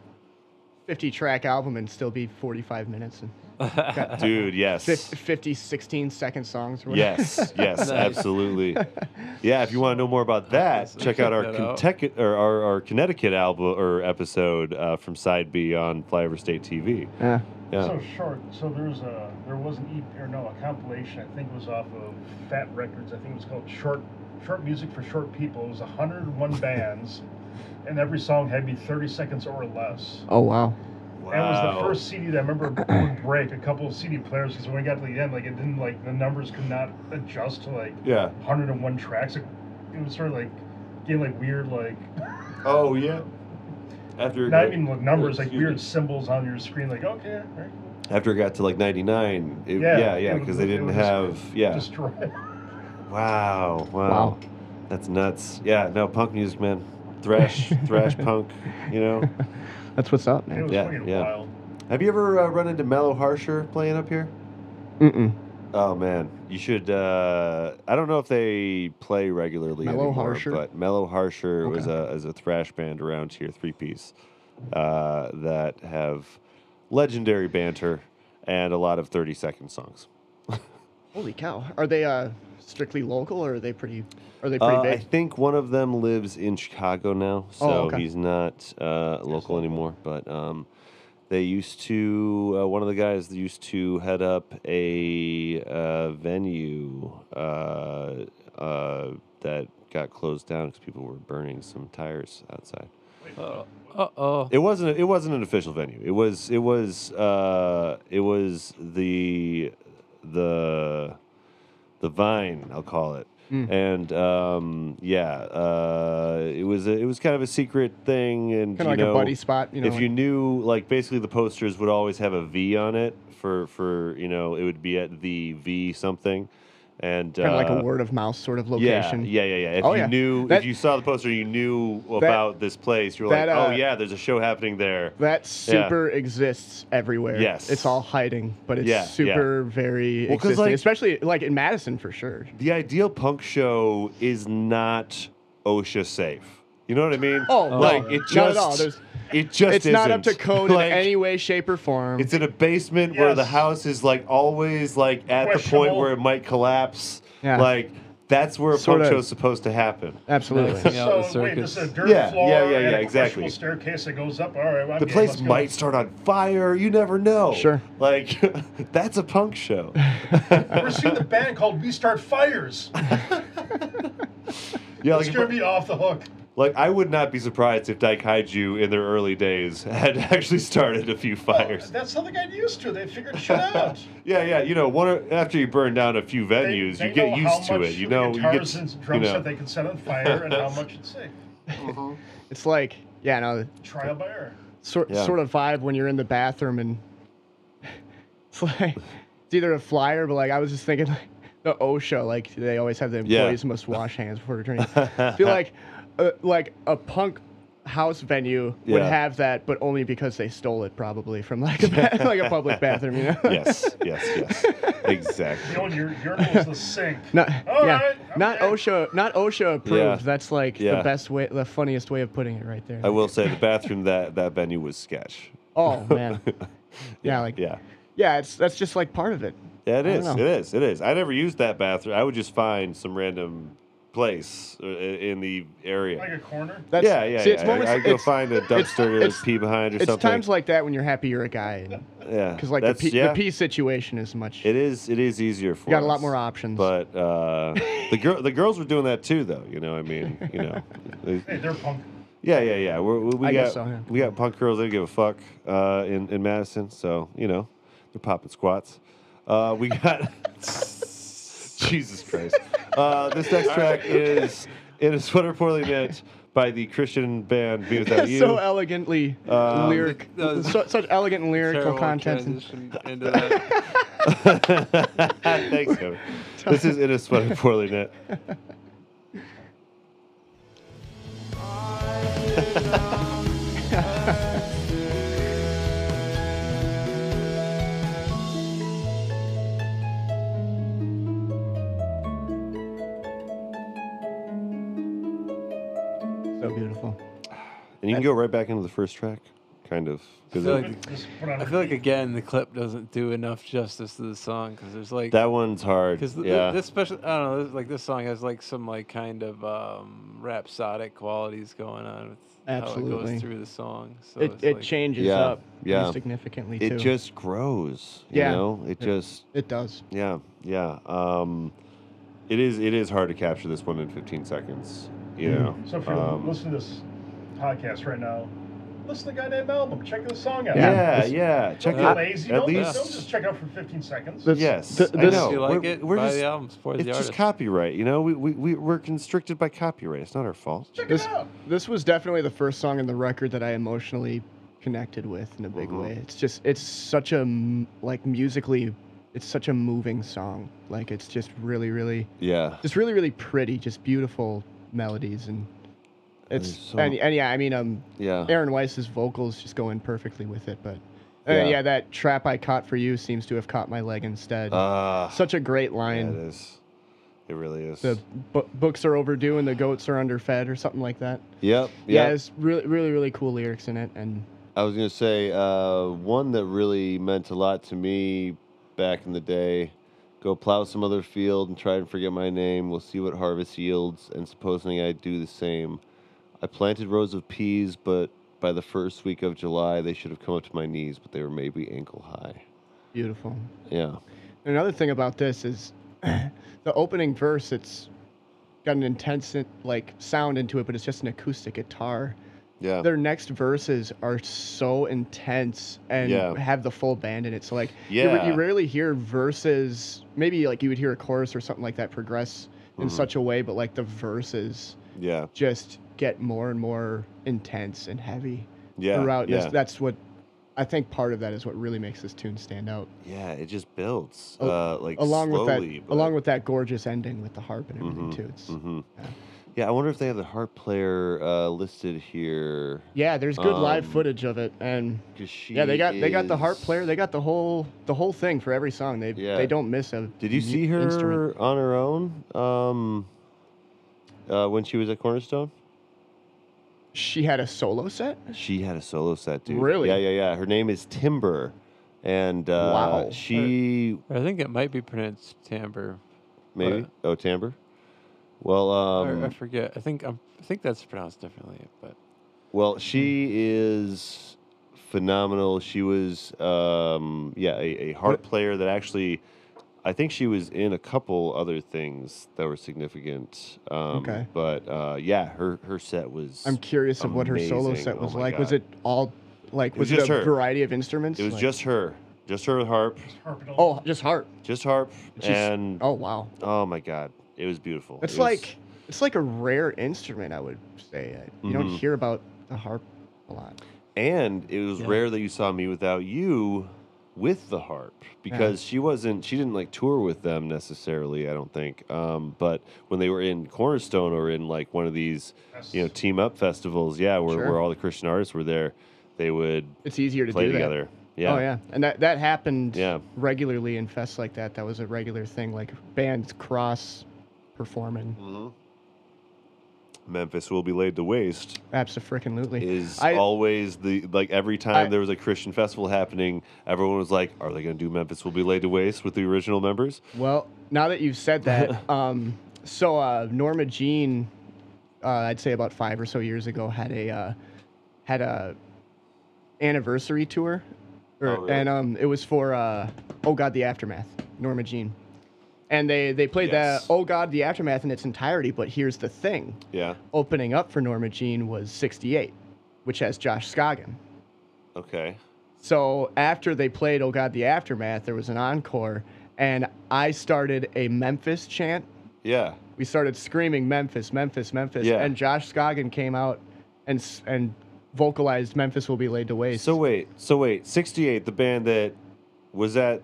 [SPEAKER 5] 50 track album and still be 45 minutes and
[SPEAKER 1] Dude, yes.
[SPEAKER 5] 50, 50 16 second songs or whatever.
[SPEAKER 3] <laughs>
[SPEAKER 1] Yes, yes,
[SPEAKER 3] Nice.
[SPEAKER 1] absolutely. Yeah, if you want to know more about that,
[SPEAKER 3] Awesome.
[SPEAKER 1] check out our,
[SPEAKER 3] Check that out.
[SPEAKER 1] Kentucky, or our, our Connecticut album or episode uh, from Side B on Flyover State TV.
[SPEAKER 5] yeah
[SPEAKER 1] Yeah.
[SPEAKER 4] So short. So there was a there was an EP or no a compilation. I think it was off of Fat Records. I think it was called Short Short Music for Short People. It was 101 bands, and every song had to be 30 seconds or less.
[SPEAKER 5] oh wow
[SPEAKER 4] That was the
[SPEAKER 1] Wow.
[SPEAKER 4] first CD that I remember would break a couple of CD players because when we got to the end, like it didn't like the numbers could not adjust to like
[SPEAKER 1] Yeah.
[SPEAKER 4] 101 tracks. It, it was sort of like getting like weird like
[SPEAKER 1] Oh yeah. After it
[SPEAKER 4] not
[SPEAKER 1] got,
[SPEAKER 4] even like numbers like
[SPEAKER 1] Excuse me.
[SPEAKER 4] weird symbols on your screen. Like okay, all right.
[SPEAKER 1] after it got to like ninety nine, yeah, yeah,
[SPEAKER 4] it
[SPEAKER 1] because
[SPEAKER 4] was-
[SPEAKER 1] they
[SPEAKER 4] it
[SPEAKER 1] didn't
[SPEAKER 4] was
[SPEAKER 1] have yeah.
[SPEAKER 4] destroyed.
[SPEAKER 1] wow, wow,
[SPEAKER 5] Wow.
[SPEAKER 1] that's nuts. Yeah, no punk music, man.
[SPEAKER 5] <laughs>
[SPEAKER 1] Thrash, thrash punk. You know.
[SPEAKER 5] that's what's up
[SPEAKER 4] <laughs> It
[SPEAKER 5] man
[SPEAKER 4] was
[SPEAKER 1] Yeah,
[SPEAKER 4] fucking
[SPEAKER 1] yeah.
[SPEAKER 4] wild.
[SPEAKER 1] Have you ever uh, run into Mellow Harsher playing up here?
[SPEAKER 5] Mm-mm.
[SPEAKER 1] Oh man, you should. Uh, I don't know if they play regularly
[SPEAKER 5] Mellow
[SPEAKER 1] anymore,
[SPEAKER 5] Harsher?
[SPEAKER 1] but Mellow Harsher was
[SPEAKER 5] Okay.
[SPEAKER 1] a is a thrash band around here, three piece, uh, that have legendary banter and a lot of thirty second songs.
[SPEAKER 5] holy cow are they uh strictly local or are they pretty are they pretty
[SPEAKER 1] Uh, I
[SPEAKER 5] big Oh,
[SPEAKER 1] think one of them lives in Chicago now, so
[SPEAKER 5] okay.
[SPEAKER 1] he's not uh, local anymore. But um, they used to. Uh, one of the guys used to head up a uh, venue uh, uh, that got closed down because people were burning some tires outside.
[SPEAKER 3] Uh oh.
[SPEAKER 1] It wasn't. It wasn't an official venue. It was. It was. Uh, it was the the the vine. I'll call it.
[SPEAKER 5] Hmm.
[SPEAKER 1] And um, yeah, uh, it was. A, it was kind of a secret thing, and
[SPEAKER 5] Kinda
[SPEAKER 1] you
[SPEAKER 5] like a
[SPEAKER 1] know,
[SPEAKER 5] buddy spot, you know,
[SPEAKER 1] if
[SPEAKER 5] like-
[SPEAKER 1] you knew, like basically, the posters would always have a V on it for for you know, it would be at the V something, and
[SPEAKER 5] kind of like
[SPEAKER 1] uh,
[SPEAKER 5] a word of mouth sort of location
[SPEAKER 1] yeah, yeah, yeah, yeah. If
[SPEAKER 5] Oh,
[SPEAKER 1] you
[SPEAKER 5] yeah.
[SPEAKER 1] knew, if
[SPEAKER 5] That-
[SPEAKER 1] you saw the poster, you knew about this place. You were
[SPEAKER 5] that,
[SPEAKER 1] like, oh
[SPEAKER 5] uh,
[SPEAKER 1] yeah, there's a show happening there.
[SPEAKER 5] That super exists everywhere.
[SPEAKER 1] Yes.
[SPEAKER 5] It's all hiding, but it's
[SPEAKER 1] Yeah, yeah.
[SPEAKER 5] super very
[SPEAKER 1] Well, 'cause,
[SPEAKER 5] existing,
[SPEAKER 1] like-
[SPEAKER 5] especially like in Madison for sure.
[SPEAKER 1] the ideal punk show is not OSHA safe. You know what I mean?
[SPEAKER 5] Oh, no.
[SPEAKER 1] like it just
[SPEAKER 5] Not at all. There's-
[SPEAKER 1] it just
[SPEAKER 5] It's not up to
[SPEAKER 1] isn't. <laughs>
[SPEAKER 5] code
[SPEAKER 1] Like,
[SPEAKER 5] in any way, shape, or form.
[SPEAKER 1] It's in a basement where the
[SPEAKER 4] Yes.
[SPEAKER 1] house is like always like at the point
[SPEAKER 4] Questionable.
[SPEAKER 1] where it might collapse.
[SPEAKER 5] Yeah.
[SPEAKER 1] Like that's where a
[SPEAKER 5] Sorta.
[SPEAKER 1] punk show's supposed to happen.
[SPEAKER 5] Absolutely.
[SPEAKER 3] Nice. Yeah, the
[SPEAKER 4] so wait, this is
[SPEAKER 3] circus.
[SPEAKER 4] a dirt
[SPEAKER 1] Yeah,
[SPEAKER 4] floor.
[SPEAKER 1] yeah, yeah,
[SPEAKER 4] and
[SPEAKER 1] yeah,
[SPEAKER 4] a
[SPEAKER 1] exactly.
[SPEAKER 4] professional Staircase that goes up. All right, well,
[SPEAKER 1] The
[SPEAKER 4] okay,
[SPEAKER 1] place
[SPEAKER 4] let's go.
[SPEAKER 1] might start on fire. You never know.
[SPEAKER 5] Sure.
[SPEAKER 1] Like <laughs> that's a punk
[SPEAKER 5] <laughs>
[SPEAKER 1] show.
[SPEAKER 4] We're
[SPEAKER 1] <laughs>
[SPEAKER 4] seeing the band called We Start Fires.
[SPEAKER 1] Yeah,
[SPEAKER 4] It's
[SPEAKER 1] like,
[SPEAKER 4] gonna be off the hook.
[SPEAKER 1] like I would not be surprised if Daikaiju in their early days <laughs> had actually started a few fires.
[SPEAKER 4] Uh, That's something I'm used to. They figured shit
[SPEAKER 1] <laughs>
[SPEAKER 4] out.
[SPEAKER 1] Yeah, yeah. You know, one or- after you burn down a few
[SPEAKER 4] They-
[SPEAKER 1] venues,
[SPEAKER 4] they
[SPEAKER 1] you get
[SPEAKER 4] know
[SPEAKER 1] used
[SPEAKER 4] how
[SPEAKER 1] to
[SPEAKER 4] much
[SPEAKER 1] it. You know, you
[SPEAKER 4] guitars
[SPEAKER 1] get
[SPEAKER 4] and
[SPEAKER 1] you
[SPEAKER 4] drum
[SPEAKER 1] know. <laughs>
[SPEAKER 4] set they can set on fire and how much it's safe.
[SPEAKER 5] It's like, yeah, no,
[SPEAKER 4] Trial by error.
[SPEAKER 5] sort,
[SPEAKER 1] Yeah.
[SPEAKER 5] sort of vibe when you're in the bathroom and <laughs> it's like, it's either a flyer, but like I was just thinking, like, the OSHA, like they always have the
[SPEAKER 1] Yeah.
[SPEAKER 5] employees must wash hands before returning. I feel like, uh, like a punk house venue would
[SPEAKER 1] Yeah.
[SPEAKER 5] have that, but only because they stole it probably from like a, ba- <laughs> like a
[SPEAKER 1] <laughs>
[SPEAKER 5] public bathroom, you know?
[SPEAKER 1] yes, yes, yes.
[SPEAKER 4] <laughs> You
[SPEAKER 1] Exactly.
[SPEAKER 4] know, your urinal's
[SPEAKER 1] <laughs>
[SPEAKER 4] the sink.
[SPEAKER 5] <laughs> Not,
[SPEAKER 4] All
[SPEAKER 5] yeah,
[SPEAKER 4] right,
[SPEAKER 5] not
[SPEAKER 4] okay.
[SPEAKER 5] OSHA, not OSHA approved.
[SPEAKER 1] Yeah.
[SPEAKER 5] That's like
[SPEAKER 1] Yeah.
[SPEAKER 5] the best way, the funniest way of putting it, right there.
[SPEAKER 1] <laughs> I will say the bathroom that that venue was sketch.
[SPEAKER 5] oh man, yeah, like
[SPEAKER 1] Yeah.
[SPEAKER 5] Yeah, it's that's just like part of it.
[SPEAKER 1] Yeah, it
[SPEAKER 5] I don't
[SPEAKER 1] is. It
[SPEAKER 5] know.
[SPEAKER 1] is. It is. I never used that bathroom. I would just find some random place uh, i- in the area.
[SPEAKER 4] Like a corner.
[SPEAKER 5] That's,
[SPEAKER 1] yeah, yeah,
[SPEAKER 5] see,
[SPEAKER 1] yeah.
[SPEAKER 5] it's moments-
[SPEAKER 1] I I'd go
[SPEAKER 5] it's-
[SPEAKER 1] find a dumpster to
[SPEAKER 5] it's-
[SPEAKER 1] pee behind or
[SPEAKER 5] It's
[SPEAKER 1] something.
[SPEAKER 5] times like that when you're happy you're a guy, and
[SPEAKER 1] yeah,
[SPEAKER 5] because like the
[SPEAKER 1] that's-
[SPEAKER 5] pee,
[SPEAKER 1] yeah.
[SPEAKER 5] the pee situation is much.
[SPEAKER 1] It is. It is easier for.
[SPEAKER 5] you got a lot
[SPEAKER 1] us.
[SPEAKER 5] more options.
[SPEAKER 1] But uh, the girl, the girls were doing that too, though. You know, I mean, you
[SPEAKER 5] <laughs>
[SPEAKER 1] know, they-
[SPEAKER 4] Hey, they're punk.
[SPEAKER 1] yeah, yeah, yeah. We're, we we
[SPEAKER 5] I
[SPEAKER 1] got
[SPEAKER 5] guess so, yeah.
[SPEAKER 1] we got punk girls. They don't give a fuck uh, in in Madison, so you know, they're popping squats. Uh, we got <laughs> Jesus Christ. Uh, this
[SPEAKER 5] <laughs>
[SPEAKER 1] next track is "In a Sweater Poorly Knit" by the Christian band Be Without You.
[SPEAKER 5] <laughs> so elegantly
[SPEAKER 1] Um,
[SPEAKER 5] lyric,
[SPEAKER 3] that was-
[SPEAKER 5] so, such elegant and lyrical
[SPEAKER 3] Terrible
[SPEAKER 5] content. and-
[SPEAKER 3] transition
[SPEAKER 5] <laughs>
[SPEAKER 3] into that.
[SPEAKER 1] <laughs> Thanks, Kevin. This is "In a Sweater Poorly Knit."
[SPEAKER 5] So beautiful.
[SPEAKER 1] And you can go right back into the first track, kind of. 'cause
[SPEAKER 3] So,
[SPEAKER 1] it-
[SPEAKER 3] like,
[SPEAKER 4] Just put on
[SPEAKER 3] I
[SPEAKER 4] a
[SPEAKER 3] feel like
[SPEAKER 4] beat.
[SPEAKER 3] again the clip doesn't do enough justice to the song because there's like
[SPEAKER 1] that one's hard.
[SPEAKER 3] Because
[SPEAKER 1] yeah.
[SPEAKER 3] this special, I don't know, this, like this song has like some like kind of um, rhapsodic qualities going on. With how it
[SPEAKER 5] Absolutely.
[SPEAKER 3] goes through the song. So
[SPEAKER 5] It,
[SPEAKER 3] it's
[SPEAKER 5] it
[SPEAKER 3] like,
[SPEAKER 5] changes
[SPEAKER 1] Yeah,
[SPEAKER 5] up
[SPEAKER 1] yeah.
[SPEAKER 5] significantly too.
[SPEAKER 1] it just grows. You
[SPEAKER 5] Yeah.
[SPEAKER 1] know, it just
[SPEAKER 5] it does.
[SPEAKER 1] yeah yeah. Um, it is it is hard to capture this one in 15 seconds. You know.
[SPEAKER 4] So if you're
[SPEAKER 1] Um,
[SPEAKER 4] listening to this podcast right now, listen to the goddamn album. Check this song out.
[SPEAKER 1] yeah,
[SPEAKER 5] this-
[SPEAKER 1] yeah. Check
[SPEAKER 4] Don't
[SPEAKER 1] it
[SPEAKER 4] be
[SPEAKER 1] out.
[SPEAKER 4] lazy.
[SPEAKER 1] At
[SPEAKER 4] don't,
[SPEAKER 1] least
[SPEAKER 4] don't just check it out for 15 seconds.
[SPEAKER 5] That's-
[SPEAKER 1] yes.
[SPEAKER 5] th-
[SPEAKER 1] I
[SPEAKER 5] this-
[SPEAKER 1] know.
[SPEAKER 3] If you like
[SPEAKER 1] we're,
[SPEAKER 3] it,
[SPEAKER 1] we're
[SPEAKER 3] buy
[SPEAKER 1] just
[SPEAKER 3] the album, support
[SPEAKER 1] it's
[SPEAKER 3] the
[SPEAKER 1] just
[SPEAKER 3] artist.
[SPEAKER 1] copyright. You know, we we we we're constricted by copyright. It's not our fault.
[SPEAKER 4] check
[SPEAKER 5] This
[SPEAKER 4] it out.
[SPEAKER 5] this was definitely the first song in the record that I emotionally connected with in a big
[SPEAKER 1] Mhm.
[SPEAKER 5] way. It's just it's such a m- like musically, it's such a moving song. Like it's just really really
[SPEAKER 1] Yeah.
[SPEAKER 5] just really really pretty, just beautiful melodies and it's
[SPEAKER 1] There's so-
[SPEAKER 5] and, and yeah, I mean um
[SPEAKER 1] Yeah.
[SPEAKER 5] Aaron Weiss's vocals just go in perfectly with it, but and
[SPEAKER 1] Yeah.
[SPEAKER 5] yeah. that trap I caught for you seems to have caught my leg instead.
[SPEAKER 1] Uh,
[SPEAKER 5] Such a great
[SPEAKER 1] yeah,
[SPEAKER 5] line.
[SPEAKER 1] it is. It really is.
[SPEAKER 5] the bu- books are overdue and the goats are underfed or something like that.
[SPEAKER 1] yep.
[SPEAKER 5] Yeah,
[SPEAKER 1] yep.
[SPEAKER 5] it's really, really, really cool lyrics in it, and
[SPEAKER 1] I was gonna say uh, one that really meant a lot to me back in the day. Go plow some other field and try and forget my name. We'll see what harvest yields, and supposing I do the same. I planted rows of peas, but by the first week of July, they should have come up to my knees, but they were maybe ankle high.
[SPEAKER 5] beautiful.
[SPEAKER 1] Yeah,
[SPEAKER 5] And another thing about this is <clears throat> the opening verse. It's got an intense like sound into it, but it's just an acoustic guitar.
[SPEAKER 1] yeah,
[SPEAKER 5] Their next verses are so intense and
[SPEAKER 1] Yeah.
[SPEAKER 5] have the full band in it. So like, you ra- you,
[SPEAKER 1] Yeah.
[SPEAKER 5] rarely hear verses. Maybe like you would hear a chorus or something like that progress
[SPEAKER 1] Mm-hmm.
[SPEAKER 5] in such a way, but like the verses
[SPEAKER 1] yeah,
[SPEAKER 5] just get more and more intense and heavy.
[SPEAKER 1] yeah.
[SPEAKER 5] throughout.
[SPEAKER 1] yeah.
[SPEAKER 5] This, that's what I think part of that is what really makes this tune stand out.
[SPEAKER 1] yeah, it just builds
[SPEAKER 5] Al-
[SPEAKER 1] uh, like
[SPEAKER 5] Oh, along
[SPEAKER 1] slowly,
[SPEAKER 5] with that,
[SPEAKER 1] but-
[SPEAKER 5] along with that gorgeous ending with the harp and everything
[SPEAKER 1] Mhm,
[SPEAKER 5] too. It's,
[SPEAKER 1] mhm.
[SPEAKER 5] yeah.
[SPEAKER 1] Yeah, I wonder if they have the harp player uh, listed here.
[SPEAKER 5] Yeah, there's good live
[SPEAKER 1] Um,
[SPEAKER 5] footage of it, and
[SPEAKER 1] 'cause she
[SPEAKER 5] yeah, they got they got the harp
[SPEAKER 1] is-
[SPEAKER 5] player. They got the whole the whole thing for every song. They
[SPEAKER 1] Yeah.
[SPEAKER 5] they don't miss a.
[SPEAKER 1] Did you
[SPEAKER 5] mu-
[SPEAKER 1] see her
[SPEAKER 5] Instrument.
[SPEAKER 1] on her own um, uh, when she was at Cornerstone?
[SPEAKER 5] She had a solo set.
[SPEAKER 1] She had a solo set, dude.
[SPEAKER 5] Really?
[SPEAKER 1] Yeah, yeah, yeah. Her name is Timber, and uh,
[SPEAKER 5] Wow.
[SPEAKER 1] she
[SPEAKER 3] I think it might be pronounced timbre.
[SPEAKER 1] maybe oh Timber. Well, um,
[SPEAKER 3] or, I forget. I think I'm, I think that's pronounced differently. But
[SPEAKER 5] Hmm.
[SPEAKER 1] Well, she is phenomenal. She was, um, yeah, a, a harp player that actually, I think she was in a couple other things that were significant. Um,
[SPEAKER 5] Okay.
[SPEAKER 1] But uh, yeah, her her set was.
[SPEAKER 5] I'm curious of what her solo
[SPEAKER 1] amazing.
[SPEAKER 5] set
[SPEAKER 1] Oh
[SPEAKER 5] was
[SPEAKER 1] my
[SPEAKER 5] like. Was
[SPEAKER 1] God.
[SPEAKER 5] it all like
[SPEAKER 1] was
[SPEAKER 5] was, it a
[SPEAKER 1] just her.
[SPEAKER 5] variety of instruments?
[SPEAKER 1] It was
[SPEAKER 5] Like-
[SPEAKER 1] just her, just her harp,
[SPEAKER 4] Carpet all-
[SPEAKER 5] oh just harp.
[SPEAKER 1] just harp,
[SPEAKER 5] She's-
[SPEAKER 1] and oh.
[SPEAKER 5] Oh wow,
[SPEAKER 1] my god, it was beautiful.
[SPEAKER 5] it's
[SPEAKER 1] It was-
[SPEAKER 5] like it's like a rare instrument. I would say Uh, you don't
[SPEAKER 1] Mhm.
[SPEAKER 5] hear about the harp a lot.
[SPEAKER 1] and it was
[SPEAKER 3] Yeah.
[SPEAKER 1] rare that you saw me without you with the harp because she wasn't she didn't like tour with them necessarily i don't think um, but when they were in cornerstone or in like one of these you know team up festivals yeah where,
[SPEAKER 5] Sure.
[SPEAKER 1] where all the christian artists were there they would
[SPEAKER 5] It's easier to
[SPEAKER 1] play
[SPEAKER 5] do that.
[SPEAKER 1] together yeah
[SPEAKER 5] Oh yeah, and that that happened
[SPEAKER 1] Yeah.
[SPEAKER 5] regularly in fests like that. That was a regular thing, like bands cross performing.
[SPEAKER 1] Mhm. Memphis will be laid to waste
[SPEAKER 5] Absolutely.
[SPEAKER 1] is
[SPEAKER 5] I-
[SPEAKER 1] always the like every time
[SPEAKER 5] I-
[SPEAKER 1] there was a Christian festival happening, everyone was like, "Are they going to do Memphis will be laid to waste with the original members?"
[SPEAKER 5] Well, now that you've
[SPEAKER 1] <laughs>
[SPEAKER 5] said that, um, so uh, Norma Jean, uh, I'd say about five or so years ago, had a uh, had a anniversary tour, or,
[SPEAKER 1] Oh, really?
[SPEAKER 5] and um, it was for uh, oh god the aftermath, Norma Jean, and they they played
[SPEAKER 1] Yes.
[SPEAKER 5] that oh god the aftermath in its entirety. But here's the thing:
[SPEAKER 1] Yeah.
[SPEAKER 5] opening up for Norma Jean was '68, which has Josh Scoggin.
[SPEAKER 1] Okay.
[SPEAKER 5] So after they played Oh God the Aftermath, there was an encore, and I started a Memphis chant.
[SPEAKER 1] Yeah.
[SPEAKER 5] We started screaming Memphis, Memphis, Memphis,
[SPEAKER 1] Yeah.
[SPEAKER 5] and Josh Scoggin came out and s- and vocalized Memphis will be laid to waste.
[SPEAKER 1] So wait, so wait, 68, the band that was at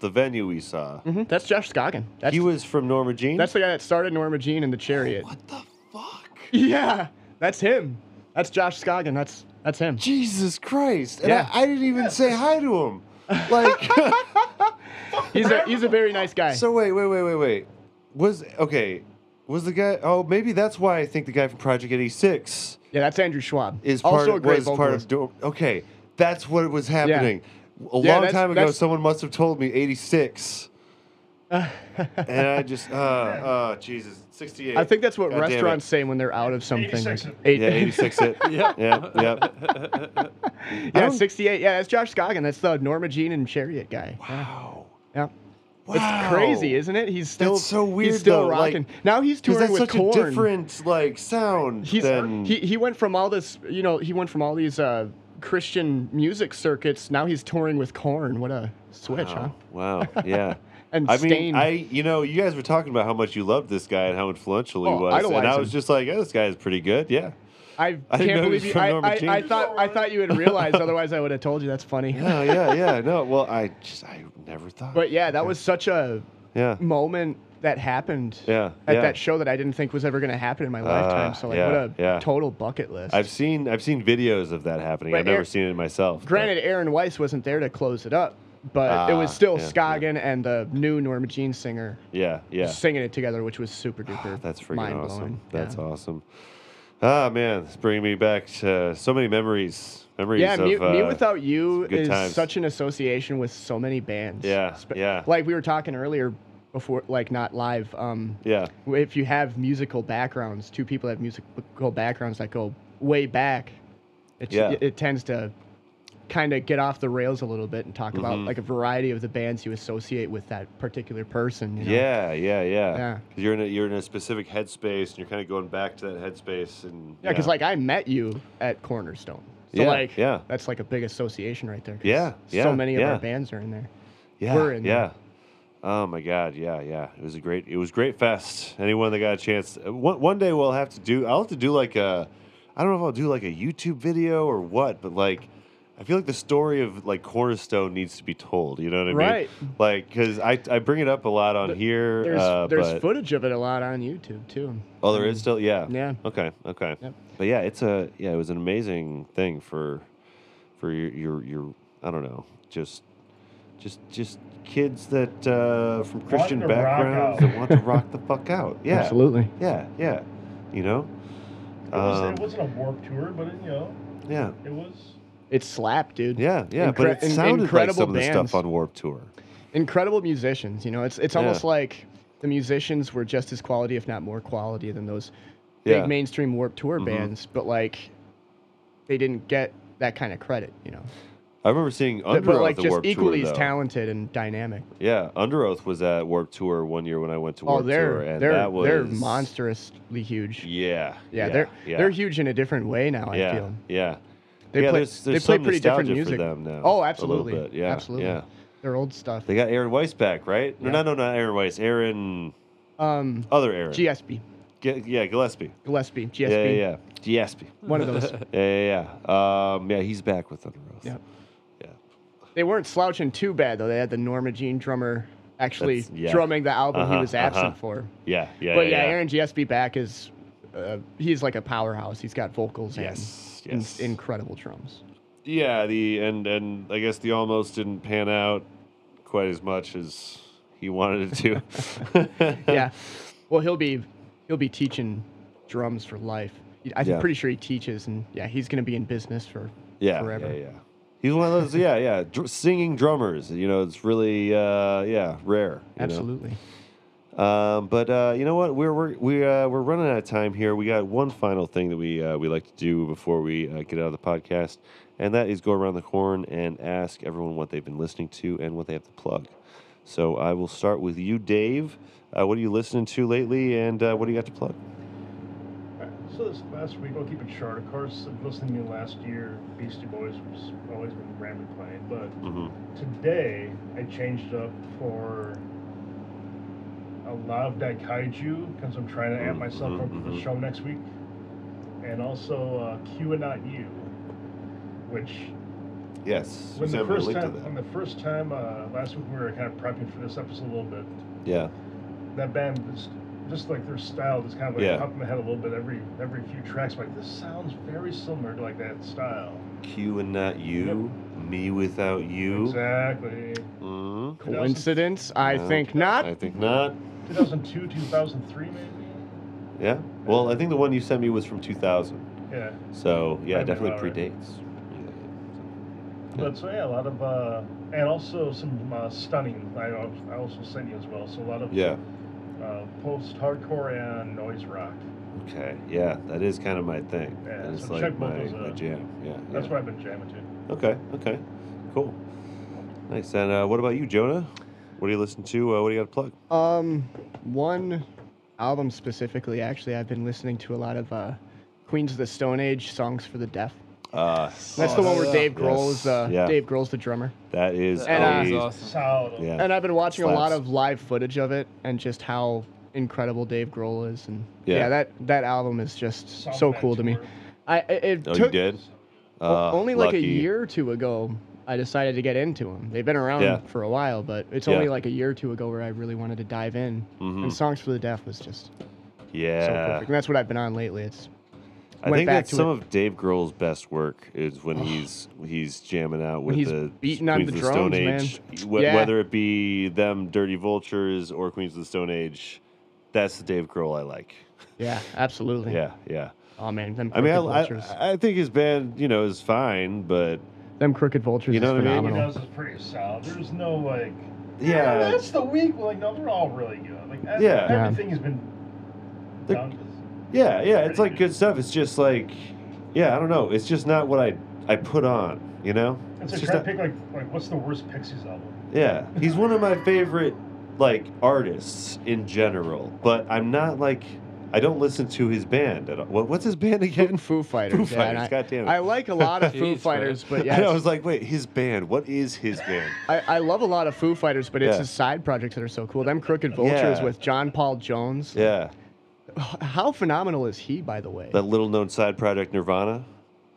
[SPEAKER 1] the venue we saw.
[SPEAKER 5] Mhm, that's Josh Scoggin. That's
[SPEAKER 1] He was from Norma Jean.
[SPEAKER 5] that's the guy that started Norma Jean and the Chariot.
[SPEAKER 1] what the fuck?
[SPEAKER 5] <laughs> Yeah, that's him. That's Josh Scoggin. That's that's him.
[SPEAKER 1] Jesus Christ. And
[SPEAKER 5] Yeah.
[SPEAKER 1] I, I didn't even say hi to
[SPEAKER 5] <laughs>
[SPEAKER 1] him. Like
[SPEAKER 5] He's a he's a very nice guy.
[SPEAKER 1] So wait, wait, wait, wait, wait. Was okay, was the guy Oh, maybe that's why I think the guy from Project 86
[SPEAKER 5] yeah, that's Andrew Schwab.
[SPEAKER 1] is part
[SPEAKER 5] also
[SPEAKER 1] of,
[SPEAKER 5] a great
[SPEAKER 1] was part of
[SPEAKER 5] vocalist.
[SPEAKER 1] Do- Okay, that's what was happening. A
[SPEAKER 5] Yeah,
[SPEAKER 1] long
[SPEAKER 5] that's-
[SPEAKER 1] time ago
[SPEAKER 5] that's-
[SPEAKER 1] someone must have told me 86. and
[SPEAKER 5] <laughs>
[SPEAKER 1] I just uh uh Jesus, 68.
[SPEAKER 5] I think that's what
[SPEAKER 1] God damn it.
[SPEAKER 5] restaurants say when they're out of something.
[SPEAKER 4] 86
[SPEAKER 5] like,
[SPEAKER 4] it.
[SPEAKER 5] eight-
[SPEAKER 1] Yeah,
[SPEAKER 5] <laughs>
[SPEAKER 1] 86 it.
[SPEAKER 3] Yeah.
[SPEAKER 1] Yep, yep.
[SPEAKER 5] Yeah,
[SPEAKER 1] don't-
[SPEAKER 5] 68. Yeah, that's Josh Scoggin. That's the Norma Jean and Chariot guy.
[SPEAKER 1] Wow.
[SPEAKER 5] Yeah.
[SPEAKER 1] Wow.
[SPEAKER 5] It's crazy, isn't it? He's still
[SPEAKER 1] That's so weird,
[SPEAKER 5] He's still
[SPEAKER 1] though, like-
[SPEAKER 5] rocking. now he's
[SPEAKER 1] Because
[SPEAKER 5] touring
[SPEAKER 1] that's
[SPEAKER 5] with
[SPEAKER 1] such
[SPEAKER 5] Korn.
[SPEAKER 1] a different like sound
[SPEAKER 5] he's uh,
[SPEAKER 1] than
[SPEAKER 5] he, he went from all this, you know, he went from all these uh, Christian music circuits. Now he's touring with Korn. What a switch, huh?
[SPEAKER 1] Wow. Oh,
[SPEAKER 5] <laughs>
[SPEAKER 1] Wow. Yeah.
[SPEAKER 5] And
[SPEAKER 1] I mean,
[SPEAKER 5] Stain.
[SPEAKER 1] I you know, you guys were talking about how much you loved this guy and how influential
[SPEAKER 5] Oh,
[SPEAKER 1] he was, and
[SPEAKER 5] idolize
[SPEAKER 1] I was
[SPEAKER 5] him.
[SPEAKER 1] just like, "Oh, this guy is pretty good." Yeah.
[SPEAKER 5] I
[SPEAKER 1] I didn't know
[SPEAKER 5] can't
[SPEAKER 1] he was
[SPEAKER 5] believe you.
[SPEAKER 1] from
[SPEAKER 5] I,
[SPEAKER 1] Norma
[SPEAKER 5] I,
[SPEAKER 1] Jean.
[SPEAKER 5] I thought I thought you had realized. otherwise, I would have told you. That's funny.
[SPEAKER 1] Oh <laughs> yeah, yeah. No, well, I just I never thought.
[SPEAKER 5] But yeah, that was such a
[SPEAKER 1] yeah,
[SPEAKER 5] moment that happened
[SPEAKER 1] yeah,
[SPEAKER 5] at
[SPEAKER 1] yeah. Uh,
[SPEAKER 5] that show that I didn't think was ever going to happen in my lifetime. So like,
[SPEAKER 1] yeah,
[SPEAKER 5] what a
[SPEAKER 1] yeah.
[SPEAKER 5] total bucket list.
[SPEAKER 1] I've seen I've seen videos of that happening.
[SPEAKER 5] But
[SPEAKER 1] I've never
[SPEAKER 5] Aaron-
[SPEAKER 1] seen it myself. but-
[SPEAKER 5] Granted, Aaron Weiss wasn't there to close it up, but it was
[SPEAKER 1] Ah,
[SPEAKER 5] still
[SPEAKER 1] yeah, yeah.
[SPEAKER 5] Scoggin and the new Norma Jean singer
[SPEAKER 1] yeah, yeah. Ah,
[SPEAKER 5] singing it together, which was super duper.
[SPEAKER 1] That's freaking
[SPEAKER 5] mind
[SPEAKER 1] awesome.
[SPEAKER 5] blowing.
[SPEAKER 1] That's
[SPEAKER 5] yeah.
[SPEAKER 1] awesome. Ah man, it's bringing me back to so many memories. Memories.
[SPEAKER 5] Yeah,
[SPEAKER 1] of,
[SPEAKER 5] me, me
[SPEAKER 1] uh,
[SPEAKER 5] without you
[SPEAKER 1] good
[SPEAKER 5] is
[SPEAKER 1] times.
[SPEAKER 5] such an association with so many bands.
[SPEAKER 1] Yeah, yeah.
[SPEAKER 5] Like we were talking earlier before, like not live. Um,
[SPEAKER 1] Yeah,
[SPEAKER 5] if you have musical backgrounds, two people have musical backgrounds that go way back, it,
[SPEAKER 1] Yeah.
[SPEAKER 5] it tends to kind of get off the rails a little bit and talk about
[SPEAKER 1] Mm-hmm.
[SPEAKER 5] like a variety of the bands you associate with that particular person. you know?
[SPEAKER 1] Yeah, yeah, yeah.
[SPEAKER 5] Yeah.
[SPEAKER 1] 'Cause You're in a you're in a specific headspace, and you're kind of going back to that headspace, and
[SPEAKER 5] Yeah, because like I met you at Cornerstone. So
[SPEAKER 1] Yeah,
[SPEAKER 5] like
[SPEAKER 1] yeah.
[SPEAKER 5] that's like a big association right there. 'cause
[SPEAKER 1] Yeah, yeah,
[SPEAKER 5] So many of
[SPEAKER 1] yeah.
[SPEAKER 5] our bands are in there.
[SPEAKER 1] yeah,
[SPEAKER 5] we're in
[SPEAKER 1] yeah.
[SPEAKER 5] there.
[SPEAKER 1] Oh my God, yeah, yeah. It was a great it was great fest. Anyone that got a chance, uh, one one day we'll have to do. I'll have to do like a, I don't know if I'll do like a YouTube video or what, but like. I feel like the story of like Cornerstone needs to be told. You know what I
[SPEAKER 5] Right.
[SPEAKER 1] mean? Like, because I, I bring it up a lot on here.
[SPEAKER 5] There's
[SPEAKER 1] uh,
[SPEAKER 5] there's
[SPEAKER 1] but-
[SPEAKER 5] footage of it a lot on YouTube too.
[SPEAKER 1] Oh, there is still, yeah.
[SPEAKER 5] Yeah. <laughs>
[SPEAKER 1] Okay. Okay.
[SPEAKER 5] Yep.
[SPEAKER 1] But yeah, it's a yeah, it was an amazing thing for for your your, your I don't know, just just just kids that uh, from Christian
[SPEAKER 4] to rock
[SPEAKER 1] backgrounds
[SPEAKER 4] out.
[SPEAKER 1] that want to rock the
[SPEAKER 5] <laughs>
[SPEAKER 1] fuck out. Yeah.
[SPEAKER 5] Absolutely.
[SPEAKER 1] Yeah. Yeah. You know.
[SPEAKER 4] It, was,
[SPEAKER 1] Um,
[SPEAKER 4] it wasn't a warp tour, but it, you know,
[SPEAKER 1] yeah.
[SPEAKER 4] it was.
[SPEAKER 5] It's slap, dude.
[SPEAKER 1] Yeah. Yeah.
[SPEAKER 5] Incre-
[SPEAKER 1] but it
[SPEAKER 5] in-
[SPEAKER 1] sounded like
[SPEAKER 5] incredible
[SPEAKER 1] some of the
[SPEAKER 5] bands.
[SPEAKER 1] stuff on Warp Tour.
[SPEAKER 5] Incredible musicians, you know. It's it's
[SPEAKER 1] Yeah.
[SPEAKER 5] almost like the musicians were just as quality, if not more quality, than
[SPEAKER 1] Yeah.
[SPEAKER 5] those
[SPEAKER 1] Mm-hmm.
[SPEAKER 5] big mainstream warp tour bands, but like they didn't get that kind of credit, you know.
[SPEAKER 1] I remember seeing Under
[SPEAKER 5] but
[SPEAKER 1] Oath
[SPEAKER 5] like
[SPEAKER 1] at
[SPEAKER 5] just
[SPEAKER 1] Warped
[SPEAKER 5] equally
[SPEAKER 1] Tour,
[SPEAKER 5] as
[SPEAKER 1] though.
[SPEAKER 5] talented and dynamic.
[SPEAKER 1] Yeah, Under Oath was at Warp Tour one year when I went to
[SPEAKER 5] Oh,
[SPEAKER 1] Warp Tour,
[SPEAKER 5] they're
[SPEAKER 1] and
[SPEAKER 5] they're
[SPEAKER 1] that was
[SPEAKER 5] they're monstrously huge.
[SPEAKER 1] Yeah,
[SPEAKER 5] Yeah, they're
[SPEAKER 1] yeah.
[SPEAKER 5] they're huge in a different way now. I
[SPEAKER 1] yeah,
[SPEAKER 5] feel
[SPEAKER 1] Yeah.
[SPEAKER 5] They
[SPEAKER 1] yeah,
[SPEAKER 5] play-
[SPEAKER 1] there's,
[SPEAKER 5] they
[SPEAKER 1] there's
[SPEAKER 5] play
[SPEAKER 1] some
[SPEAKER 5] pretty different
[SPEAKER 1] nostalgia
[SPEAKER 5] music.
[SPEAKER 1] for them now.
[SPEAKER 5] Oh,
[SPEAKER 1] A
[SPEAKER 5] absolutely.
[SPEAKER 1] little bit. Yeah,
[SPEAKER 5] Absolutely.
[SPEAKER 1] Yeah.
[SPEAKER 5] their old stuff.
[SPEAKER 1] They got Aaron Weiss back, right? No,
[SPEAKER 5] Yeah.
[SPEAKER 1] No, no, not Aaron Weiss. Aaron,
[SPEAKER 5] um,
[SPEAKER 1] other Aaron.
[SPEAKER 5] GSB,
[SPEAKER 1] G- yeah, Gillespie.
[SPEAKER 5] Gillespie, GSB,
[SPEAKER 1] Yeah, yeah, yeah. Gillespie.
[SPEAKER 5] one of those.
[SPEAKER 1] Yeah, yeah, yeah. Um, yeah, he's back with Thunder Oath.
[SPEAKER 5] Yeah.
[SPEAKER 1] Yeah.
[SPEAKER 5] they weren't slouching too bad though. They had the Norma Jean drummer actually
[SPEAKER 1] That's- yeah.
[SPEAKER 5] drumming the album
[SPEAKER 1] Uh-huh,
[SPEAKER 5] he was absent
[SPEAKER 1] uh-huh.
[SPEAKER 5] for.
[SPEAKER 1] Yeah, yeah,
[SPEAKER 5] but
[SPEAKER 1] yeah,
[SPEAKER 5] yeah, Aaron GSB back is uh, he's like a powerhouse. He's got vocals
[SPEAKER 1] Yes,
[SPEAKER 5] and in-
[SPEAKER 1] yes.
[SPEAKER 5] incredible
[SPEAKER 1] <laughs>
[SPEAKER 5] drums.
[SPEAKER 1] yeah, the and and I guess the almost didn't pan out quite as much as he wanted it to.
[SPEAKER 5] <laughs> yeah. Well, he'll be he'll be teaching drums for life. I'm
[SPEAKER 1] Yeah.
[SPEAKER 5] pretty sure he teaches, and yeah, he's going to be in business for
[SPEAKER 1] Yeah,
[SPEAKER 5] forever.
[SPEAKER 1] yeah, yeah. He's one of those, yeah, yeah, dr- singing drummers. You know, it's really, uh, yeah, rare. you know?
[SPEAKER 5] Absolutely.
[SPEAKER 1] Um, but uh, you know what? We're we're we, uh, we're running out of time here. We got one final thing that we uh, we like to do before we uh, get out of the podcast, and that is go around the horn and ask everyone what they've been listening to and what they have to plug. So I will start with you, Dave. Uh, what are you listening to lately, and uh, what do you got to plug?
[SPEAKER 4] Alright, So this last week, I'll keep it short. Of course, I've listened to last year. Beastie Boys was always been randomly playing, but
[SPEAKER 1] Mm-hmm.
[SPEAKER 4] today I changed up for a lot of Daikaiju because I'm trying to amp myself up for the show next week, and also uh, Q and Not You, which
[SPEAKER 1] Yes,
[SPEAKER 4] when the
[SPEAKER 1] Sam,
[SPEAKER 4] first
[SPEAKER 1] link to
[SPEAKER 4] time
[SPEAKER 1] that.
[SPEAKER 4] when the first time uh, last week we were kind of prepping for this episode a little bit.
[SPEAKER 1] Yeah,
[SPEAKER 4] That band just just like their style just kind of like
[SPEAKER 1] Yeah.
[SPEAKER 4] popped in my head a little bit every every few tracks. like this sounds very similar to like that style.
[SPEAKER 1] Q and not you, me without you.
[SPEAKER 4] Exactly.
[SPEAKER 1] Mhm.
[SPEAKER 5] Coincidence? I
[SPEAKER 1] No,
[SPEAKER 5] think not.
[SPEAKER 1] I think not.
[SPEAKER 4] 2002, 2003 maybe.
[SPEAKER 1] Yeah. Well, I think the one you sent me was from 2000.
[SPEAKER 4] Yeah.
[SPEAKER 1] So yeah,
[SPEAKER 4] Might be
[SPEAKER 1] definitely
[SPEAKER 4] about right.
[SPEAKER 1] predates.
[SPEAKER 4] But so yeah, a lot of uh, and also some uh, stunning. I, al- I also sent you as well. So a lot of
[SPEAKER 1] Yeah.
[SPEAKER 4] uh, post-hardcore and noise rock.
[SPEAKER 1] Okay. Yeah, that is kind of my thing.
[SPEAKER 4] Yeah,
[SPEAKER 1] that is
[SPEAKER 4] so
[SPEAKER 1] like
[SPEAKER 4] check both
[SPEAKER 1] my,
[SPEAKER 4] those
[SPEAKER 1] my
[SPEAKER 4] out.
[SPEAKER 1] jam. Yeah.
[SPEAKER 4] That's
[SPEAKER 1] yeah.
[SPEAKER 4] what I've been jamming to.
[SPEAKER 1] Okay. Okay. Cool. Nice. And uh, what about you, Jonah? What do you listen to? Uh, what do you got to plug?
[SPEAKER 5] Um, one album specifically, actually, I've been listening to a lot of uh, Queens of the Stone Age songs for the deaf.
[SPEAKER 1] Uh,
[SPEAKER 5] That's the one where Dave Grohl
[SPEAKER 1] Yes.
[SPEAKER 5] is uh,
[SPEAKER 1] Yeah.
[SPEAKER 5] Dave Grohl's the drummer.
[SPEAKER 1] that is
[SPEAKER 3] That
[SPEAKER 5] And, uh,
[SPEAKER 1] a-
[SPEAKER 3] was awesome.
[SPEAKER 4] Solid.
[SPEAKER 1] yeah.
[SPEAKER 5] And I've been watching a lot
[SPEAKER 1] Slaps.
[SPEAKER 5] of live footage of it and just how incredible Dave Grohl is. And
[SPEAKER 1] Yeah.
[SPEAKER 5] yeah, that that album is just
[SPEAKER 4] Saw
[SPEAKER 5] so
[SPEAKER 4] that
[SPEAKER 5] cool to me.
[SPEAKER 4] tour.
[SPEAKER 5] I it it
[SPEAKER 1] oh,
[SPEAKER 5] took
[SPEAKER 1] you did.
[SPEAKER 5] o-
[SPEAKER 1] Uh,
[SPEAKER 5] only like
[SPEAKER 1] lucky.
[SPEAKER 5] a year or two ago. I decided to get into them. They've been around
[SPEAKER 1] Yeah.
[SPEAKER 5] for a while, but it's
[SPEAKER 1] Yeah.
[SPEAKER 5] only like a year or two ago where I really wanted to dive in.
[SPEAKER 1] Mhm.
[SPEAKER 5] And Songs for the Deaf was just so
[SPEAKER 1] Yeah.
[SPEAKER 5] perfect. And that's what I've been on lately. It's
[SPEAKER 1] I
[SPEAKER 5] Went
[SPEAKER 1] think
[SPEAKER 5] back
[SPEAKER 1] that's
[SPEAKER 5] to
[SPEAKER 1] some
[SPEAKER 5] it.
[SPEAKER 1] of Dave Grohl's best work is when he's he's jamming out with
[SPEAKER 5] he's
[SPEAKER 1] the
[SPEAKER 5] beating on
[SPEAKER 1] Queens
[SPEAKER 5] the
[SPEAKER 1] of the Stone
[SPEAKER 5] drums,
[SPEAKER 1] Age,
[SPEAKER 5] man.
[SPEAKER 1] wh-
[SPEAKER 5] Yeah.
[SPEAKER 1] whether it be them Dirty Vultures or Queens of the Stone Age. That's the Dave Grohl I like.
[SPEAKER 5] yeah, absolutely.
[SPEAKER 1] Yeah, yeah.
[SPEAKER 5] Oh man, them
[SPEAKER 1] I
[SPEAKER 5] crooked
[SPEAKER 1] mean, I,
[SPEAKER 5] vultures.
[SPEAKER 1] I, I think his band, you know, is fine, but
[SPEAKER 5] them crooked vultures
[SPEAKER 1] You know
[SPEAKER 5] is
[SPEAKER 1] what I mean?
[SPEAKER 4] He
[SPEAKER 5] phenomenal.
[SPEAKER 4] does
[SPEAKER 5] <laughs>
[SPEAKER 4] is pretty solid. There's no like.
[SPEAKER 1] Yeah.
[SPEAKER 4] that's the weak. one." Like no, they're all really good. Like ev-
[SPEAKER 1] Yeah.
[SPEAKER 5] Yeah.
[SPEAKER 4] everything has been
[SPEAKER 1] They're-
[SPEAKER 4] done.
[SPEAKER 1] yeah, yeah, it's like good stuff. It's just like, yeah, I don't know. It's just not what I I put on, you know.
[SPEAKER 4] It's like
[SPEAKER 1] just
[SPEAKER 4] trying to
[SPEAKER 1] not,
[SPEAKER 4] pick like like what's the worst Pixies album?
[SPEAKER 1] yeah, he's one of my favorite like artists in general, but I'm not like I don't listen to his band at all. What, what's his band again? <laughs>
[SPEAKER 5] Foo Fighters. yeah, and
[SPEAKER 1] Fighters,
[SPEAKER 5] I,
[SPEAKER 1] goddamn it.
[SPEAKER 5] I like a lot of Foo
[SPEAKER 3] Jeez,
[SPEAKER 5] Fighters,
[SPEAKER 1] <laughs>
[SPEAKER 3] Fred.
[SPEAKER 5] but
[SPEAKER 1] And I
[SPEAKER 5] yeah,
[SPEAKER 1] was like, wait, his band. What is his band?
[SPEAKER 5] I, I love a lot of Foo Fighters, but it's
[SPEAKER 1] Yeah.
[SPEAKER 5] his side projects that are so cool. Them Crooked Vultures
[SPEAKER 1] Yeah.
[SPEAKER 5] with John Paul Jones.
[SPEAKER 1] Yeah,
[SPEAKER 5] H- How phenomenal is he, by the way?
[SPEAKER 1] that little known side project Nirvana.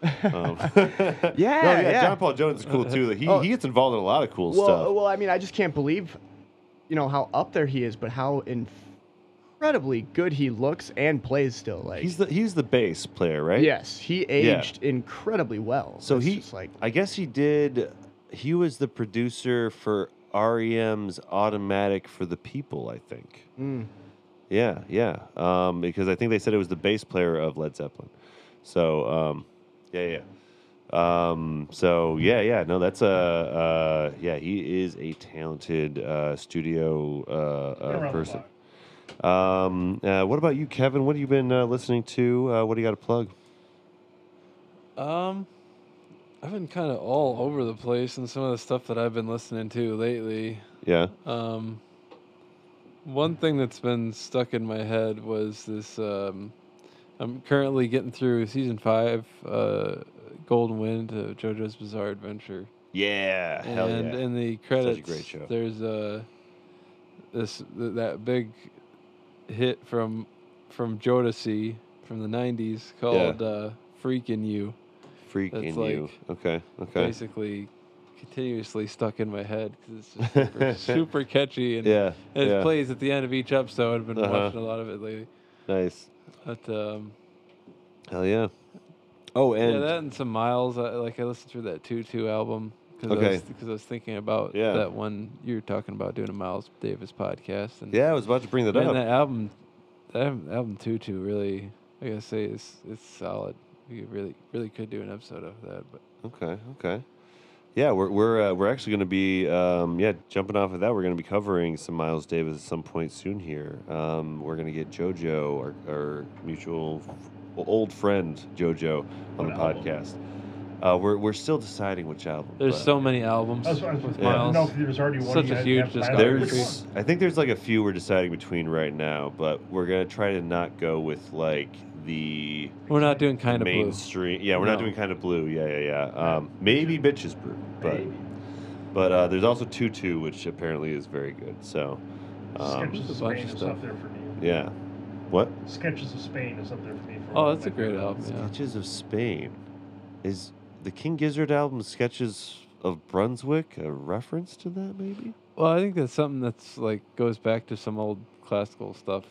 [SPEAKER 1] Um, yeah,
[SPEAKER 5] yeah, yeah.
[SPEAKER 1] John Paul Jones is cool too. He
[SPEAKER 5] <laughs> Oh.
[SPEAKER 1] he gets involved in a lot of cool
[SPEAKER 5] well, uh,
[SPEAKER 1] stuff.
[SPEAKER 5] well, I mean, I just can't believe, you know, how up there he is, but how incredibly good he looks and plays still. Like,
[SPEAKER 1] He's the he's the bass player, right?
[SPEAKER 5] yes, he aged incredibly well.
[SPEAKER 1] So
[SPEAKER 5] It's
[SPEAKER 1] he
[SPEAKER 5] just like
[SPEAKER 1] I guess he did he was the producer for REM's Automatic for the People, I think.
[SPEAKER 5] Mm.
[SPEAKER 1] Yeah, yeah. Um, because I think they said it was the bass player of Led Zeppelin. So um, yeah, yeah. Um, so yeah, yeah. No, that's a uh, yeah. He is a talented uh, studio uh,
[SPEAKER 4] Been around
[SPEAKER 1] uh,
[SPEAKER 4] the
[SPEAKER 1] person.
[SPEAKER 4] block.
[SPEAKER 1] Um, uh, what about you, Kevin? What have you been uh, listening to? Uh, what do you got to plug?
[SPEAKER 3] Um, I've been kind of all over the place in some of the stuff that I've been listening to lately.
[SPEAKER 1] Yeah.
[SPEAKER 3] Um, one thing that's been stuck in my head was this. Um, I'm currently getting through season five, uh, Golden Wind, uh, JoJo's Bizarre Adventure,
[SPEAKER 1] Yeah. Hell yeah.
[SPEAKER 3] and in the
[SPEAKER 1] a
[SPEAKER 3] credits,
[SPEAKER 1] great show.
[SPEAKER 3] there's uh, this th- that big hit from from Jodeci from the '90s called uh, "Freakin' You."
[SPEAKER 1] Freak
[SPEAKER 3] That's
[SPEAKER 1] in
[SPEAKER 3] like-
[SPEAKER 1] you. Okay. Okay.
[SPEAKER 3] Basically, continuously stuck in my head because
[SPEAKER 1] <laughs>
[SPEAKER 3] it's just super, super catchy and
[SPEAKER 1] Yeah.
[SPEAKER 3] and
[SPEAKER 1] yeah.
[SPEAKER 3] it plays at the end of each episode. I've been
[SPEAKER 1] Uh-huh.
[SPEAKER 3] watching a lot of it lately.
[SPEAKER 1] Nice.
[SPEAKER 3] But um,
[SPEAKER 1] Hell yeah. Oh, and
[SPEAKER 3] yeah, that and some miles. I, like I listened through that two two album because
[SPEAKER 1] Okay.
[SPEAKER 3] I, was- 'cause I was thinking about
[SPEAKER 1] Yeah.
[SPEAKER 3] that one you were talking about doing a Miles Davis podcast and
[SPEAKER 1] yeah, I was about to bring that
[SPEAKER 3] man,
[SPEAKER 1] up.
[SPEAKER 3] that album, that album two two really I gotta say, it's it's solid. We really really could do an episode of that, but
[SPEAKER 1] Okay, okay. Yeah, we're we're uh, we're actually going to be um, yeah jumping off of that. We're going to be covering some Miles Davis at some point soon here. Um, we're going to get JoJo, our, our mutual f- old friend JoJo, on the
[SPEAKER 4] What album?
[SPEAKER 1] podcast. Uh, we're we're still deciding which album.
[SPEAKER 3] there's
[SPEAKER 1] but
[SPEAKER 3] so many albums
[SPEAKER 4] That's what I was
[SPEAKER 3] with
[SPEAKER 4] wanting to
[SPEAKER 3] Miles.
[SPEAKER 4] know if there's already one.
[SPEAKER 3] Such
[SPEAKER 4] you
[SPEAKER 3] a
[SPEAKER 4] had-
[SPEAKER 3] huge
[SPEAKER 4] have planned.
[SPEAKER 3] discography.
[SPEAKER 4] Which one?
[SPEAKER 1] there's I think there's like a few we're deciding between right now, but we're going to try to not go with like the
[SPEAKER 3] We're not doing kind of blue.
[SPEAKER 1] mainstream. Yeah, we're not
[SPEAKER 3] No.
[SPEAKER 1] doing kind of blue. Yeah, yeah, yeah. Um, maybe bitches brew, but but uh, there's also two two, which apparently is very good. So um,
[SPEAKER 4] Sketches
[SPEAKER 3] a
[SPEAKER 4] of
[SPEAKER 3] bunch
[SPEAKER 4] Spain
[SPEAKER 3] of
[SPEAKER 4] is
[SPEAKER 3] stuff.
[SPEAKER 4] up there for me.
[SPEAKER 1] yeah, what?
[SPEAKER 4] Sketches of Spain is up there for me. For
[SPEAKER 3] Oh,
[SPEAKER 4] one of
[SPEAKER 3] that's a
[SPEAKER 4] my
[SPEAKER 3] great
[SPEAKER 4] favorite
[SPEAKER 3] album. Yeah.
[SPEAKER 1] Sketches of Spain is the King Gizzard album Sketches of Brunswick a reference to that maybe?
[SPEAKER 3] Well, I think that's something that's like goes back to some old classical stuff.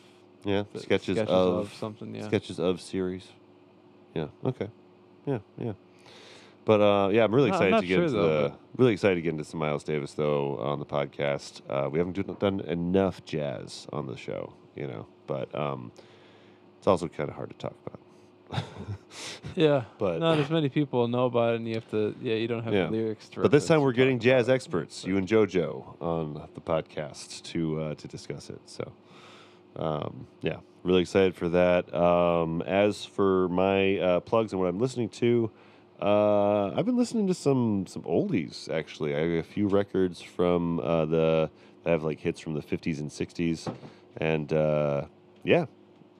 [SPEAKER 1] Yeah,
[SPEAKER 3] that-
[SPEAKER 1] sketches, of,
[SPEAKER 3] something. Yeah.
[SPEAKER 1] sketches of series. Yeah. Okay. Yeah. Yeah. But uh, yeah, I'm really
[SPEAKER 3] No, I'm
[SPEAKER 1] excited
[SPEAKER 3] not
[SPEAKER 1] to get
[SPEAKER 3] sure,
[SPEAKER 1] into
[SPEAKER 3] though,
[SPEAKER 1] the, really excited to get into some Miles Davis though on the podcast. Uh, we haven't do- done enough jazz on the show, you know, but um, it's also kind of hard to talk about.
[SPEAKER 3] Yeah.
[SPEAKER 1] But-
[SPEAKER 3] not as many people know about it, and you have to. Yeah, you don't have
[SPEAKER 1] Yeah.
[SPEAKER 3] the lyrics. To
[SPEAKER 1] but this time
[SPEAKER 3] reference
[SPEAKER 1] we're
[SPEAKER 3] to
[SPEAKER 1] getting
[SPEAKER 3] talk
[SPEAKER 1] jazz
[SPEAKER 3] about it.
[SPEAKER 1] experts, you and JoJo, on the podcast to uh, to discuss it. So um, yeah, really excited for that. Um, as for my uh, plugs and what I'm listening to, uh, I've been listening to some some oldies actually. I have a few records from uh, the that have like hits from the 50s and 60s, and uh, yeah,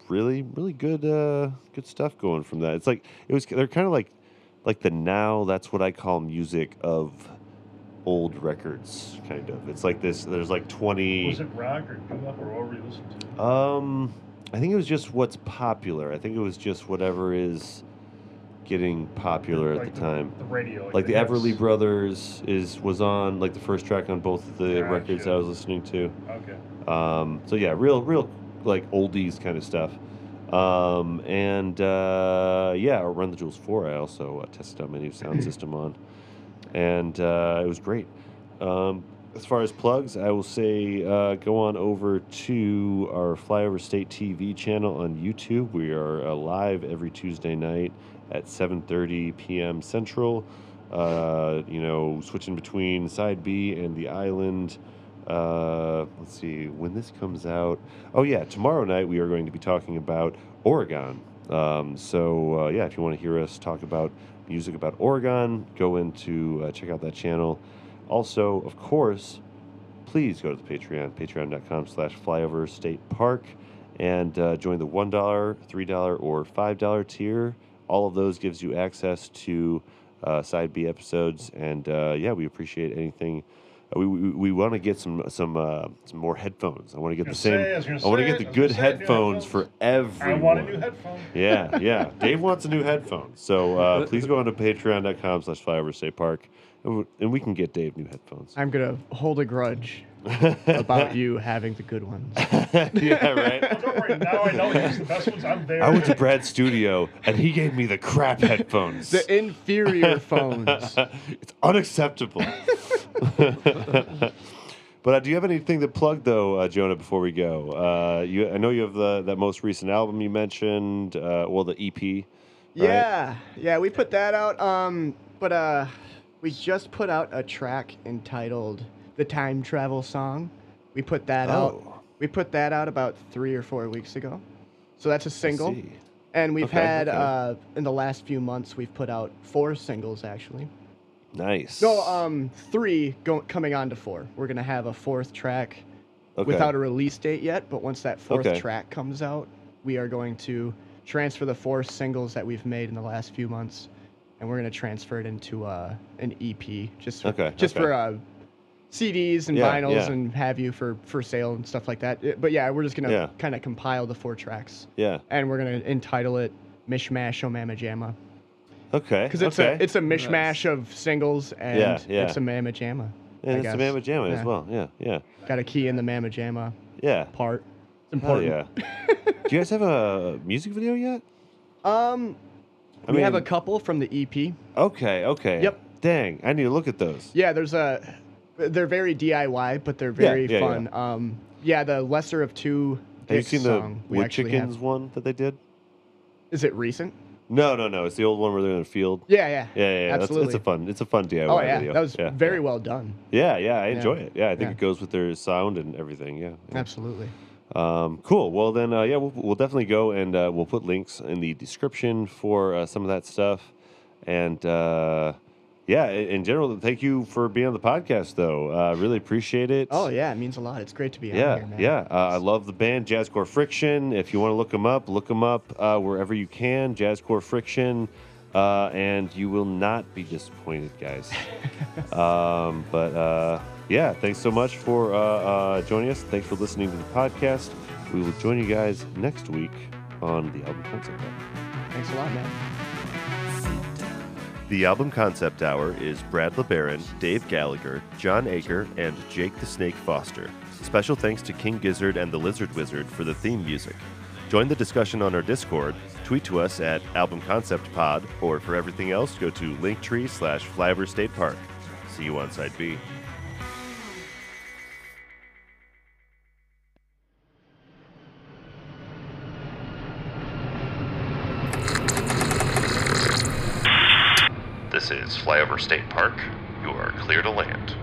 [SPEAKER 1] really really good uh, good stuff going from that. It's like it was they're kind of like like the now. That's what I call music of old records kind of it's like this there's like 20
[SPEAKER 4] Was it rock or doo wop or what were you listening to?
[SPEAKER 1] um, I think it was just what's popular. I think it was just whatever is getting popular at
[SPEAKER 4] Like
[SPEAKER 1] the time.
[SPEAKER 4] The radio.
[SPEAKER 1] Like the
[SPEAKER 4] hits.
[SPEAKER 1] Everly Brothers is was on like the first track on both of the records
[SPEAKER 4] Gotcha.
[SPEAKER 1] I was listening to.
[SPEAKER 4] Okay.
[SPEAKER 1] Um, so yeah, real real like oldies kind of stuff. Um, and uh, yeah, Run the Jewels four. I also uh, tested out my new sound system on, and uh, it was great. Um, as far as plugs, I will say uh, go on over to our Flyover State TV channel on YouTube. We are uh, live every Tuesday night at 7:30 p.m. Central. Uh, you know, switching between Side B and the Island. Uh, let's see when this comes out. Oh yeah, tomorrow night we are going to be talking about Oregon. Um, so uh, yeah, if you want to hear us talk about music about Oregon, go into uh, check out that channel. Also, of course, please go to the Patreon, patreon.com slash flyover state park, and uh, join the $1, $3, or $5 tier. All of those gives you access to uh, Side B episodes, and uh, yeah, we appreciate anything. Uh, we we, we want to get some some uh, some more headphones. I want to get the
[SPEAKER 4] Gonna
[SPEAKER 1] same.
[SPEAKER 4] say, I was gonna
[SPEAKER 1] I want to
[SPEAKER 4] say,
[SPEAKER 1] get
[SPEAKER 4] I
[SPEAKER 1] the
[SPEAKER 4] was
[SPEAKER 1] good
[SPEAKER 4] gonna say, new
[SPEAKER 1] headphones for
[SPEAKER 4] I
[SPEAKER 1] everyone.
[SPEAKER 4] want a new headphone.
[SPEAKER 1] Yeah, yeah. Dave wants a new headphone. So uh, please go on to patreon.com slash flyover state park and we- and we can get Dave new
[SPEAKER 5] <laughs>
[SPEAKER 1] headphones.
[SPEAKER 5] I'm gonna hold
[SPEAKER 1] <laughs>
[SPEAKER 5] a grudge about you having the good ones.
[SPEAKER 1] yeah, right?
[SPEAKER 4] Don't worry. Now I know he's the best
[SPEAKER 1] <laughs>
[SPEAKER 4] ones. I'm there.
[SPEAKER 1] I went to Brad's studio and he gave me the crap headphones. <laughs>
[SPEAKER 5] The inferior phones.
[SPEAKER 1] it's unacceptable. <laughs> but uh, do you have anything to plug though, uh, Jonah? Before we go, uh, you, I know you have the that most recent album you mentioned, uh, well the EP. right?
[SPEAKER 5] Yeah, yeah, we put that out. Um, but uh, we just put out a track entitled "The Time Travel Song." We put that
[SPEAKER 1] Oh.
[SPEAKER 5] out. We put that out about three or four weeks ago. So that's a single.
[SPEAKER 1] see.
[SPEAKER 5] And we've
[SPEAKER 1] Okay,
[SPEAKER 5] had
[SPEAKER 1] okay.
[SPEAKER 5] Uh, in the last few months, we've put out four singles actually.
[SPEAKER 1] Nice.
[SPEAKER 5] No, um, three go- coming on to four. We're gonna have a fourth track
[SPEAKER 1] Okay.
[SPEAKER 5] without a release date yet, but once that fourth
[SPEAKER 1] Okay.
[SPEAKER 5] track comes out, we are going to transfer the four singles that we've made in the last few months, and we're gonna transfer it into uh, an EP, just
[SPEAKER 1] Okay,
[SPEAKER 5] just
[SPEAKER 1] okay.
[SPEAKER 5] for uh, CDs and
[SPEAKER 1] Yeah,
[SPEAKER 5] vinyls
[SPEAKER 1] yeah.
[SPEAKER 5] and have you for for sale and stuff like that. Uh, But yeah, we're just gonna
[SPEAKER 1] Yeah.
[SPEAKER 5] kind of compile the four tracks,
[SPEAKER 1] yeah.
[SPEAKER 5] and we're gonna entitle it Mishmash Omama Jamma
[SPEAKER 1] Okay.
[SPEAKER 5] because it's
[SPEAKER 1] okay.
[SPEAKER 5] a it's a mishmash of singles and
[SPEAKER 1] Yeah, yeah.
[SPEAKER 5] it's a mamma jamma. I
[SPEAKER 1] And it's
[SPEAKER 5] guess.
[SPEAKER 1] a Mamma Jamma as
[SPEAKER 5] Yeah.
[SPEAKER 1] well. Yeah, yeah,
[SPEAKER 5] Got a key in the mamma jamma
[SPEAKER 1] yeah.
[SPEAKER 5] part. It's
[SPEAKER 1] Hell
[SPEAKER 5] important.
[SPEAKER 1] yeah.
[SPEAKER 5] <laughs>
[SPEAKER 1] Do you guys have a music video yet?
[SPEAKER 5] Um,
[SPEAKER 1] I
[SPEAKER 5] we have a
[SPEAKER 1] mean-
[SPEAKER 5] couple from the E EP.
[SPEAKER 1] Okay, okay.
[SPEAKER 5] Yep.
[SPEAKER 1] Dang, I need to look at those.
[SPEAKER 5] Yeah, there's a. They're very DIY, but they're very
[SPEAKER 1] yeah, yeah.
[SPEAKER 5] fun. Um, yeah, the lesser of two.
[SPEAKER 1] Have you
[SPEAKER 5] Dicks
[SPEAKER 1] seen the
[SPEAKER 5] song we
[SPEAKER 1] Wood
[SPEAKER 5] actually
[SPEAKER 1] Chickens
[SPEAKER 5] Have.
[SPEAKER 1] one that they did?
[SPEAKER 5] Is it recent?
[SPEAKER 1] No, no, no. It's the old one where they're in the field.
[SPEAKER 5] Yeah, yeah.
[SPEAKER 1] Yeah, yeah, yeah. That's, it's
[SPEAKER 5] Absolutely.
[SPEAKER 1] a fun, it's a fun DIY
[SPEAKER 5] Oh yeah,
[SPEAKER 1] video.
[SPEAKER 5] that was
[SPEAKER 1] yeah,
[SPEAKER 5] very
[SPEAKER 1] yeah.
[SPEAKER 5] well done.
[SPEAKER 1] Yeah, yeah, I enjoy
[SPEAKER 5] Yeah.
[SPEAKER 1] it. Yeah, I think
[SPEAKER 5] Yeah.
[SPEAKER 1] it goes with their sound and everything. Yeah. yeah.
[SPEAKER 5] Absolutely.
[SPEAKER 1] Um, cool. Well, then, uh, yeah, we'll, we'll definitely go and uh, we'll put links in the description for uh, some of that stuff. And uh, yeah, in, in general, thank you for being on the podcast, though. Uh, really appreciate it.
[SPEAKER 5] Oh yeah, it means a lot. It's great to be on
[SPEAKER 1] Yeah,
[SPEAKER 5] here, man.
[SPEAKER 1] yeah. Uh, I love the band Jazzcore Friction. If you want to look them up, look them up uh, wherever you can. Jazzcore Friction, uh, and you will not be disappointed, guys. um, but uh, yeah, thanks so much for uh, uh, joining us. Thanks for listening to the podcast. We will join you guys next week on the album concept. Hour.
[SPEAKER 5] Thanks a lot, man.
[SPEAKER 1] The album concept hour is Brad LeBaron, Dave Gallagher, John Aker, and Jake the Snake Foster. Special thanks to King Gizzard and the Lizard Wizard for the theme music. Join the discussion on our Discord, tweet to us at Album Concept Pod, or for everything else, go to linktree slash Flyover State Park. See you on Side B. This is Flyover State Park. You are clear to land.